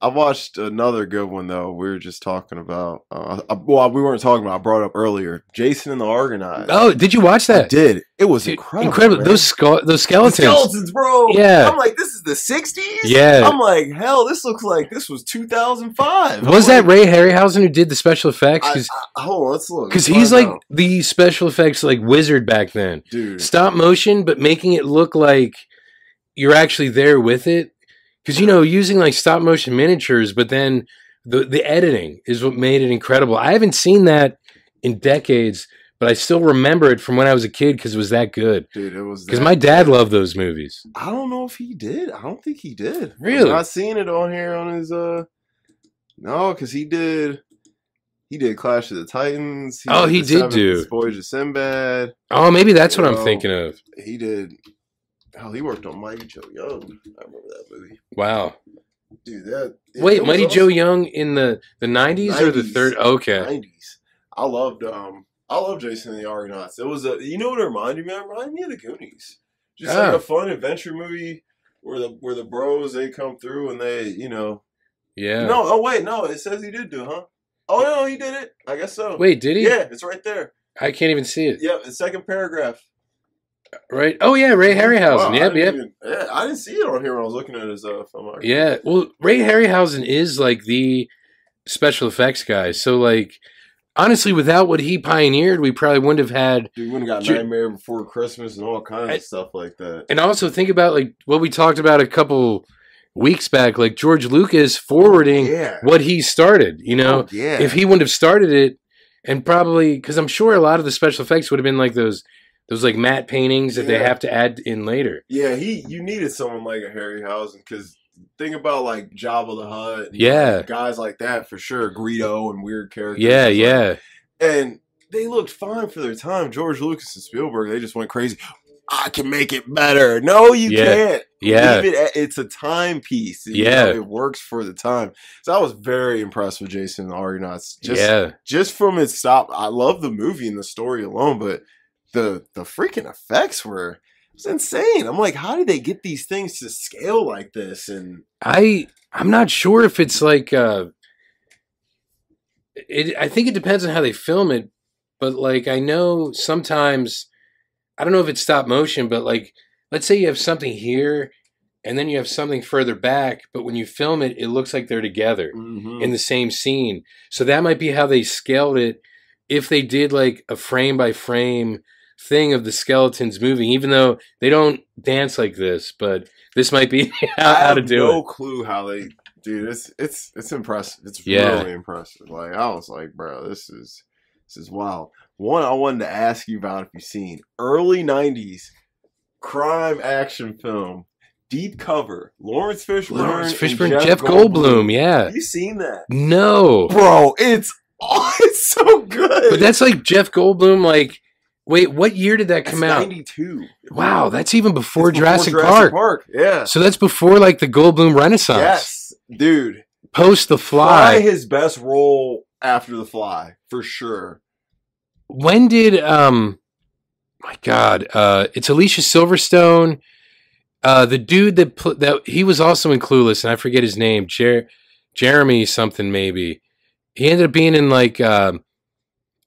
Speaker 2: I watched another good one though. We were just talking about. Uh, I- well, we weren't talking about. I brought up earlier. Jason and the Argonauts.
Speaker 1: Oh, did you watch
Speaker 2: I
Speaker 1: that?
Speaker 2: did. It was
Speaker 1: Dude,
Speaker 2: incredible. man.
Speaker 1: Those skull those
Speaker 2: The
Speaker 1: skeletons.
Speaker 2: skeletons, Oh bro.
Speaker 1: Yeah.
Speaker 2: I'm like, this is the '60s.
Speaker 1: Yeah.
Speaker 2: I'm like, hell, this looks like this was 2005.
Speaker 1: was
Speaker 2: I'm
Speaker 1: that Ray Harryhausen who did the special effects?
Speaker 2: like,
Speaker 1: Because
Speaker 2: I- I- hold on, let's look.
Speaker 1: because
Speaker 2: Let's
Speaker 1: he's
Speaker 2: find
Speaker 1: like
Speaker 2: out.
Speaker 1: the special effects like wizard back then.
Speaker 2: dude.
Speaker 1: Stop motion, but making it look like you're actually there with it. Because you know, using like stop motion miniatures, but then the the editing is what made it incredible. I haven't seen that in decades, but I still remember it from when I was a kid because it was that good.
Speaker 2: Dude, it was
Speaker 1: Because
Speaker 2: that-
Speaker 1: my dad loved those movies.
Speaker 2: I don't know if he did. I don't think he did.
Speaker 1: Really?
Speaker 2: i seen it on here on his uh. No, because he did. He did Clash of the Titans.
Speaker 1: Oh, he
Speaker 2: the
Speaker 1: did
Speaker 2: Seventh
Speaker 1: do.
Speaker 2: Voyage of Sinbad.
Speaker 1: Oh, maybe that's what I'm
Speaker 2: Well-
Speaker 1: thinking of.
Speaker 2: He did. Hell, he worked on Mighty Joe Young. I remember that movie.
Speaker 1: Wow.
Speaker 2: Dude, that it- it
Speaker 1: Wait,
Speaker 2: was
Speaker 1: Mighty
Speaker 2: awesome.
Speaker 1: Joe Young in the the nineties or the
Speaker 2: 90s.
Speaker 1: third? Okay,
Speaker 2: nineties. I loved um I loved Jason and the Argonauts. It was a you know what it reminded me? It reminded me of the Goonies. Just like
Speaker 1: Ah.
Speaker 2: a fun adventure movie where the where the bros they come through and they you know
Speaker 1: yeah.
Speaker 2: no oh wait no it says he did do it, huh oh no he did it I guess so
Speaker 1: Wait, did he?
Speaker 2: yeah it's right there
Speaker 1: I can't even see it.
Speaker 2: yep the second paragraph
Speaker 1: Right? Oh yeah, Ray
Speaker 2: Wow,
Speaker 1: Harryhausen.
Speaker 2: I
Speaker 1: yep,
Speaker 2: didn't
Speaker 1: yep.
Speaker 2: even- yeah I didn't see it on here when I was looking at his uh film
Speaker 1: Yeah. Well, Ray Harryhausen is like the special effects guy. So like, honestly, without what he pioneered, we probably wouldn't have had.
Speaker 2: dude wouldn't got
Speaker 1: Ju-
Speaker 2: Nightmare Before Christmas and all kinds
Speaker 1: I-
Speaker 2: of stuff like that
Speaker 1: And also think about like what we talked about a couple weeks back, like George Lucas forwarding
Speaker 2: yeah
Speaker 1: what he started. You know,
Speaker 2: Oh, yeah
Speaker 1: if he wouldn't have started it and probably because i'm sure a lot of the special effects would have been like those those like matte paintings that they
Speaker 2: Yeah.
Speaker 1: have to add in later
Speaker 2: Yeah, he you needed someone like a Harryhausen because think about like Jabba the Hutt, and,
Speaker 1: Yeah.
Speaker 2: like, guys like that for sure, Greedo and weird characters.
Speaker 1: yeah
Speaker 2: Like,
Speaker 1: yeah
Speaker 2: and they looked fine for their time. George Lucas and Spielberg, they just went crazy. I can make it better. No, you
Speaker 1: Yeah.
Speaker 2: can't.
Speaker 1: yeah
Speaker 2: Leave it at- it's a timepiece. You
Speaker 1: Yeah.
Speaker 2: know, it works for the time. So I was very impressed with Jason and the Argonauts. Just
Speaker 1: yeah
Speaker 2: just from its stop, I love the movie and the story alone, but the the freaking effects were it was insane. I'm like, how did they get these things to scale like this? And
Speaker 1: i i'm not sure if it's like uh it i think it depends on how they film it but like i know sometimes i don't know if it's stop motion but like let's say you have something here and then you have something further back but when you film it it looks like they're together in
Speaker 2: Mm-hmm.
Speaker 1: the same scene. So that might be how they scaled it if they did like a frame by frame thing of the skeletons moving, even though they don't dance like this, but this might be how,
Speaker 2: I
Speaker 1: how to
Speaker 2: have
Speaker 1: do
Speaker 2: no
Speaker 1: it.
Speaker 2: clue how they dude, it's it's it's impressive. It's
Speaker 1: Yeah.
Speaker 2: really impressive. Like I was like, bro, this is this is wild. One I wanted to ask you about if you've seen early nineties crime action film, Deep Cover, Lawrence Fishburne,
Speaker 1: Lawrence
Speaker 2: and
Speaker 1: Fishburne, Jeff, Goldblum, yeah.
Speaker 2: Have you seen that?
Speaker 1: No.
Speaker 2: bro it's oh, it's so good
Speaker 1: But that's like Jeff Goldblum, like, wait, what year did that
Speaker 2: It's
Speaker 1: come out?
Speaker 2: 92
Speaker 1: Wow, that's even
Speaker 2: It's
Speaker 1: before, Jurassic, Park.
Speaker 2: yeah
Speaker 1: So that's before like the Goldblum Renaissance,
Speaker 2: yes dude
Speaker 1: post The
Speaker 2: fly
Speaker 1: Fly.
Speaker 2: his best role after the fly for sure
Speaker 1: when did um my god uh it's alicia silverstone uh the dude that pl- that he was also in clueless and i forget his name Jer- jeremy something maybe he ended up being in like um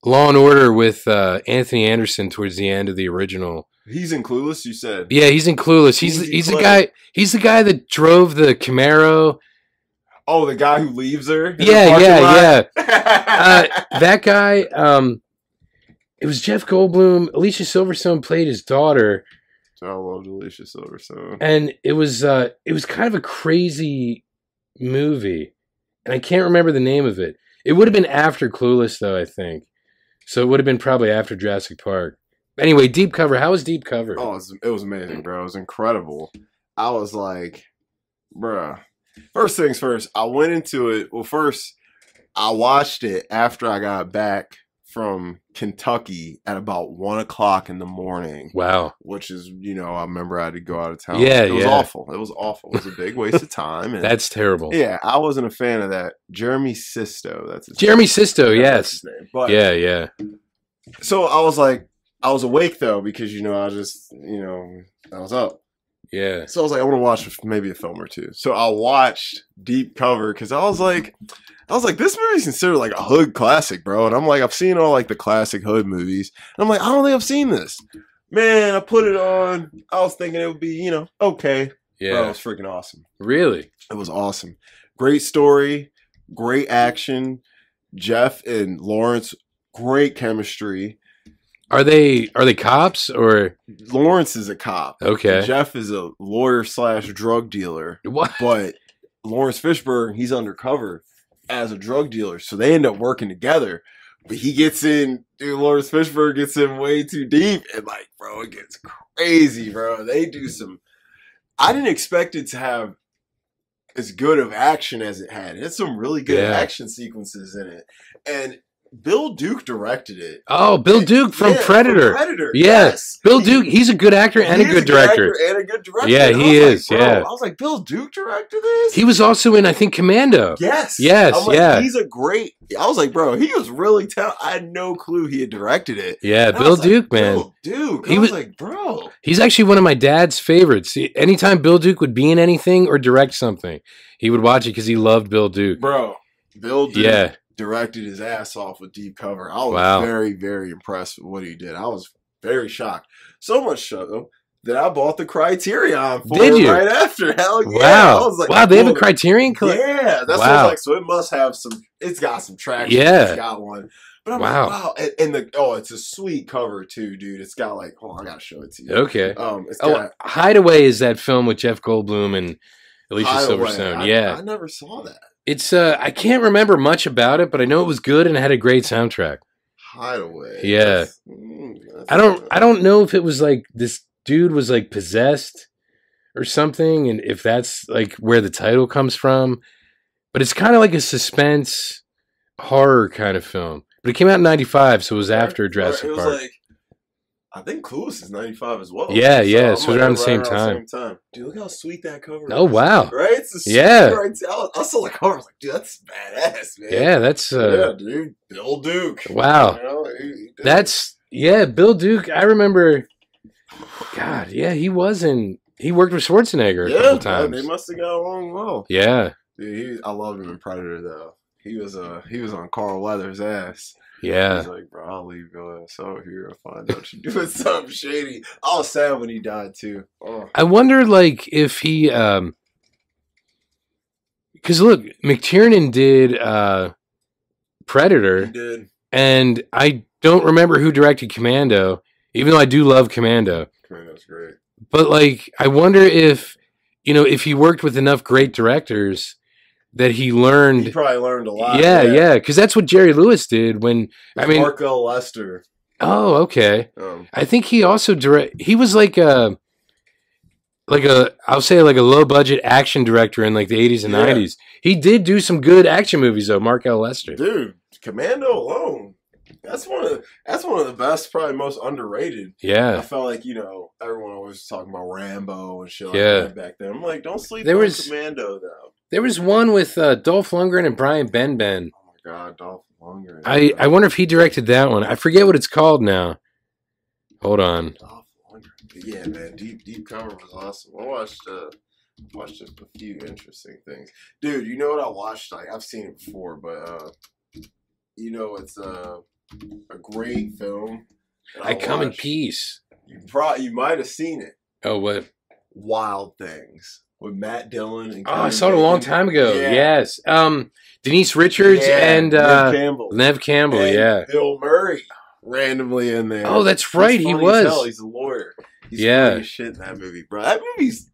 Speaker 1: law and order with uh anthony anderson towards the end of the original
Speaker 2: he's in clueless you said
Speaker 1: yeah he's in clueless he's
Speaker 2: Easy
Speaker 1: he's the
Speaker 2: Clay.
Speaker 1: guy he's the guy that drove the camaro
Speaker 2: oh the guy who leaves her in the
Speaker 1: yeah
Speaker 2: parking
Speaker 1: yeah
Speaker 2: lot?
Speaker 1: yeah Uh, that guy um it was jeff goldblum alicia silverstone played his daughter
Speaker 2: i love Alicia Silverstone
Speaker 1: and it was uh it was kind of a crazy movie and I can't remember the name of it. It would have been after Clueless, though I think. So it would have been probably after Jurassic Park. Anyway, Deep Cover. How was Deep Cover?
Speaker 2: Oh, it was, it was amazing, bro. It was incredible. I was like, bruh. First things first, I went into it. Well, first, I watched it after I got back from Kentucky at about one o'clock in the morning,
Speaker 1: Wow.
Speaker 2: which is, you know, I remember I had to go out of town.
Speaker 1: Yeah,
Speaker 2: it was
Speaker 1: yeah.
Speaker 2: awful. It was awful. It was a big waste of time. And
Speaker 1: That's terrible.
Speaker 2: yeah, I wasn't a fan of that. Jeremy Sisto, that's his
Speaker 1: Jeremy Sisto,
Speaker 2: name.
Speaker 1: yes.
Speaker 2: That's his name. But
Speaker 1: Yeah, yeah.
Speaker 2: so I was like, I was awake though because you know I just you know I was up.
Speaker 1: Yeah.
Speaker 2: So I was like, I want to watch maybe a film or two. So I watched Deep Cover because I was like, I was like, this movie's considered like a hood classic, bro. And I'm like, I've seen all like the classic hood movies, and I'm like, I don't think I've seen this. Man, I put it on. I was thinking it would be, you know, okay.
Speaker 1: Yeah.
Speaker 2: Bro, it was freaking awesome.
Speaker 1: Really?
Speaker 2: It was awesome. Great story, great action. Jeff and Lawrence, great chemistry.
Speaker 1: Are they are they cops or
Speaker 2: Lawrence is a cop.
Speaker 1: okay.
Speaker 2: Jeff is a lawyer slash drug dealer,
Speaker 1: What?
Speaker 2: but Lawrence Fishburne he's undercover as a drug dealer, so they end up working together. But he gets in, dude. Lawrence Fishburne gets in way too deep, and like, bro, it gets crazy, bro. They do some. I didn't expect it to have as good of action as it had. It had some really good
Speaker 1: Yeah.
Speaker 2: action sequences in it, and Bill Duke directed it.
Speaker 1: Oh, Bill Duke from
Speaker 2: Yeah,
Speaker 1: Predator.
Speaker 2: Predator.
Speaker 1: Yeah, Bill Duke, he's a good actor and a
Speaker 2: He is
Speaker 1: good director.
Speaker 2: actor and a good director.
Speaker 1: Yeah,
Speaker 2: And I
Speaker 1: he
Speaker 2: was like,
Speaker 1: is,
Speaker 2: bro,
Speaker 1: yeah.
Speaker 2: I was like, Bill Duke directed this.
Speaker 1: He was also in I think Commando.
Speaker 2: yes,
Speaker 1: Yes,
Speaker 2: I'm like,
Speaker 1: yeah.
Speaker 2: He's a great. I was like, bro, he was really talented. I had no clue he had directed it.
Speaker 1: Yeah,
Speaker 2: And I
Speaker 1: Bill
Speaker 2: was like,
Speaker 1: Duke, man.
Speaker 2: Bill Duke.
Speaker 1: He
Speaker 2: I was,
Speaker 1: was-
Speaker 2: like, bro,
Speaker 1: He's actually one of my dad's favorites. He- Anytime Bill Duke would be in anything or direct something, he would watch it because he loved Bill Duke.
Speaker 2: bro, Bill Duke
Speaker 1: Yeah,
Speaker 2: directed his ass off with deep cover. I was
Speaker 1: Wow.
Speaker 2: very, very impressed with what he did. I was very shocked. So much so that I bought the Criterion for
Speaker 1: Did
Speaker 2: it
Speaker 1: you?
Speaker 2: right after. Hell yeah! I
Speaker 1: wow,
Speaker 2: was like,
Speaker 1: wow, they have a
Speaker 2: "Whoa."
Speaker 1: Criterion collection.
Speaker 2: Yeah, that's what I
Speaker 1: Wow.
Speaker 2: was like. So it must have some. It's got some traction.
Speaker 1: Yeah.
Speaker 2: it's got one. But I'm
Speaker 1: Wow.
Speaker 2: like, wow, and, and the oh, it's a sweet cover too, dude. It's got like, oh, I gotta show it to you.
Speaker 1: Okay.
Speaker 2: Um, it's
Speaker 1: Oh,
Speaker 2: got
Speaker 1: Hideaway is that film with Jeff Goldblum and Alicia
Speaker 2: Hideaway.
Speaker 1: Silverstone.
Speaker 2: I-
Speaker 1: yeah,
Speaker 2: I never saw that
Speaker 1: it's. uh I can't remember much about it, but I know it was good and had a great soundtrack.
Speaker 2: Hideaway.
Speaker 1: Yeah.
Speaker 2: That's- mm, that's-
Speaker 1: I don't. I don't know if it was like this dude was like possessed or something, and if that's like where the title comes from. But it's kind of like a suspense horror kind of film. But it came out in '95, so it was after Jurassic
Speaker 2: It was
Speaker 1: Park.
Speaker 2: like, I think Clueless is '95 as well.
Speaker 1: Yeah, yeah,
Speaker 2: I'm
Speaker 1: so
Speaker 2: like,
Speaker 1: around the
Speaker 2: right
Speaker 1: same time.
Speaker 2: same time. Dude, look how sweet that cover.
Speaker 1: oh
Speaker 2: is.
Speaker 1: wow!
Speaker 2: Right? It's a sweet
Speaker 1: Yeah.
Speaker 2: Criter- I was- I saw the cover. I was like, dude, that's badass, man.
Speaker 1: Yeah, that's uh,
Speaker 2: yeah, dude. Bill Duke.
Speaker 1: wow.
Speaker 2: You know, he- he did it.
Speaker 1: That's yeah, Bill Duke. I remember. God, yeah, he was in. He worked with Schwarzenegger a couple
Speaker 2: man,
Speaker 1: times.
Speaker 2: they must have got along well.
Speaker 1: yeah,
Speaker 2: Dude, he, I love him in Predator though. He was uh he was on Carl Weathers' ass.
Speaker 1: yeah,
Speaker 2: He's like, bro, I'll leave your ass out here and find out you're doing something shady. I was sad when he died too. Oh,
Speaker 1: I wonder, like, if he, um, because look, McTiernan did uh,
Speaker 2: he
Speaker 1: Predator,
Speaker 2: did.
Speaker 1: and I don't remember who directed Commando, even though I do love Commando.
Speaker 2: Man, that's great.
Speaker 1: But like, I wonder if you know if he worked with enough great directors that he
Speaker 2: He
Speaker 1: learned.
Speaker 2: probably learned a lot.
Speaker 1: yeah, yeah, because that's what Jerry Lewis did when I mean,
Speaker 2: Marco Lester.
Speaker 1: Oh, okay.
Speaker 2: Um,
Speaker 1: I think he also direct. He was like a, like a, I'll say like a low budget action director in like the eighties and
Speaker 2: Yeah.
Speaker 1: nineties. He did do some good action movies though. Mark L. Lester.
Speaker 2: dude, Commando alone. That's one of the, that's one of the best, probably most underrated I
Speaker 1: Yeah,
Speaker 2: felt like you know everyone always was talking about Rambo and shit like
Speaker 1: Yeah.
Speaker 2: that back then. I'm like, don't sleep
Speaker 1: There
Speaker 2: on
Speaker 1: was-
Speaker 2: Commando though.
Speaker 1: there was one with uh, Dolph Lundgren and Brian Benben.
Speaker 2: Oh my god, Dolph Lundgren.
Speaker 1: I I wonder if he directed that one. I forget what it's called now. Hold on.
Speaker 2: Dolph Lundgren. But yeah, man, deep deep cover was awesome. I watched uh watched just a few interesting things, dude. You know what I watched? Like I've seen it before, but uh you know it's uh, a great film. that
Speaker 1: I come in
Speaker 2: watched.
Speaker 1: peace.
Speaker 2: You probably you might have seen it.
Speaker 1: Oh what?
Speaker 2: Wild Things with Matt Dillon and.
Speaker 1: Oh, I
Speaker 2: Kevin
Speaker 1: saw it a long
Speaker 2: Bacon.
Speaker 1: time ago.
Speaker 2: Yeah.
Speaker 1: Yes. Um, Denise Richards
Speaker 2: Yeah,
Speaker 1: and
Speaker 2: Nev
Speaker 1: uh,
Speaker 2: Campbell.
Speaker 1: Nev Campbell.
Speaker 2: And
Speaker 1: yeah.
Speaker 2: Bill Murray randomly in there.
Speaker 1: Oh, that's right.
Speaker 2: He's
Speaker 1: He
Speaker 2: funny as
Speaker 1: was.
Speaker 2: hell. He's a lawyer. He's
Speaker 1: Yeah.
Speaker 2: funny as shit in that movie, bro. That movie's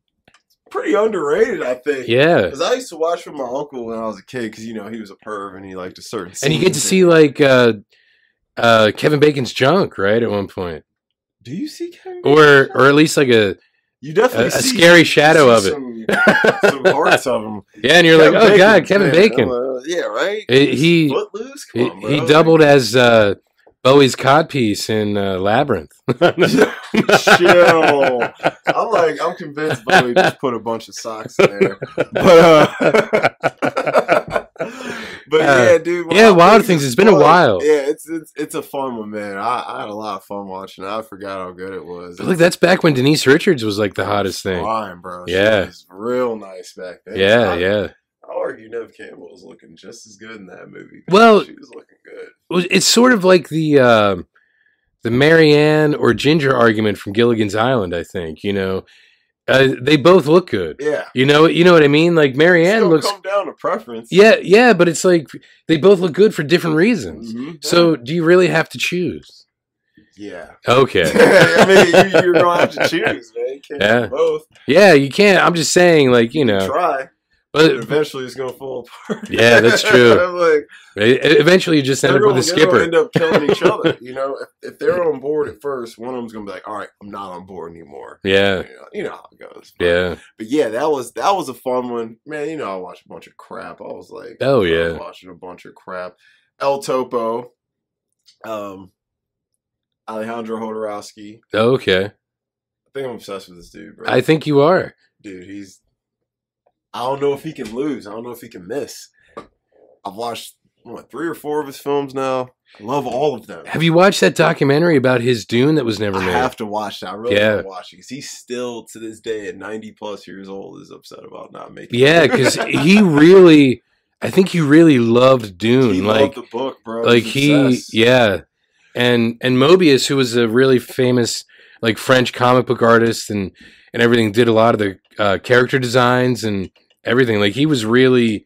Speaker 2: pretty underrated, I think.
Speaker 1: Yeah.
Speaker 2: Because I used to watch with my uncle when I was a kid, because you know he was a perv and he liked a certain.
Speaker 1: And you get to
Speaker 2: scenes
Speaker 1: see
Speaker 2: in it.
Speaker 1: like uh uh Kevin Bacon's junk, right? At one point.
Speaker 2: do you see Kevin?
Speaker 1: Or or at least like a
Speaker 2: you
Speaker 1: a,
Speaker 2: definitely
Speaker 1: a
Speaker 2: see-
Speaker 1: scary
Speaker 2: you
Speaker 1: shadow
Speaker 2: see
Speaker 1: of it.
Speaker 2: Some, some parts of him.
Speaker 1: yeah, and you're like,
Speaker 2: Kevin
Speaker 1: "Oh
Speaker 2: Bacon's
Speaker 1: god, Kevin
Speaker 2: man,
Speaker 1: Bacon."
Speaker 2: I'm, uh, yeah, right.
Speaker 1: He-
Speaker 2: He's
Speaker 1: he-
Speaker 2: footloose. Come
Speaker 1: He,
Speaker 2: on,
Speaker 1: he
Speaker 2: bro.
Speaker 1: doubled as uh, Bowie's codpiece in uh, Labyrinth.
Speaker 2: Chill. I'm like, I'm convinced Bowie just put a bunch of socks in there. But, uh, but yeah, dude.
Speaker 1: Uh, yeah, Wild
Speaker 2: is
Speaker 1: Things, it's been a
Speaker 2: fun.
Speaker 1: while.
Speaker 2: Yeah, it's it's it's a fun one, man. I, I had a lot of fun watching. it. I forgot how good it was.
Speaker 1: Look, that's back when Denise Richards was like the hottest thing.
Speaker 2: Fine, bro. She
Speaker 1: Yeah.
Speaker 2: was real nice back then.
Speaker 1: Yeah,
Speaker 2: I,
Speaker 1: yeah.
Speaker 2: I argue Nev Campbell was looking just as good in that movie.
Speaker 1: Well-
Speaker 2: she was looking good.
Speaker 1: Well, It's sort of like the um the Marianne or Ginger argument from Gilligan's Island. I think you know uh, they both look good.
Speaker 2: Yeah.
Speaker 1: You know, you know what I mean. Like Marianne
Speaker 2: Still
Speaker 1: looks,
Speaker 2: come down to preference.
Speaker 1: yeah, yeah, but it's like they both look good for different reasons.
Speaker 2: Mhm.
Speaker 1: So, do you really have to choose?
Speaker 2: yeah.
Speaker 1: Okay.
Speaker 2: I mean, you, you're gonna have to choose, man. You can't
Speaker 1: Yeah.
Speaker 2: do both.
Speaker 1: Yeah, you can't. I'm just saying, like you know,
Speaker 2: Try, but
Speaker 1: but
Speaker 2: eventually it's gonna fall apart.
Speaker 1: Yeah, that's true.
Speaker 2: I'm like,
Speaker 1: e- eventually you just end
Speaker 2: they're
Speaker 1: up
Speaker 2: gonna,
Speaker 1: with a
Speaker 2: they're gonna
Speaker 1: skipper.
Speaker 2: end up killing each other. You know, if, if they're on board at first, one of them's gonna be like, "All right, I'm not on board anymore."
Speaker 1: Yeah,
Speaker 2: You know, you know how it goes. But-
Speaker 1: yeah.
Speaker 2: but yeah, that was that was a fun one, man. You know, I watched a bunch of crap. I was like,
Speaker 1: Oh,
Speaker 2: I was
Speaker 1: yeah.
Speaker 2: watching a bunch of crap. El Topo, um, Alejandro Hodorowski.
Speaker 1: Okay,
Speaker 2: I think I'm obsessed with this dude, bro.
Speaker 1: I think you are.
Speaker 2: dude, he's. I don't know if he can lose. I don't know if he can miss. I've watched what three or four of his films now. I love all of them.
Speaker 1: Have you watched that documentary about his Dune that was never
Speaker 2: I
Speaker 1: made?
Speaker 2: have to watch that. I really
Speaker 1: Yeah.
Speaker 2: want to watch it because he's still to this day at 90 plus years old is upset about not making. it.
Speaker 1: Yeah, because he really, I think he really loved Dune.
Speaker 2: He
Speaker 1: like,
Speaker 2: loved the book, bro.
Speaker 1: like
Speaker 2: was
Speaker 1: he,
Speaker 2: obsessed.
Speaker 1: yeah, and and Mobius, who was a really famous like French comic book artist and and everything, did a lot of the uh, character designs and everything. Like he was really,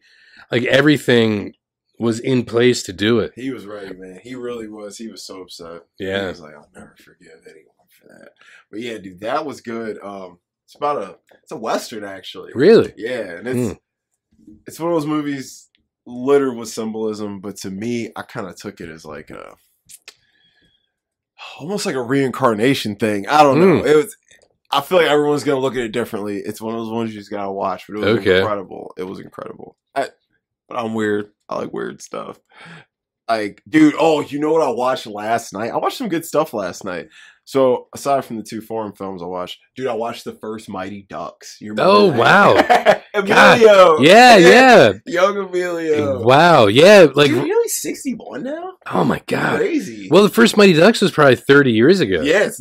Speaker 1: like everything was in place to do it.
Speaker 2: he was ready, man. He really was. He was so upset. he
Speaker 1: Yeah,
Speaker 2: was like, I'll never forgive anyone for that. But yeah, dude, that was good. Um, it's about a it's a western actually.
Speaker 1: really. Hmm.
Speaker 2: Yeah, and it's it's one of those movies littered with symbolism, but to me, I kind of took it as like a almost like a reincarnation thing. I don't
Speaker 1: Hmm.
Speaker 2: know. It was. I feel like everyone's gonna look at it differently. It's one of those ones you just gotta watch. But it was
Speaker 1: Okay.
Speaker 2: incredible. It was incredible. I, but I'm weird. I like weird stuff. Like, dude. Oh, you know what I watched last night? I watched some good stuff last night. So aside from the two foreign films I watched, dude, I watched the first Mighty Ducks. You remember
Speaker 1: Oh,
Speaker 2: that?
Speaker 1: wow. God.
Speaker 2: Emilio.
Speaker 1: Yeah, yeah.
Speaker 2: Young Emilio.
Speaker 1: Wow. Yeah. Like,
Speaker 2: Dude, you know he's 61 now?
Speaker 1: oh my God.
Speaker 2: Crazy.
Speaker 1: Well, the first Mighty Ducks was probably 30 years ago.
Speaker 2: yeah, it's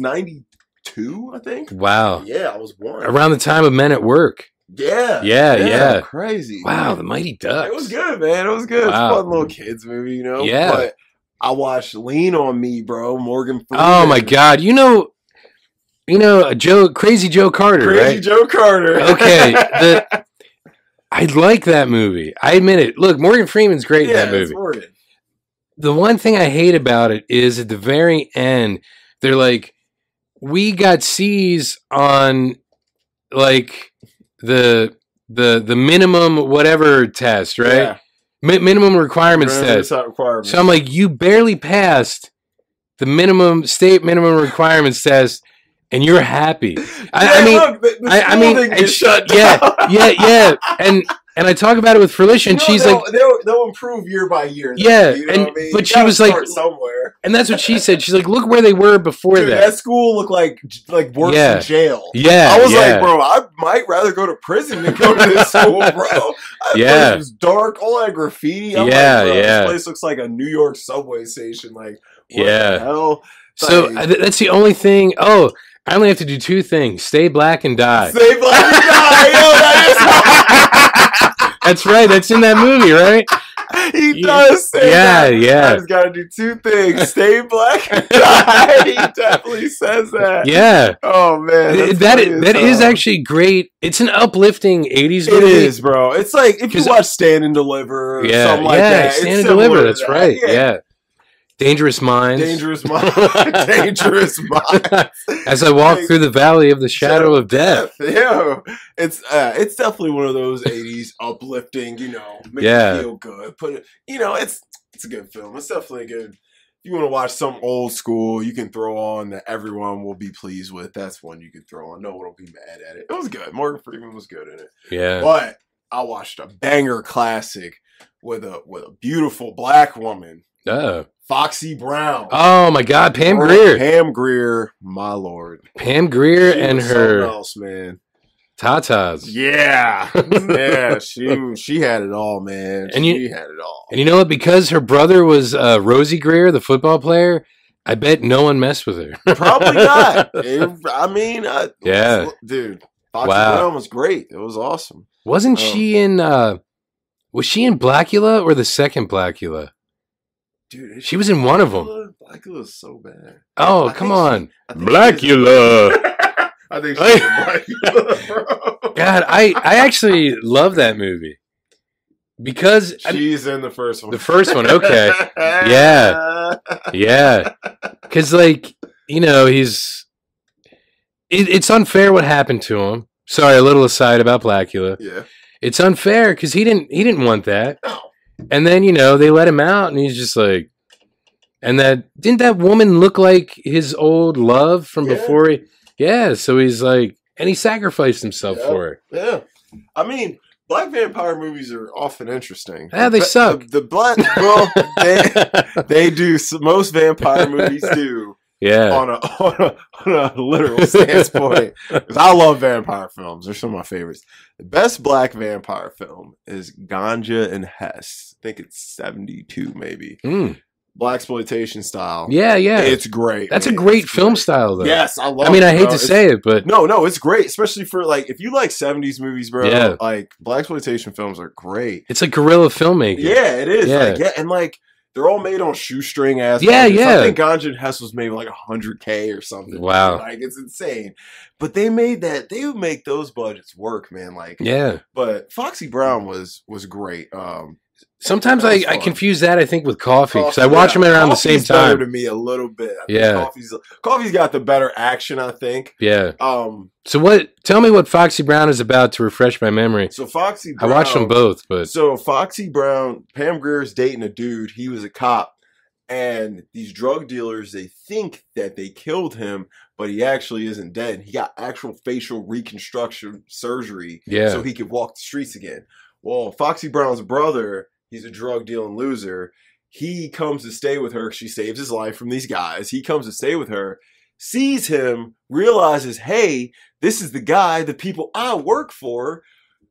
Speaker 2: 92, I think.
Speaker 1: Wow.
Speaker 2: Yeah, I was one.
Speaker 1: Around the time of Men at Work.
Speaker 2: yeah.
Speaker 1: Yeah, yeah.
Speaker 2: Crazy.
Speaker 1: Wow. The Mighty Ducks.
Speaker 2: It was good, man. It was good. It's a
Speaker 1: Wow.
Speaker 2: fun little kids movie, you know?
Speaker 1: Yeah.
Speaker 2: But I watched Lean on Me, bro. Morgan Freeman.
Speaker 1: Oh my God. You know, you know, Joe, crazy Joe Carter,
Speaker 2: Crazy
Speaker 1: right?
Speaker 2: Joe Carter.
Speaker 1: Okay. The, I like that movie. I admit it. Look, Morgan Freeman's great
Speaker 2: yeah,
Speaker 1: in that
Speaker 2: it's
Speaker 1: movie.
Speaker 2: Morgan.
Speaker 1: the one thing I hate about it is at the very end, they're like, we got C's on like the the the minimum whatever test, right?
Speaker 2: Yeah.
Speaker 1: Mi- minimum requirements
Speaker 2: Remember
Speaker 1: test.
Speaker 2: it's not requirement.
Speaker 1: So I'm like, you barely passed the minimum state minimum requirements test, and you're happy. I- I
Speaker 2: Yeah,
Speaker 1: mean-
Speaker 2: look, the, the
Speaker 1: I- I
Speaker 2: school
Speaker 1: mean,
Speaker 2: didn't
Speaker 1: I
Speaker 2: get
Speaker 1: sh-
Speaker 2: shut
Speaker 1: yeah,
Speaker 2: down.
Speaker 1: Yeah, yeah. And and I talk about it with Felicia, and
Speaker 2: No,
Speaker 1: she's
Speaker 2: they'll,
Speaker 1: like,
Speaker 2: they'll, they'll improve year by year. though,
Speaker 1: Yeah,
Speaker 2: you know
Speaker 1: and-
Speaker 2: what I mean?
Speaker 1: but
Speaker 2: You
Speaker 1: she
Speaker 2: gotta
Speaker 1: was like-
Speaker 2: start somewhere.
Speaker 1: and that's what she said. She's like, look where they were before
Speaker 2: Dude, that.
Speaker 1: that.
Speaker 2: school looked like like worse
Speaker 1: Yeah.
Speaker 2: than jail.
Speaker 1: Yeah,
Speaker 2: I was
Speaker 1: yeah.
Speaker 2: like, bro, I might rather go to prison than go to this school, bro. That
Speaker 1: Yeah.
Speaker 2: place was dark, all that graffiti. I'm
Speaker 1: Yeah,
Speaker 2: like, bro,
Speaker 1: yeah.
Speaker 2: This place looks like a New York subway station. Like, what
Speaker 1: Yeah.
Speaker 2: the hell?
Speaker 1: So
Speaker 2: Like,
Speaker 1: I- th- that's the only thing. Oh, I only have to do two things: stay black and die.
Speaker 2: save like die. Yo, that
Speaker 1: That's right. That's in that movie, right?
Speaker 2: is, he does. Say
Speaker 1: Yeah,
Speaker 2: that. I
Speaker 1: yeah,
Speaker 2: just gotta do two things: stay black and die. he definitely says that.
Speaker 1: yeah.
Speaker 2: Oh man,
Speaker 1: Th-
Speaker 2: that's
Speaker 1: That
Speaker 2: funny as
Speaker 1: that is
Speaker 2: hell.
Speaker 1: actually great. It's an uplifting '80s
Speaker 2: It
Speaker 1: movie.
Speaker 2: is, bro. It's like if you
Speaker 1: 'Cause-
Speaker 2: watch Stand and Deliver, or
Speaker 1: Yeah,
Speaker 2: something like
Speaker 1: yeah.
Speaker 2: that. it's
Speaker 1: Stand and
Speaker 2: similar
Speaker 1: deliver.
Speaker 2: to
Speaker 1: That's
Speaker 2: that.
Speaker 1: right. Yeah. Dangerous Minds.
Speaker 2: Dangerous mind. dangerous mind.
Speaker 1: As I walk
Speaker 2: Like,
Speaker 1: through the valley of the shadow of death.
Speaker 2: Yeah, it's uh, it's definitely one of those '80s uplifting, you know, make
Speaker 1: Yeah.
Speaker 2: you feel good. Put it, you know, it's it's a good film. It's definitely good. If you want to watch some old school, you can throw on that everyone will be pleased with. That's one you can throw on. No one will be mad at it. It was good. Morgan Freeman was good in it.
Speaker 1: Yeah.
Speaker 2: But I watched a banger classic with a with a beautiful black woman,
Speaker 1: Oh.
Speaker 2: Foxy Brown.
Speaker 1: oh my God, Pam
Speaker 2: Or
Speaker 1: Greer.
Speaker 2: Pam Greer, my lord.
Speaker 1: Pam Greer
Speaker 2: She
Speaker 1: and
Speaker 2: was something
Speaker 1: her
Speaker 2: else, man.
Speaker 1: tatas.
Speaker 2: Yeah, yeah. She she had it all, man.
Speaker 1: And
Speaker 2: she
Speaker 1: you-
Speaker 2: had it all.
Speaker 1: And you know what? Because her brother was uh, Rosie Greer, the football player, I bet no one messed with her.
Speaker 2: Probably not. It- I mean, I,
Speaker 1: Yeah.
Speaker 2: dude. Foxy
Speaker 1: Wow.
Speaker 2: Brown was great. It was awesome.
Speaker 1: Wasn't
Speaker 2: Oh.
Speaker 1: she in? Uh, was she in Blackula or the second Blackula?
Speaker 2: Dude,
Speaker 1: She was in one of them.
Speaker 2: Blackula was so bad.
Speaker 1: Oh,
Speaker 2: I
Speaker 1: come
Speaker 2: think she-
Speaker 1: on,
Speaker 2: I think she was-
Speaker 1: Blackula.
Speaker 2: I think she was Blackula, bro.
Speaker 1: God, I I actually love that movie because I-
Speaker 2: She's in the first one.
Speaker 1: The first one, okay. Yeah. yeah, because like you know he's it, it's unfair what happened to him. Sorry, a little aside about Blackula.
Speaker 2: Yeah.
Speaker 1: It's unfair because he didn't he didn't want that.
Speaker 2: No.
Speaker 1: And then you know they let him out, and he's just like, and that didn't that woman look like his old love from
Speaker 2: Yeah.
Speaker 1: before? He, yeah. So he's like, and he sacrificed himself
Speaker 2: Yeah.
Speaker 1: for her.
Speaker 2: Yeah. I mean, black vampire movies are often interesting.
Speaker 1: Yeah, they
Speaker 2: The-
Speaker 1: suck.
Speaker 2: The, the black, well, they, they do. s- Most vampire movies do
Speaker 1: yeah.
Speaker 2: on a, on a, on a literal standpoint. 'Cause I love vampire films. They're some of my favorites. The best black vampire film is Ganja and Hess. I think it's 72, maybe.
Speaker 1: Mm.
Speaker 2: Black exploitation style.
Speaker 1: Yeah. Yeah.
Speaker 2: Hmm. It's great.
Speaker 1: That's a
Speaker 2: man.
Speaker 1: great
Speaker 2: It's
Speaker 1: film
Speaker 2: great.
Speaker 1: style, though.
Speaker 2: Yes, I love
Speaker 1: I mean,
Speaker 2: it,
Speaker 1: I hate
Speaker 2: bro.
Speaker 1: to
Speaker 2: It's-
Speaker 1: say it, but
Speaker 2: no, no, it's great, especially for like if you like '70s movies, bro.
Speaker 1: Yeah.
Speaker 2: Like black exploitation films are great.
Speaker 1: it's like guerrilla filmmaking.
Speaker 2: Yeah, it is.
Speaker 1: Yeah.
Speaker 2: Like, yeah, and like they're all made on shoestring ass.
Speaker 1: Yeah,
Speaker 2: budgets.
Speaker 1: yeah.
Speaker 2: I think Ganja and Hess was made with, like 100k or something.
Speaker 1: Wow.
Speaker 2: like it's insane. But they made that. They would make those budgets work, man. Like,
Speaker 1: Yeah.
Speaker 2: but Foxy Brown was was great. Um,
Speaker 1: Sometimes
Speaker 2: That
Speaker 1: I,
Speaker 2: was
Speaker 1: I
Speaker 2: fun.
Speaker 1: confuse that I think with coffee because I
Speaker 2: Coffee-
Speaker 1: watch
Speaker 2: yeah,
Speaker 1: them around the same
Speaker 2: Coffee's
Speaker 1: time.
Speaker 2: Better to me a little bit. I think
Speaker 1: Yeah.
Speaker 2: coffee's coffee's got the better action, I think.
Speaker 1: yeah.
Speaker 2: Um,
Speaker 1: So what? Tell me what Foxy Brown is about to refresh my memory.
Speaker 2: so Foxy,
Speaker 1: I
Speaker 2: Brown,
Speaker 1: watched them both, but
Speaker 2: So Foxy Brown, Pam Greer's dating a dude. He was a cop, and these drug dealers they think that they killed him, but he actually isn't dead. He got actual facial reconstruction surgery
Speaker 1: yeah,
Speaker 2: so he could walk the streets again. Well, Foxy Brown's brother, he's a drug dealing loser. He comes to stay with her. She saves his life from these guys. He comes to stay with her, sees him, realizes, hey, this is the guy the people I work for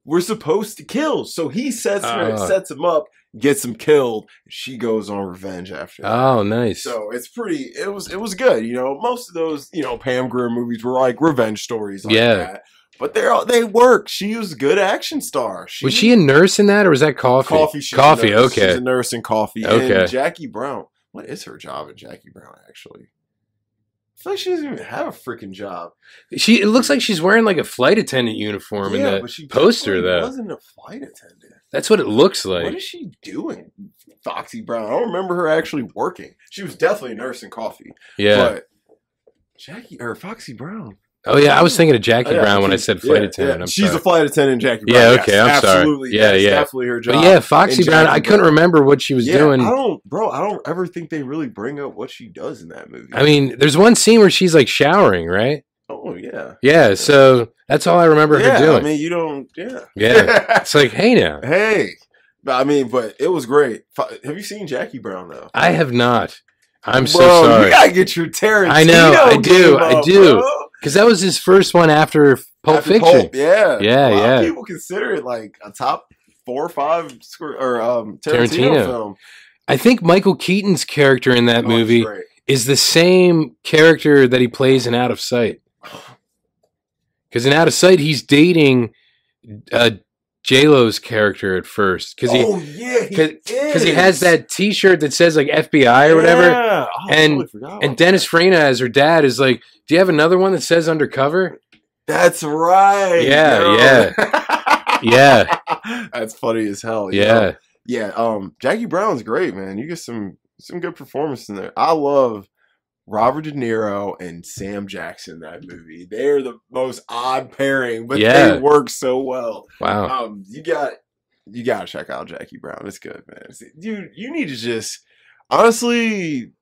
Speaker 2: were supposed to kill. So he sets her,
Speaker 1: Ah.
Speaker 2: sets him up, gets him killed. She goes on revenge after that.
Speaker 1: oh, nice.
Speaker 2: So it's pretty. It was it was good. You know, most of those you know Pam Grier movies were like revenge stories. Like
Speaker 1: Yeah.
Speaker 2: that. but they're all they work. She was a good action star. She,
Speaker 1: was she a nurse in that, or was that coffee?
Speaker 2: coffee? she's a
Speaker 1: Coffee,
Speaker 2: nurse.
Speaker 1: okay.
Speaker 2: she's a nurse in coffee.
Speaker 1: Okay.
Speaker 2: and Jackie Brown. What is her job in Jackie Brown? Actually, I feel like she doesn't even have a freaking job.
Speaker 1: she. It looks like she's wearing like a flight attendant uniform in that.
Speaker 2: she
Speaker 1: poster,
Speaker 2: definitely
Speaker 1: though.
Speaker 2: wasn't a flight attendant.
Speaker 1: That's what it looks
Speaker 2: what
Speaker 1: like.
Speaker 2: is she doing, Foxy Brown? I don't remember her actually working. She was definitely a nurse in coffee.
Speaker 1: yeah.
Speaker 2: But Jackie or Foxy Brown.
Speaker 1: oh yeah, I was thinking of Jackie
Speaker 2: Oh, yeah,
Speaker 1: Brown when I
Speaker 2: she's-
Speaker 1: said flight
Speaker 2: yeah,
Speaker 1: attendant.
Speaker 2: yeah.
Speaker 1: I'm
Speaker 2: She's
Speaker 1: sorry.
Speaker 2: a flight attendant, Jackie.
Speaker 1: Yeah,
Speaker 2: Brown.
Speaker 1: okay,
Speaker 2: Yes,
Speaker 1: I'm sorry.
Speaker 2: absolutely.
Speaker 1: Yeah,
Speaker 2: That's
Speaker 1: yeah.
Speaker 2: definitely her job.
Speaker 1: but yeah, Foxy
Speaker 2: and
Speaker 1: Brown.
Speaker 2: Jackie
Speaker 1: I couldn't
Speaker 2: Brown.
Speaker 1: remember what she was
Speaker 2: Yeah,
Speaker 1: doing.
Speaker 2: I don't, bro. I don't ever think they really bring up what she does in that movie.
Speaker 1: I mean, there's one scene where she's like showering, right?
Speaker 2: oh yeah,
Speaker 1: Yeah, so that's all I remember
Speaker 2: yeah.
Speaker 1: her doing.
Speaker 2: I mean, you don't. Yeah,
Speaker 1: yeah. It's like, hey now.
Speaker 2: hey, but I mean, but it was great. Fi- Have you seen Jackie Brown though?
Speaker 1: I have not. I'm
Speaker 2: Bro,
Speaker 1: so
Speaker 2: You
Speaker 1: sorry.
Speaker 2: gotta get your Tarantino.
Speaker 1: I know, I do,
Speaker 2: game
Speaker 1: I
Speaker 2: up,
Speaker 1: do.
Speaker 2: bro.
Speaker 1: Because that was his first one after Pulp
Speaker 2: After
Speaker 1: Fiction.
Speaker 2: yeah,
Speaker 1: Yeah,
Speaker 2: A lot of
Speaker 1: yeah.
Speaker 2: people consider it like a top four or five squ- or um, Tarantino,
Speaker 1: Tarantino.
Speaker 2: film.
Speaker 1: I think Michael Keaton's character in that
Speaker 2: Oh, it's
Speaker 1: movie
Speaker 2: great.
Speaker 1: is the same character that he plays in Out of Sight. Because in Out of Sight, he's dating uh, J Lo's character at first. Because he,
Speaker 2: oh yeah,
Speaker 1: cause he has that t shirt that says like FBI or whatever.
Speaker 2: Oh,
Speaker 1: And- And Dennis Farina, as her dad, is like, Do you have another one that says undercover?
Speaker 2: That's right.
Speaker 1: Yeah,
Speaker 2: yeah.
Speaker 1: Yeah,
Speaker 2: That's funny as hell. you know?
Speaker 1: yeah.
Speaker 2: yeah. Um, Jackie Brown's great, man. You get some some good performance in there. I love Robert De Niro and Sam Jackson in that movie. They're the most odd pairing, but
Speaker 1: Yeah.
Speaker 2: they work so well.
Speaker 1: Wow.
Speaker 2: Um, you got you got to check out Jackie Brown. It's good, man. See, You you need to just honestly,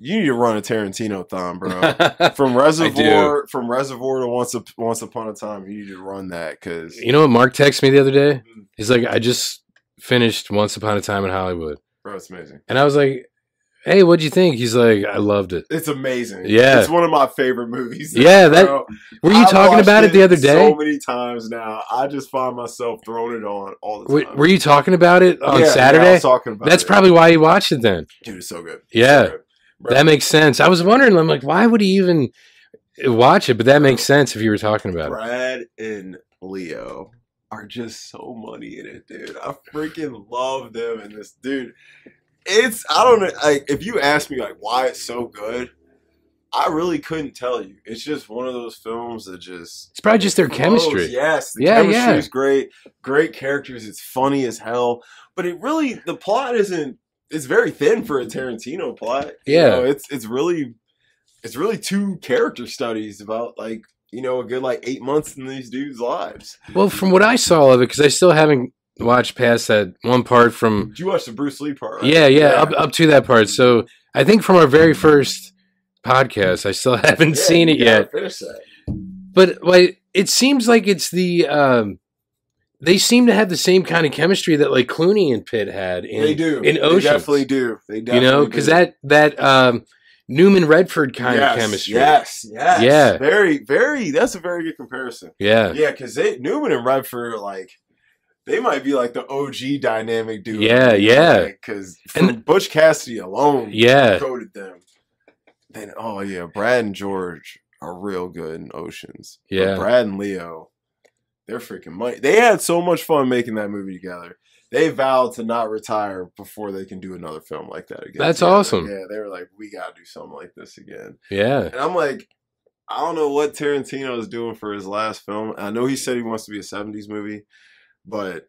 Speaker 2: you need to run a Tarantino thon, bro. From Reservoir, from Reservoir to Once Up- Once Upon a Time, you need to run that because
Speaker 1: you know what Mark texted me the other day? He's like, I just finished Once Upon a Time in Hollywood.
Speaker 2: bro, it's amazing.
Speaker 1: And I was like, hey, what'd you think? He's like, I loved it.
Speaker 2: It's amazing.
Speaker 1: Yeah.
Speaker 2: it's one of my favorite movies.
Speaker 1: Yeah, that-
Speaker 2: bro.
Speaker 1: Were you
Speaker 2: I've
Speaker 1: talking
Speaker 2: watched
Speaker 1: about it the other day?
Speaker 2: So many times now, I just find myself throwing it on all the
Speaker 1: Were,
Speaker 2: time. Oh,
Speaker 1: were you talking about it on
Speaker 2: Yeah, yeah, I
Speaker 1: Saturday?
Speaker 2: was talking about
Speaker 1: That's
Speaker 2: it.
Speaker 1: probably why you watched it then.
Speaker 2: dude. It's so good.
Speaker 1: Yeah.
Speaker 2: So good. Bro,
Speaker 1: That makes sense. I was wondering, I'm like, why would he even watch it? But that makes sense if you were talking about it.
Speaker 2: Brad and Leo are just so money in it, dude. I freaking love them and this dude. It's I don't know. Like if you ask me, like why it's so good, I really couldn't tell you. It's just one of those films that just
Speaker 1: It's probably just their
Speaker 2: flows.
Speaker 1: chemistry.
Speaker 2: Yes, the
Speaker 1: Yeah,
Speaker 2: chemistry
Speaker 1: yeah.
Speaker 2: is great. Great characters. It's funny as hell. But it really the plot isn't. It's very thin for a Tarantino plot. You
Speaker 1: Yeah.
Speaker 2: know, it's it's really it's really two character studies about like you know a good like eight months in these dudes' lives.
Speaker 1: Well, from what I saw of it, because I still haven't watched past that one part from
Speaker 2: Did you watch the Bruce Lee part? right?
Speaker 1: yeah, yeah, Up, up to that part. So I think from our very first podcast, I still haven't
Speaker 2: Yeah,
Speaker 1: seen
Speaker 2: you
Speaker 1: it
Speaker 2: gotta
Speaker 1: yet.
Speaker 2: Finish that.
Speaker 1: But like, it seems like it's the um, they seem to have the same kind of chemistry that like Clooney and Pitt had in
Speaker 2: they do.
Speaker 1: in
Speaker 2: they
Speaker 1: Oceans.
Speaker 2: definitely do. They
Speaker 1: you
Speaker 2: definitely
Speaker 1: know, because
Speaker 2: do.
Speaker 1: that that um, Newman Redford kind
Speaker 2: Yes,
Speaker 1: of chemistry.
Speaker 2: Yes, yes,
Speaker 1: Yeah.
Speaker 2: Very, very. That's a very good comparison.
Speaker 1: yeah,
Speaker 2: Yeah, because they Newman and Redford are like they might be like the OG dynamic dude.
Speaker 1: Yeah, yeah.
Speaker 2: Because
Speaker 1: And-
Speaker 2: Butch Cassidy alone,
Speaker 1: yeah.
Speaker 2: coded them. Then oh yeah, Brad and George are real good in Oceans. But
Speaker 1: Yeah.
Speaker 2: Brad and Leo, they're freaking money. They had so much fun making that movie together. They vowed to not retire before they can do another film like that again.
Speaker 1: That's
Speaker 2: together.
Speaker 1: awesome.
Speaker 2: Yeah, they were like, we gotta do something like this again.
Speaker 1: yeah.
Speaker 2: And I'm like, I don't know what Tarantino is doing for his last film. I know he said he wants to be a 70s movie, but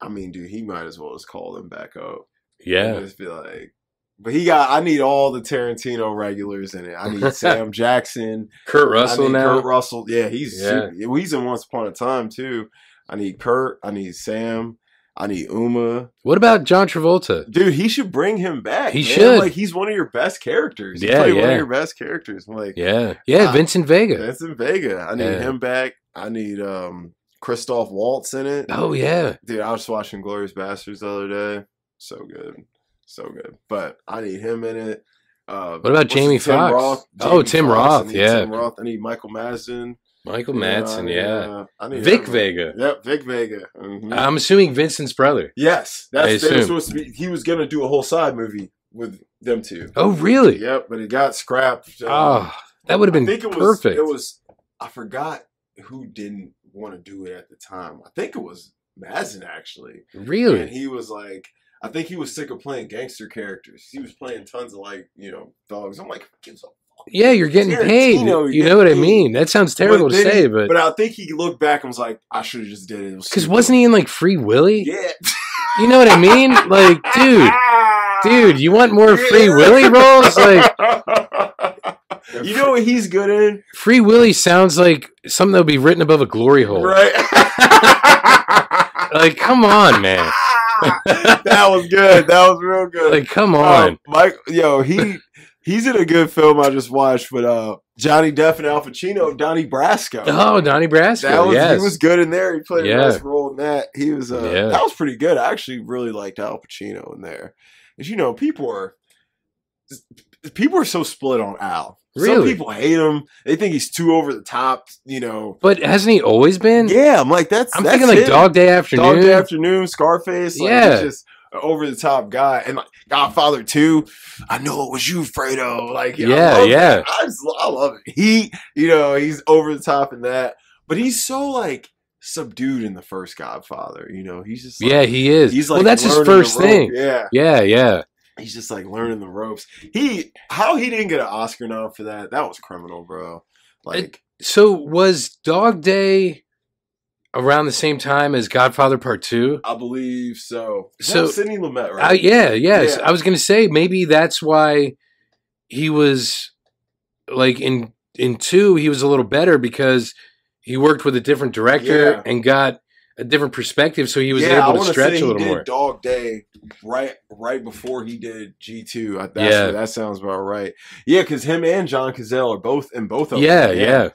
Speaker 2: I mean, dude, he might as well just call them back up.
Speaker 1: Yeah.
Speaker 2: And just be like, but he got, I need all the Tarantino regulars in it. I need Sam Jackson.
Speaker 1: Kurt
Speaker 2: I
Speaker 1: Russell
Speaker 2: need
Speaker 1: now.
Speaker 2: Kurt Russell. Yeah, he's,
Speaker 1: Yeah.
Speaker 2: super- he's in Once Upon a Time, too. I need Kurt. I need Sam. I need Uma.
Speaker 1: What about John Travolta?
Speaker 2: Dude, he should bring him back.
Speaker 1: He
Speaker 2: man.
Speaker 1: should.
Speaker 2: Like, he's one of your best characters. He's
Speaker 1: Yeah,
Speaker 2: probably one
Speaker 1: yeah.
Speaker 2: of your best characters. I'm like,
Speaker 1: Yeah, yeah.
Speaker 2: Ah,
Speaker 1: Vincent Vega.
Speaker 2: That's in Vega. I need
Speaker 1: Yeah.
Speaker 2: him back. I need um Christoph Waltz in it.
Speaker 1: Oh yeah,
Speaker 2: Dude, I was watching Glorious Bastards the other day. So good. So good. But I need him in it. Uh,
Speaker 1: What about
Speaker 2: what's
Speaker 1: Jamie
Speaker 2: it, Tim
Speaker 1: Foxx?
Speaker 2: Roth?
Speaker 1: Oh,
Speaker 2: Jamie
Speaker 1: Tim
Speaker 2: Foxx. I
Speaker 1: Roth,
Speaker 2: need
Speaker 1: yeah.
Speaker 2: Tim Roth. I need Michael Madsen.
Speaker 1: Michael
Speaker 2: You know, I
Speaker 1: Madsen.
Speaker 2: need,
Speaker 1: Yeah,
Speaker 2: uh, I need
Speaker 1: Vic
Speaker 2: everyone.
Speaker 1: Vega.
Speaker 2: Yep, Vic Vega. Mhm.
Speaker 1: I'm assuming Vincent's brother.
Speaker 2: yes,
Speaker 1: I
Speaker 2: that's they were
Speaker 1: assume.
Speaker 2: supposed to be. He was gonna do a whole side movie with them two.
Speaker 1: Oh really?
Speaker 2: Yep, but it got scrapped. uh,
Speaker 1: Oh, that would have been
Speaker 2: I think it
Speaker 1: perfect.
Speaker 2: Was, it was. I forgot who didn't want to do it at the time. I think it was Mazin actually, and
Speaker 1: really.
Speaker 2: he was like, I think he was sick of playing gangster characters. He was playing tons of like you know dogs. I'm like, who gives a fuck?
Speaker 1: Yeah, you're getting paid.
Speaker 2: Tarantino,
Speaker 1: You
Speaker 2: you're
Speaker 1: know what I
Speaker 2: getting paid.
Speaker 1: mean? That sounds terrible to
Speaker 2: then
Speaker 1: say,
Speaker 2: he-
Speaker 1: but
Speaker 2: But I think he looked back and was like, I should have just did it.
Speaker 1: because wasn't he in like Free Willy?
Speaker 2: Yeah,
Speaker 1: You know what I mean? Like, dude, dude, you want more Free Willy roles? Like,
Speaker 2: you know what he's good in,
Speaker 1: Free Willy sounds like something that would be written above a glory hole.
Speaker 2: right?
Speaker 1: Like, come on, man.
Speaker 2: that was good. That was real good.
Speaker 1: Like, come
Speaker 2: Um,
Speaker 1: on.
Speaker 2: Mike, yo, he he's in a good film I just watched with uh Johnny Depp and Al Pacino, Donnie Brasco.
Speaker 1: oh, Donnie Brasco.
Speaker 2: that was
Speaker 1: yes.
Speaker 2: he was good in there. He played a
Speaker 1: Yeah.
Speaker 2: nice role in that. He was uh,
Speaker 1: Yeah.
Speaker 2: that was pretty good. I actually really liked Al Pacino in there. As you know, people are people are so split on Al. Some
Speaker 1: Really?
Speaker 2: people hate him. They think he's too over the top. You know.
Speaker 1: But hasn't he always been?
Speaker 2: Yeah, I'm like that's.
Speaker 1: I'm
Speaker 2: that's
Speaker 1: thinking like
Speaker 2: him.
Speaker 1: Dog Day Afternoon.
Speaker 2: Dog Day Afternoon, Scarface. Like,
Speaker 1: Yeah.
Speaker 2: he's just an over the top guy. And like Godfather 2, I know it was you, Fredo. Like, I
Speaker 1: Yeah,
Speaker 2: love
Speaker 1: yeah.
Speaker 2: that. I, just, I love it. He, you know, he's over the top in that. But he's so like subdued in the first Godfather. You know, he's just like,
Speaker 1: yeah, he is.
Speaker 2: he's like,
Speaker 1: well, that's his
Speaker 2: learning the
Speaker 1: first
Speaker 2: rope.
Speaker 1: thing.
Speaker 2: Yeah.
Speaker 1: Yeah, yeah.
Speaker 2: He's just like learning the ropes. He, how he didn't get an Oscar nom for that, that was criminal, bro. Like,
Speaker 1: So was Dog Day around the same time as Godfather Part Two?
Speaker 2: I believe so. Is
Speaker 1: So-
Speaker 2: that Sidney Lumet,
Speaker 1: Uh,
Speaker 2: right?
Speaker 1: yeah, yes.
Speaker 2: Yeah.
Speaker 1: I was gonna say maybe that's why he was like in in two. He was a little better because he worked with a different director
Speaker 2: Yeah.
Speaker 1: and got a different perspective, so he was
Speaker 2: yeah, I
Speaker 1: able
Speaker 2: wanna
Speaker 1: to stretch
Speaker 2: say
Speaker 1: a
Speaker 2: he
Speaker 1: little
Speaker 2: did
Speaker 1: more.
Speaker 2: Dog Day right right before he did G two. That's
Speaker 1: Yeah.
Speaker 2: that sounds about right. Yeah, because him and John Cazale are both in both of
Speaker 1: yeah,
Speaker 2: them.
Speaker 1: yeah,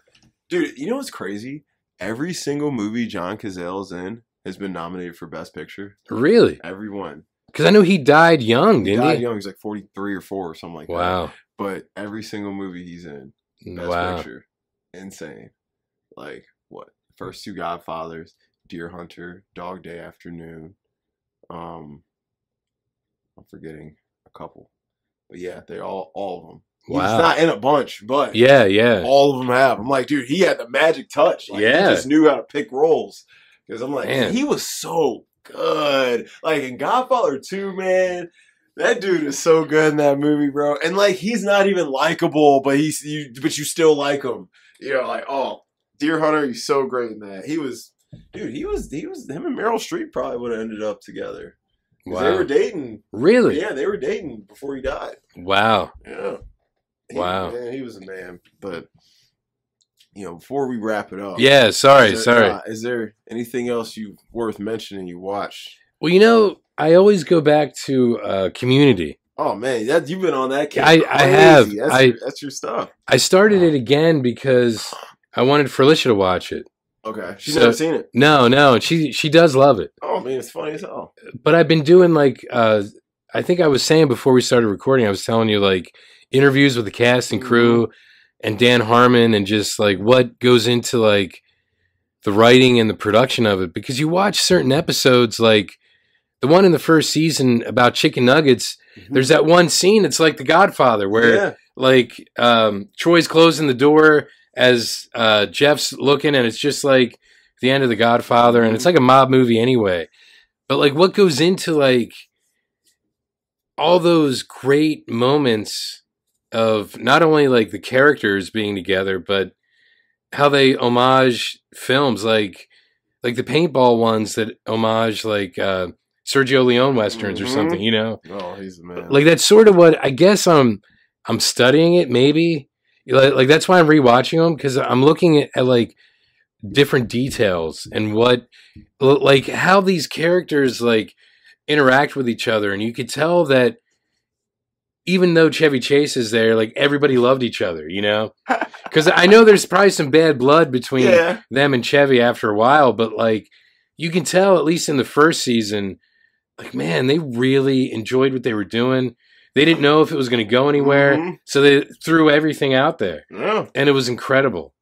Speaker 2: dude. You know what's crazy? Every single movie John Cazale's in has been nominated for Best Picture.
Speaker 1: really.
Speaker 2: Every one.
Speaker 1: Because I know he died young,
Speaker 2: He
Speaker 1: didn't
Speaker 2: died
Speaker 1: he?
Speaker 2: young. He's like forty three or four or something like that.
Speaker 1: Wow,
Speaker 2: But every single movie he's in, Best
Speaker 1: wow.
Speaker 2: Picture, insane. Like what? First two Godfathers, Deer Hunter, Dog Day Afternoon. Um, I'm forgetting a couple, but yeah, they all all of them.
Speaker 1: Wow.
Speaker 2: He's not in a bunch, but
Speaker 1: Yeah, yeah.
Speaker 2: all of them have. I'm like, dude, he had the magic touch. Like,
Speaker 1: Yeah.
Speaker 2: he just knew how to pick roles. Because I'm like,
Speaker 1: Man.
Speaker 2: he was so good. Like in Godfather 2, man, that dude is so good in that movie, bro. And like, he's not even likable, but he's you, but you still like him. You know, like, oh, Deer Hunter, he's so great in that. He was, dude, he was, he was. Him and Meryl Streep probably would have ended up together. 'Cause They
Speaker 1: Wow.
Speaker 2: were dating.
Speaker 1: Really?
Speaker 2: Yeah, they were dating before he died.
Speaker 1: Wow.
Speaker 2: Yeah. He-
Speaker 1: Wow.
Speaker 2: man, he was a man. But you know, before we wrap it up,
Speaker 1: Yeah, sorry,
Speaker 2: is there-
Speaker 1: sorry.
Speaker 2: uh, is there anything else you worth mentioning you watched?
Speaker 1: Well, you know, I always go back to uh, community.
Speaker 2: Oh man, that you've been on that. kick
Speaker 1: I- I
Speaker 2: crazy.
Speaker 1: have.
Speaker 2: That's,
Speaker 1: I-
Speaker 2: your, that's your stuff.
Speaker 1: I started it again because I wanted Felicia to watch it.
Speaker 2: Okay, she's
Speaker 1: So-
Speaker 2: never seen it.
Speaker 1: No, no, she she does love it.
Speaker 2: Oh man, it's funny as hell.
Speaker 1: But I've been doing like uh, I think I was saying before we started recording, I was telling you like interviews with the cast and crew and Dan Harmon and just like what goes into like the writing and the production of it because you watch certain episodes like the one in the first season about chicken nuggets there's that one scene it's like the godfather where
Speaker 2: yeah,
Speaker 1: like um, Troy's closing the door as uh, Jeff's looking, and it's just like the end of The Godfather, and it's like a mob movie anyway. But like, what goes into like all those great moments of not only like the characters being together, but how they homage films like like the paintball ones that homage like uh, Sergio Leone westerns or
Speaker 2: Mhm.
Speaker 1: something, you know
Speaker 2: oh he's a man.
Speaker 1: like that's sort of what I guess I'm I'm studying it maybe like, like that's why I'm rewatching them because I'm looking at, at like different details and what l- like how these characters like interact with each other and you could tell that even though Chevy Chase is there like everybody loved each other you know because I know there's probably some bad blood between
Speaker 2: yeah,
Speaker 1: them and Chevy after a while, but like you can tell at least in the first season, like man, they really enjoyed what they were doing. They didn't know if it was going to go anywhere,
Speaker 2: Mhm.
Speaker 1: so they threw everything out there,
Speaker 2: yeah.
Speaker 1: and it was incredible.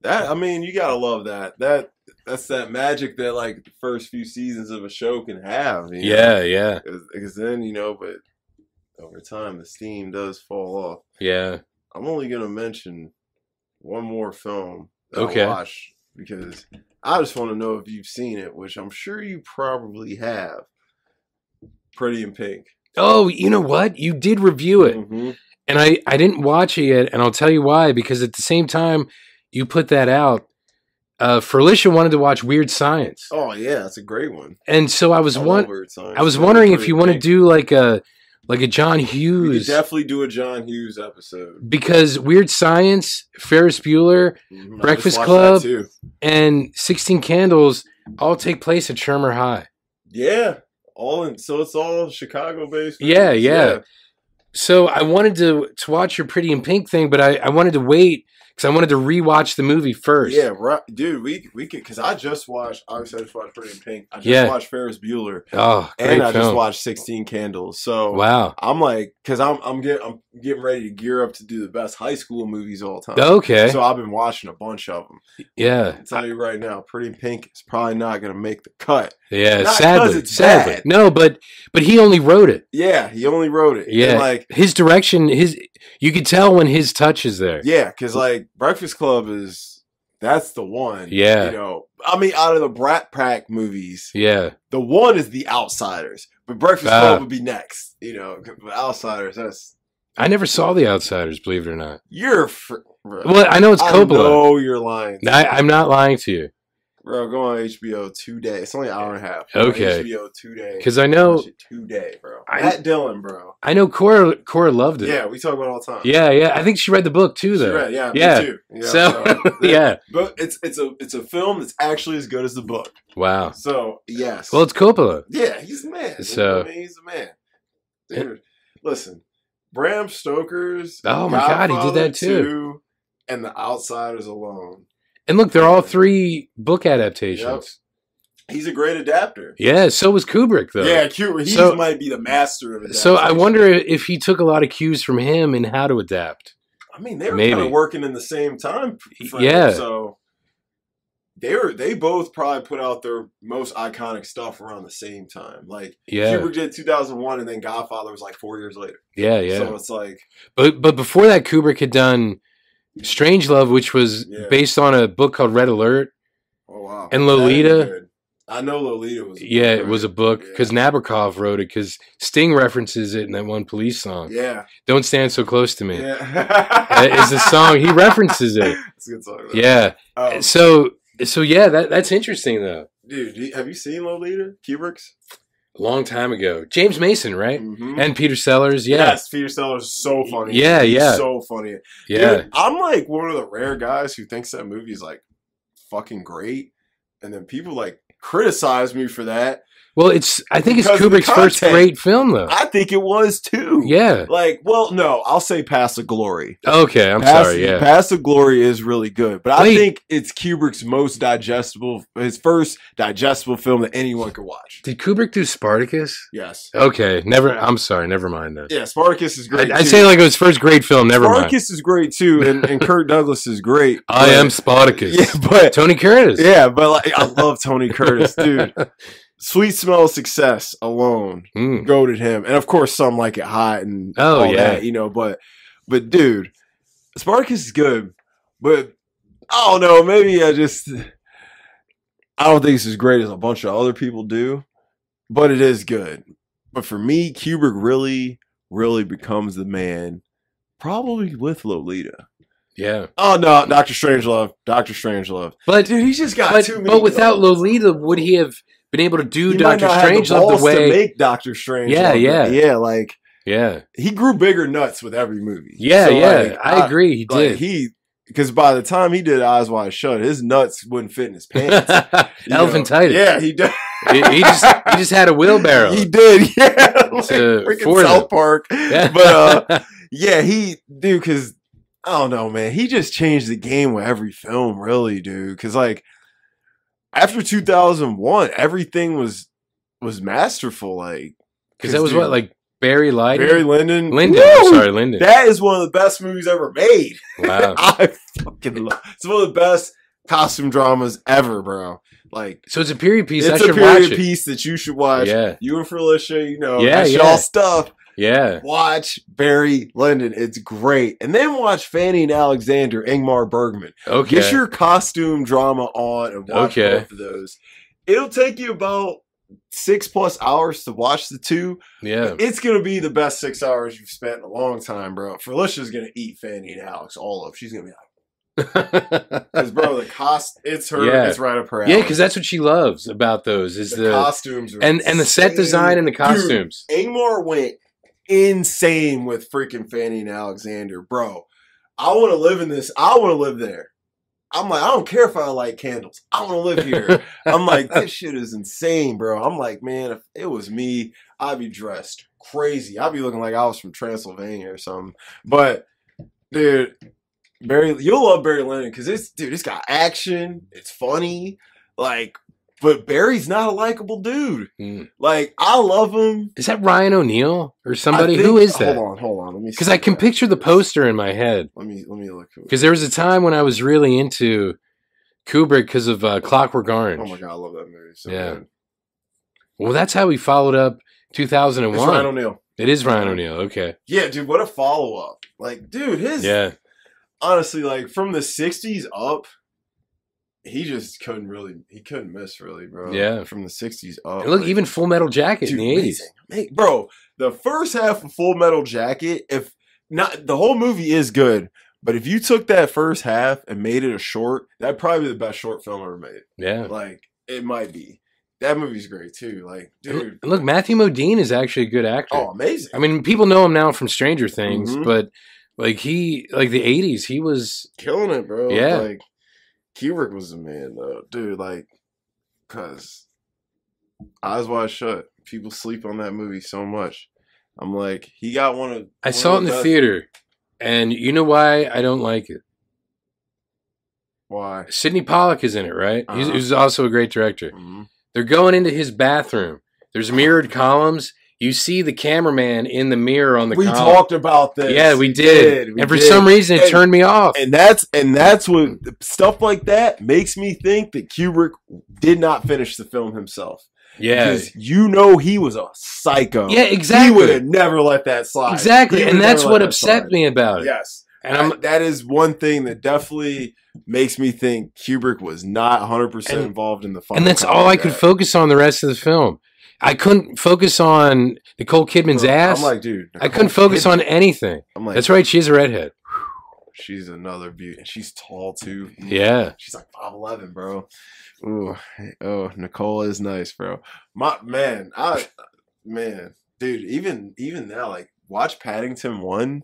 Speaker 2: That I mean, you gotta love that. That that's that magic that like the first few seasons of a show can have. you know?
Speaker 1: Yeah, yeah,
Speaker 2: because then you know, but over time the steam does fall off.
Speaker 1: yeah.
Speaker 2: I'm only gonna mention one more film that
Speaker 1: Okay.
Speaker 2: I watched because I just want to know if you've seen it, which I'm sure you probably have. Pretty in Pink.
Speaker 1: Oh, you know what? You did review it,
Speaker 2: Mhm.
Speaker 1: and I I didn't watch it yet, and I'll tell you why. Because at the same time, you put that out. Uh, Felicia wanted to watch Weird Science,
Speaker 2: Oh yeah, it's a great one.
Speaker 1: and so I was
Speaker 2: I love
Speaker 1: one.
Speaker 2: Weird Science.
Speaker 1: I was
Speaker 2: Pretty
Speaker 1: wondering if
Speaker 2: Pretty
Speaker 1: you want to
Speaker 2: Pink.
Speaker 1: do like a like a John
Speaker 2: We could
Speaker 1: Hughes
Speaker 2: definitely do a John Hughes episode.
Speaker 1: because Weird Science, Ferris Bueller,
Speaker 2: Mhm. I just
Speaker 1: Breakfast
Speaker 2: watched that
Speaker 1: Club.
Speaker 2: too.
Speaker 1: and Sixteen Candles all take place at Shermer High.
Speaker 2: Yeah, all in. So it's all Chicago based.
Speaker 1: Yeah, yeah. So I wanted to to watch your Pretty in Pink thing, but I, I wanted to wait because I wanted to rewatch the movie first.
Speaker 2: Yeah, right, dude. We we could because I just watched. Obviously, I just watched Pretty in Pink. I just
Speaker 1: Yeah.
Speaker 2: watched Ferris Bueller,
Speaker 1: Oh, great
Speaker 2: and I
Speaker 1: film.
Speaker 2: just watched Sixteen Candles. So
Speaker 1: wow.
Speaker 2: I'm like, because I'm I'm getting I'm getting ready to gear up to do the best high school movies of all time.
Speaker 1: Oh, Okay.
Speaker 2: So I've been watching a bunch of them.
Speaker 1: yeah.
Speaker 2: I tell you right now, Pretty in Pink is probably not gonna make the cut.
Speaker 1: Yeah.
Speaker 2: Not 'cause
Speaker 1: Sadly.
Speaker 2: it's
Speaker 1: Sadly.
Speaker 2: bad.
Speaker 1: No, but but he only wrote it.
Speaker 2: Yeah, he only wrote it. And,
Speaker 1: Yeah.
Speaker 2: like
Speaker 1: His direction, his you could tell when his touch is there.
Speaker 2: yeah, because like Breakfast Club is that's the one.
Speaker 1: Yeah.
Speaker 2: you know, I mean, out of the Brat Pack movies,
Speaker 1: Yeah.
Speaker 2: the one is The Outsiders, but Breakfast
Speaker 1: Ah.
Speaker 2: Club would be next. You know, 'cause The Outsiders. That's
Speaker 1: I never saw The Outsiders, believe it or not.
Speaker 2: you're. Fr-
Speaker 1: Well, I know it's
Speaker 2: I
Speaker 1: Coppola.
Speaker 2: know you're lying.
Speaker 1: I, I'm not lying to you.
Speaker 2: Bro, go on HBO today. It's only an hour and a half.
Speaker 1: Okay.
Speaker 2: HBO today.
Speaker 1: Because I know,
Speaker 2: today, bro.
Speaker 1: I-
Speaker 2: Matt Dillon, bro.
Speaker 1: I know Cora Cora loved it.
Speaker 2: Yeah, we talk about it all the time.
Speaker 1: yeah, yeah. I think she read the book too,
Speaker 2: She
Speaker 1: though.
Speaker 2: read, yeah, me
Speaker 1: Yeah.
Speaker 2: too. Yeah,
Speaker 1: so,
Speaker 2: that-
Speaker 1: yeah.
Speaker 2: but it's it's a it's a film that's actually as good as the book.
Speaker 1: Wow.
Speaker 2: So yes,
Speaker 1: Well, it's Coppola.
Speaker 2: yeah, he's a man.
Speaker 1: So-
Speaker 2: I mean, he's a man. Dude, listen, Bram Stoker's.
Speaker 1: Oh my God, he did
Speaker 2: Godfather
Speaker 1: that too.
Speaker 2: 2, and The Outsiders alone.
Speaker 1: And look, they're all three book adaptations.
Speaker 2: He's a great adapter.
Speaker 1: Yeah, so was Kubrick, though.
Speaker 2: Yeah, Kubrick. He
Speaker 1: So-
Speaker 2: might be the master of it.
Speaker 1: So I wonder if he took a lot of cues from him in how to adapt.
Speaker 2: I mean, they were
Speaker 1: Maybe.
Speaker 2: kind of working in the same time frame.
Speaker 1: Yeah.
Speaker 2: So they were. They both probably put out their most iconic stuff around the same time. Like
Speaker 1: Yeah,
Speaker 2: Kubrick did 2001, and then Godfather was like four years later.
Speaker 1: yeah, yeah.
Speaker 2: So it's like
Speaker 1: But but before that, Kubrick had done Strange Love, which was
Speaker 2: Yeah.
Speaker 1: based on a book called Red Alert.
Speaker 2: oh wow.
Speaker 1: And
Speaker 2: That is
Speaker 1: Lolita?
Speaker 2: good. I know Lolita was.
Speaker 1: Yeah, it was a book
Speaker 2: Yeah.
Speaker 1: because Nabokov wrote it because Sting references it in that one police song.
Speaker 2: Yeah.
Speaker 1: Don't stand so close to me.
Speaker 2: Yeah.
Speaker 1: That is the song he references it.
Speaker 2: It's a good song. though.
Speaker 1: Yeah.
Speaker 2: Um,
Speaker 1: So so yeah, that that's interesting though.
Speaker 2: dude, do you- have you seen Lolita? Kubrick's.
Speaker 1: A long time ago, James Mason, right?
Speaker 2: Mhm.
Speaker 1: And Peter Sellers. Yeah,
Speaker 2: Yes, Peter Sellers is so funny.
Speaker 1: Yeah,
Speaker 2: He's
Speaker 1: yeah.
Speaker 2: so funny.
Speaker 1: yeah.
Speaker 2: Dude, I'm like one of the rare guys who thinks that movie's like fucking great, and then people like criticize me for that.
Speaker 1: Well, it's I think it's
Speaker 2: Because of the
Speaker 1: Kubrick's first
Speaker 2: content.
Speaker 1: great film though.
Speaker 2: I think it was too.
Speaker 1: yeah.
Speaker 2: Like, well, no, I'll say Pass the Glory.
Speaker 1: Okay. I'm
Speaker 2: Pass,
Speaker 1: sorry. Yeah.
Speaker 2: Pass the Glory is really good, but
Speaker 1: Wait.
Speaker 2: I think it's Kubrick's most digestible, his first digestible film that anyone could watch.
Speaker 1: Did Kubrick do Spartacus?
Speaker 2: Yes.
Speaker 1: Okay, never. I'm sorry, never mind that.
Speaker 2: Yeah, Spartacus is great.
Speaker 1: I,
Speaker 2: too.
Speaker 1: would say like it was first grade film. Never mind.
Speaker 2: Spartacus is great too, and, and Kirk Douglas is great.
Speaker 1: I
Speaker 2: but-
Speaker 1: am Spartacus.
Speaker 2: Yeah, but
Speaker 1: Tony Curtis.
Speaker 2: Yeah, but like I love Tony Curtis, dude. Sweet Smell of Success alone
Speaker 1: Mm.
Speaker 2: goaded him, and of course some like it hot and
Speaker 1: Oh, yeah.
Speaker 2: that, you know. But but dude, Spartacus is good, but I don't know. Maybe I just I don't think it's as great as a bunch of other people do, but it is good. But for me, Kubrick really, really becomes the man, probably with Lolita.
Speaker 1: Yeah,
Speaker 2: Oh no, Doctor Strangelove, Doctor Strangelove,
Speaker 1: but
Speaker 2: dude, he's just got
Speaker 1: but,
Speaker 2: too many.
Speaker 1: but without
Speaker 2: goals.
Speaker 1: Lolita, would he have been able to do
Speaker 2: He might
Speaker 1: Doctor
Speaker 2: not have
Speaker 1: Strange
Speaker 2: balls
Speaker 1: the way?
Speaker 2: to make Doctor Strange.
Speaker 1: Yeah, yeah.
Speaker 2: yeah. Like
Speaker 1: yeah,
Speaker 2: he grew bigger nuts with every movie.
Speaker 1: yeah,
Speaker 2: So,
Speaker 1: yeah.
Speaker 2: like,
Speaker 1: I agree. He
Speaker 2: like,
Speaker 1: did.
Speaker 2: he because by the time he did Eyes Wide Shut, his nuts wouldn't fit in his pants. you know?
Speaker 1: Elephantitis.
Speaker 2: Yeah, he did.
Speaker 1: he, he just he just had a wheelbarrow.
Speaker 2: He did. Yeah, like
Speaker 1: To-
Speaker 2: freaking
Speaker 1: for
Speaker 2: South
Speaker 1: them.
Speaker 2: Park.
Speaker 1: Yeah.
Speaker 2: But uh, yeah, he dude, because I don't know, man. He just changed the game with every film, really, dude. Because like after 2001, everything was was masterful. Like
Speaker 1: because that was
Speaker 2: dude,
Speaker 1: what like Barry Lyndon.
Speaker 2: Barry Lyndon.
Speaker 1: Lyndon.
Speaker 2: Woo!
Speaker 1: I'm sorry, Lyndon.
Speaker 2: That is one of the best movies ever made.
Speaker 1: wow.
Speaker 2: I fucking love. It's one of the best costume dramas ever, bro. Like
Speaker 1: So it's a period piece. I
Speaker 2: it's a
Speaker 1: should watch
Speaker 2: period
Speaker 1: it.
Speaker 2: piece that you should watch.
Speaker 1: Yeah,
Speaker 2: You and Felicia, you know,
Speaker 1: Yeah,
Speaker 2: that's
Speaker 1: yeah.
Speaker 2: y'all stuff.
Speaker 1: yeah.
Speaker 2: Watch Barry Lyndon. It's great. And then watch Fanny and Alexander, Ingmar Bergman.
Speaker 1: Okay.
Speaker 2: Get your costume drama on and watch
Speaker 1: Okay.
Speaker 2: both of those. It'll take you about six plus hours to watch the two.
Speaker 1: yeah.
Speaker 2: It's gonna be the best six hours you've spent in a long time, bro. Felicia's gonna eat Fanny and Alex all up. She's gonna be like, because bro, the cost it's her,
Speaker 1: Yeah.
Speaker 2: it's right up her alley.
Speaker 1: Yeah, because that's what she loves about those is
Speaker 2: the,
Speaker 1: the
Speaker 2: costumes are
Speaker 1: and and the set design and the costumes.
Speaker 2: Amor went insane with freaking Fanny and Alexander, bro. I want to live in this. I want to live there. I'm like, I don't care if I like candles. I want to live here. I'm like, this shit is insane, bro. I'm like, man, if it was me, I'd be dressed crazy. I'd be looking like I was from Transylvania or something. But, dude, Barry, you'll love Barry Lennon because it's, dude, it's got action. It's funny. Like, but Barry's not a likable dude.
Speaker 1: Mm.
Speaker 2: Like I love him.
Speaker 1: Is that Ryan O'Neal or
Speaker 2: I
Speaker 1: somebody?
Speaker 2: think-
Speaker 1: Who is that?
Speaker 2: Hold on, hold on. Let me
Speaker 1: Because
Speaker 2: see
Speaker 1: I can
Speaker 2: that.
Speaker 1: picture the poster in my head.
Speaker 2: Let me let me look. Who
Speaker 1: Because there was a time when I was really into Kubrick because of uh, Clockwork
Speaker 2: oh my
Speaker 1: Orange.
Speaker 2: god, I love that movie. So
Speaker 1: Yeah.
Speaker 2: good.
Speaker 1: well, that's how he followed up
Speaker 2: It's Ryan
Speaker 1: 2001.
Speaker 2: O'Neal.
Speaker 1: It is Ryan O'Neal. Okay.
Speaker 2: Yeah, dude, what a follow up. Like, dude, his
Speaker 1: Yeah.
Speaker 2: honestly, like from the '60s up, he just couldn't really, he couldn't miss really, bro.
Speaker 1: Yeah.
Speaker 2: from the '60s up.
Speaker 1: And look,
Speaker 2: like,
Speaker 1: even Full Metal Jacket in
Speaker 2: dude,
Speaker 1: the 80s.
Speaker 2: amazing. Ama- bro, the first half of Full Metal Jacket, if not the whole movie is good, But if you took that first half and made it a short, that'd probably be the best short film ever made.
Speaker 1: Yeah.
Speaker 2: Like it might be. That movie's great too. Like, dude,
Speaker 1: And Look, Matthew Modine is actually a good actor.
Speaker 2: oh, amazing.
Speaker 1: I mean, people know him now from Stranger Things,
Speaker 2: Mhm.
Speaker 1: but like he, like the '80s, he was.
Speaker 2: killing it, bro.
Speaker 1: Yeah.
Speaker 2: Like Kubrick was the man though, dude. Like, cause Eyes Wide Shut. People sleep on that movie so much. I'm like, he got one of.
Speaker 1: I saw it in the theater, and you know why I don't like it.
Speaker 2: Why?
Speaker 1: Sidney Pollack is in it, right? He's,
Speaker 2: Uh-huh.
Speaker 1: he's also a great director.
Speaker 2: Mhm.
Speaker 1: They're going into his bathroom. There's mirrored columns. You see the cameraman in the mirror on the.
Speaker 2: we
Speaker 1: column.
Speaker 2: talked about this.
Speaker 1: Yeah, we did.
Speaker 2: we
Speaker 1: and for
Speaker 2: did.
Speaker 1: some reason, it
Speaker 2: And-
Speaker 1: turned me off.
Speaker 2: And that's and that's what stuff like that makes me think that Kubrick did not finish the film himself.
Speaker 1: yeah.
Speaker 2: Because you know he was a psycho.
Speaker 1: Yeah,
Speaker 2: He would have
Speaker 1: exactly.
Speaker 2: never let that slide. He
Speaker 1: Exactly.
Speaker 2: would
Speaker 1: And that's
Speaker 2: never let
Speaker 1: what
Speaker 2: that
Speaker 1: upset
Speaker 2: slide.
Speaker 1: me about it.
Speaker 2: Yes.
Speaker 1: And I'm
Speaker 2: That- that is one thing that definitely makes me think Kubrick was not 100%
Speaker 1: And-
Speaker 2: involved in the final.
Speaker 1: and that's all I could focus on the rest of the film. I couldn't focus on Nicole Kidman's ass.
Speaker 2: I'm like, dude.
Speaker 1: I couldn't focus on anything.
Speaker 2: I'm like,
Speaker 1: That's right. She's a redhead.
Speaker 2: She's another beauty. And she's tall, too.
Speaker 1: Yeah.
Speaker 2: She's like 5'11, bro. Ooh. hey, Oh, Nicole is nice, bro. My man, I man, dude, even even now, like watch Paddington 1.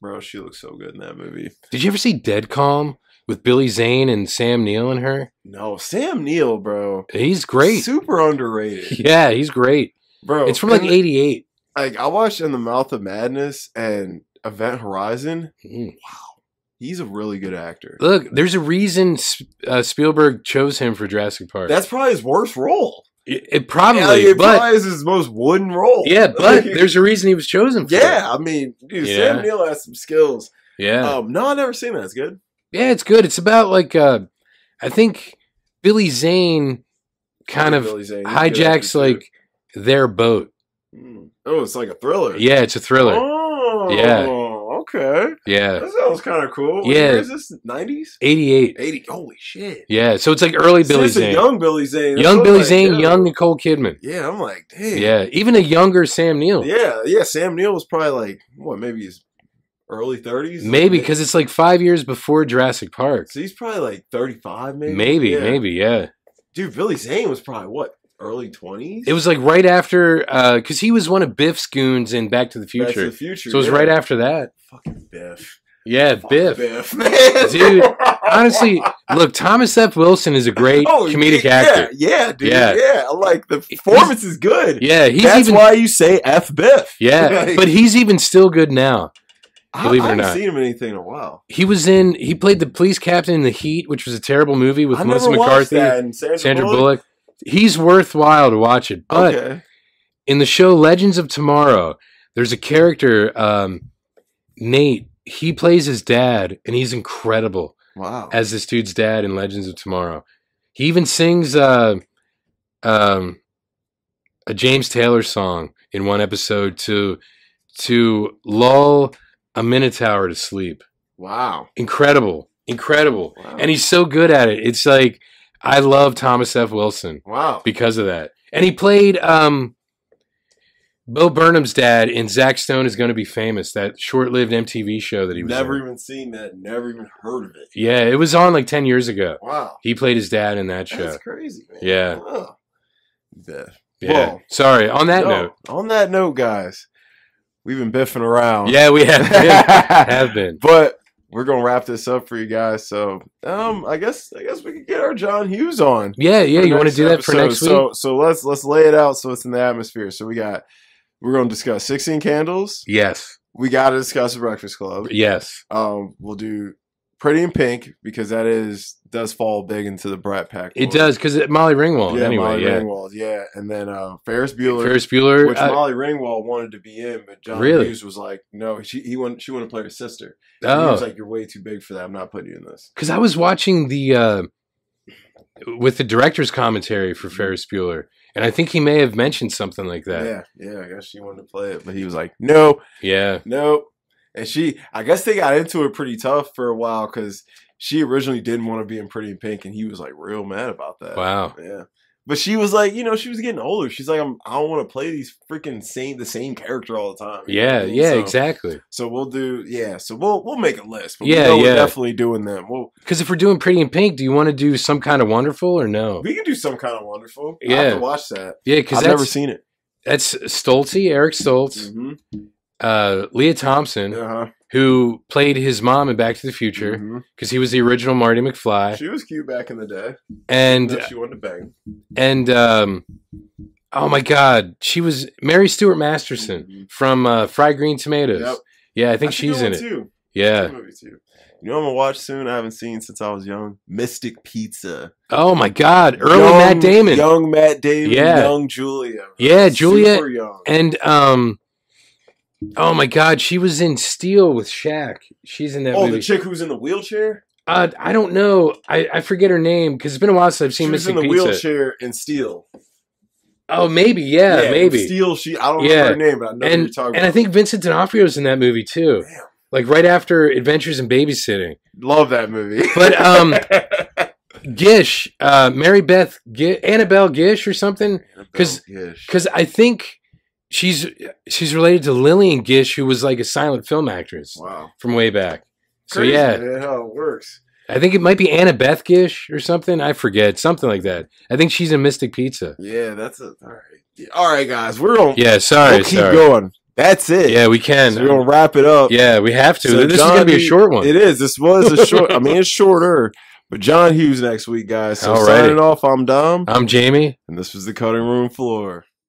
Speaker 2: Bro, she looks so good in that movie.
Speaker 1: Did you ever see Dead Calm with Billy Zane and Sam Neill in her?
Speaker 2: No, Sam Neill, bro.
Speaker 1: He's great.
Speaker 2: Super underrated.
Speaker 1: Yeah, he's great.
Speaker 2: Bro.
Speaker 1: It's from like
Speaker 2: and-
Speaker 1: '88.
Speaker 2: like I watched In the Mouth of Madness and Event Horizon.
Speaker 1: Mm.
Speaker 2: He's a really good actor.
Speaker 1: Look, there's a reason S- uh, Spielberg chose him for Jurassic Park.
Speaker 2: That's probably his worst role.
Speaker 1: it, it probably,
Speaker 2: Yeah, it
Speaker 1: but
Speaker 2: probably is his most wooden role.
Speaker 1: yeah, but
Speaker 2: Like,
Speaker 1: there's a reason he was chosen. For it.
Speaker 2: yeah. I mean, dude,
Speaker 1: Yeah.
Speaker 2: Sam Neill has some skills.
Speaker 1: yeah.
Speaker 2: Um, no, I never seen that. It's good.
Speaker 1: Yeah, it's good. It's about like uh I think Billy Zane kind of
Speaker 2: Billy Zane, he's a good
Speaker 1: hijacks
Speaker 2: actor,
Speaker 1: like their boat.
Speaker 2: too. Mm. oh, it's like a thriller.
Speaker 1: Yeah, it's a thriller.
Speaker 2: Oh,
Speaker 1: Yeah.
Speaker 2: Okay,
Speaker 1: Yeah.
Speaker 2: that sounds kind of cool. What
Speaker 1: Yeah.
Speaker 2: year is this nineties,
Speaker 1: 88.
Speaker 2: eighty? Holy shit!
Speaker 1: Yeah, so it's like early Billy
Speaker 2: Since a
Speaker 1: Zane. Young,
Speaker 2: young Billy Zane, I'm
Speaker 1: Billy
Speaker 2: like,
Speaker 1: Zane,
Speaker 2: yo.
Speaker 1: young Nicole Kidman.
Speaker 2: Yeah, I'm like, damn.
Speaker 1: Yeah, even a younger Sam Neill.
Speaker 2: Yeah, yeah. Sam Neill was probably like what, maybe his early thirties,
Speaker 1: Maybe cuz it's like 5 years before Jurassic Park.
Speaker 2: so he's probably like thirty five, maybe.
Speaker 1: Maybe,
Speaker 2: Yeah.
Speaker 1: maybe, yeah.
Speaker 2: Dude, Billy Zane was probably what early twenties.
Speaker 1: It was like right after uh cuz he was one of Biff's goons in Back to the Future.
Speaker 2: Back to the future.
Speaker 1: so it was
Speaker 2: yeah.
Speaker 1: right after that.
Speaker 2: fucking Biff.
Speaker 1: Yeah,
Speaker 2: Fuck
Speaker 1: Biff.
Speaker 2: Biff, man.
Speaker 1: Dude, honestly, look, Thomas F. Wilson is a great
Speaker 2: Oh,
Speaker 1: comedic
Speaker 2: yeah,
Speaker 1: actor.
Speaker 2: Yeah, dude.
Speaker 1: Yeah.
Speaker 2: Yeah. I like the performance is good.
Speaker 1: Yeah, he's
Speaker 2: That's
Speaker 1: even
Speaker 2: why you say F Biff.
Speaker 1: yeah,
Speaker 2: Like,
Speaker 1: but he's even still good now.
Speaker 2: I,
Speaker 1: believe it
Speaker 2: I
Speaker 1: or
Speaker 2: haven't
Speaker 1: not.
Speaker 2: seen him in anything in a while.
Speaker 1: He was in he played the police captain in The Heat, which was a terrible movie with
Speaker 2: I
Speaker 1: Melissa
Speaker 2: never watched
Speaker 1: McCarthy,
Speaker 2: that, and Sandra,
Speaker 1: Sandra Bullock. He's worthwhile to watch it. But
Speaker 2: okay.
Speaker 1: in the show Legends of Tomorrow, there's a character um, Nate. He plays his dad, and he's incredible
Speaker 2: Wow.
Speaker 1: as this dude's dad in Legends of Tomorrow. He even sings uh, um, a James Taylor song in one episode to to lull a minotaur to sleep.
Speaker 2: wow.
Speaker 1: Incredible, incredible,
Speaker 2: Wow.
Speaker 1: and he's so good at it. It's like I love Thomas F. Wilson
Speaker 2: wow.
Speaker 1: because of that, and he played um, Bo Burnham's dad in Zack Stone is going to be famous. That short-lived MTV show that he was
Speaker 2: never
Speaker 1: in.
Speaker 2: even seen that, never even heard of it.
Speaker 1: Yeah, it was on like ten years ago.
Speaker 2: Wow.
Speaker 1: He played his dad in that show.
Speaker 2: That's crazy, man.
Speaker 1: Yeah.
Speaker 2: Wow. Biff.
Speaker 1: Yeah.
Speaker 2: Well,
Speaker 1: Sorry. On that
Speaker 2: No,
Speaker 1: note,
Speaker 2: On that note, guys, we've been biffing around.
Speaker 1: yeah, we have been, have been.
Speaker 2: but we're gonna wrap this up for you guys. So um I guess I guess we could get our John Hughes on.
Speaker 1: Yeah, yeah.
Speaker 2: for
Speaker 1: You want to do that for
Speaker 2: episode.
Speaker 1: next week?
Speaker 2: So so let's let's lay it out so it's in the atmosphere. So we got we're gonna discuss sixteen candles.
Speaker 1: yes,
Speaker 2: We gotta discuss the Breakfast Club.
Speaker 1: yes,
Speaker 2: Um we'll do Pretty in Pink because that is does fall big into the Brat Pack.
Speaker 1: it
Speaker 2: world.
Speaker 1: does because Molly Ringwald.
Speaker 2: Yeah,
Speaker 1: anyway,
Speaker 2: Molly
Speaker 1: yeah.
Speaker 2: Ringwald. Yeah, and then uh, Ferris Bueller,
Speaker 1: Ferris Bueller.
Speaker 2: which
Speaker 1: uh,
Speaker 2: Molly Ringwald wanted to be in, but John
Speaker 1: Really?
Speaker 2: Hughes was like, "No, she he wanted she wanted to play her sister." And He
Speaker 1: oh,
Speaker 2: was like, "You're way too big for that. I'm not putting you in this."
Speaker 1: because I was watching the uh, with the director's commentary for Ferris Bueller, and I think he may have mentioned something like that.
Speaker 2: Yeah, yeah. I guess she wanted to play it, but he was like, "No,
Speaker 1: Yeah,
Speaker 2: no." And she, I guess they got into it pretty tough for a while because she originally didn't want to be in Pretty in Pink, and he was like real mad about that.
Speaker 1: wow.
Speaker 2: Yeah. But she was like, you know, she was getting older. She's like, I'm, I don't want to play these freaking same the same character all the time. You know what
Speaker 1: Yeah,
Speaker 2: I mean?
Speaker 1: yeah,
Speaker 2: So-
Speaker 1: exactly.
Speaker 2: So we'll do, yeah. So we'll we'll make a list. But
Speaker 1: Yeah,
Speaker 2: we know
Speaker 1: yeah.
Speaker 2: We're definitely doing them. We'll
Speaker 1: Because if we're doing Pretty in Pink, do you want to do some kind of wonderful or no?
Speaker 2: we can do some kind of wonderful. I
Speaker 1: Yeah.
Speaker 2: have to watch that.
Speaker 1: Yeah, because
Speaker 2: I've
Speaker 1: that's
Speaker 2: never seen it.
Speaker 1: that's Stoltz, Eric Stoltz,
Speaker 2: Mm-hmm.
Speaker 1: uh, Leah Thompson,
Speaker 2: Uh huh.
Speaker 1: who played his mom in Back to the Future because he was the original Marty McFly,
Speaker 2: Mm-hmm. She was cute back in the day.
Speaker 1: and uh,
Speaker 2: And she wanted to bang.
Speaker 1: and um, oh my God, she was Mary Stuart Masterson
Speaker 2: Mhm.
Speaker 1: from uh, Fried Green Tomatoes.
Speaker 2: Yep.
Speaker 1: Yeah, I think
Speaker 2: That's a
Speaker 1: she's
Speaker 2: good
Speaker 1: in
Speaker 2: one,
Speaker 1: it.
Speaker 2: Too.
Speaker 1: Yeah.
Speaker 2: Good movie, too. You know, what I'm gonna watch soon. I haven't seen since I was young. Mystic Pizza.
Speaker 1: Oh my God, early
Speaker 2: Young-
Speaker 1: Matt Damon.
Speaker 2: Young Matt Damon.
Speaker 1: Yeah.
Speaker 2: Young Julia.
Speaker 1: Yeah, Julia
Speaker 2: Super young.
Speaker 1: And um, oh my God, she was in Steel with Shaq. She's in that
Speaker 2: oh,
Speaker 1: movie.
Speaker 2: the chick who's in the wheelchair.
Speaker 1: uh, I don't know. I, I forget her name because it's been a while since I've
Speaker 2: She
Speaker 1: seen
Speaker 2: was in
Speaker 1: Missing
Speaker 2: the
Speaker 1: Pizza.
Speaker 2: wheelchair in Steel.
Speaker 1: Oh, maybe. Yeah, maybe.
Speaker 2: Steel. She. I don't
Speaker 1: Yeah.
Speaker 2: know her name, but I know who you're
Speaker 1: and
Speaker 2: talking
Speaker 1: and I
Speaker 2: about.
Speaker 1: think Vincent D'Onofrio's in that movie too.
Speaker 2: Damn.
Speaker 1: Like right after Adventures in Babysitting.
Speaker 2: Love that movie.
Speaker 1: But um, Gish, uh, Mary Beth, Gi- Annabelle Gish or something. 'Cause- Because I think she's she's related to Lillian Gish, who was like a silent film actress
Speaker 2: wow.
Speaker 1: from way back. So
Speaker 2: Crazy,
Speaker 1: yeah,
Speaker 2: man, how it works.
Speaker 1: I think it might be Anna Beth Gish or something. I forget something like that. I think she's in Mystic Pizza.
Speaker 2: Yeah, that's a, all right. Yeah, all right, guys, we're on.
Speaker 1: Yeah, sorry,
Speaker 2: we'll keep
Speaker 1: sorry.
Speaker 2: going. That's it.
Speaker 1: Yeah, we can.
Speaker 2: So we're gonna wrap it up.
Speaker 1: yeah, we have to.
Speaker 2: So
Speaker 1: this is gonna be a
Speaker 2: Johnny-
Speaker 1: short one.
Speaker 2: It is. This was a short. I mean, it's shorter. But John Hughes next week, guys. So
Speaker 1: All Uh, right.
Speaker 2: signing off. I'm Dom,
Speaker 1: I'm Jamie.
Speaker 2: and this was the cutting room floor.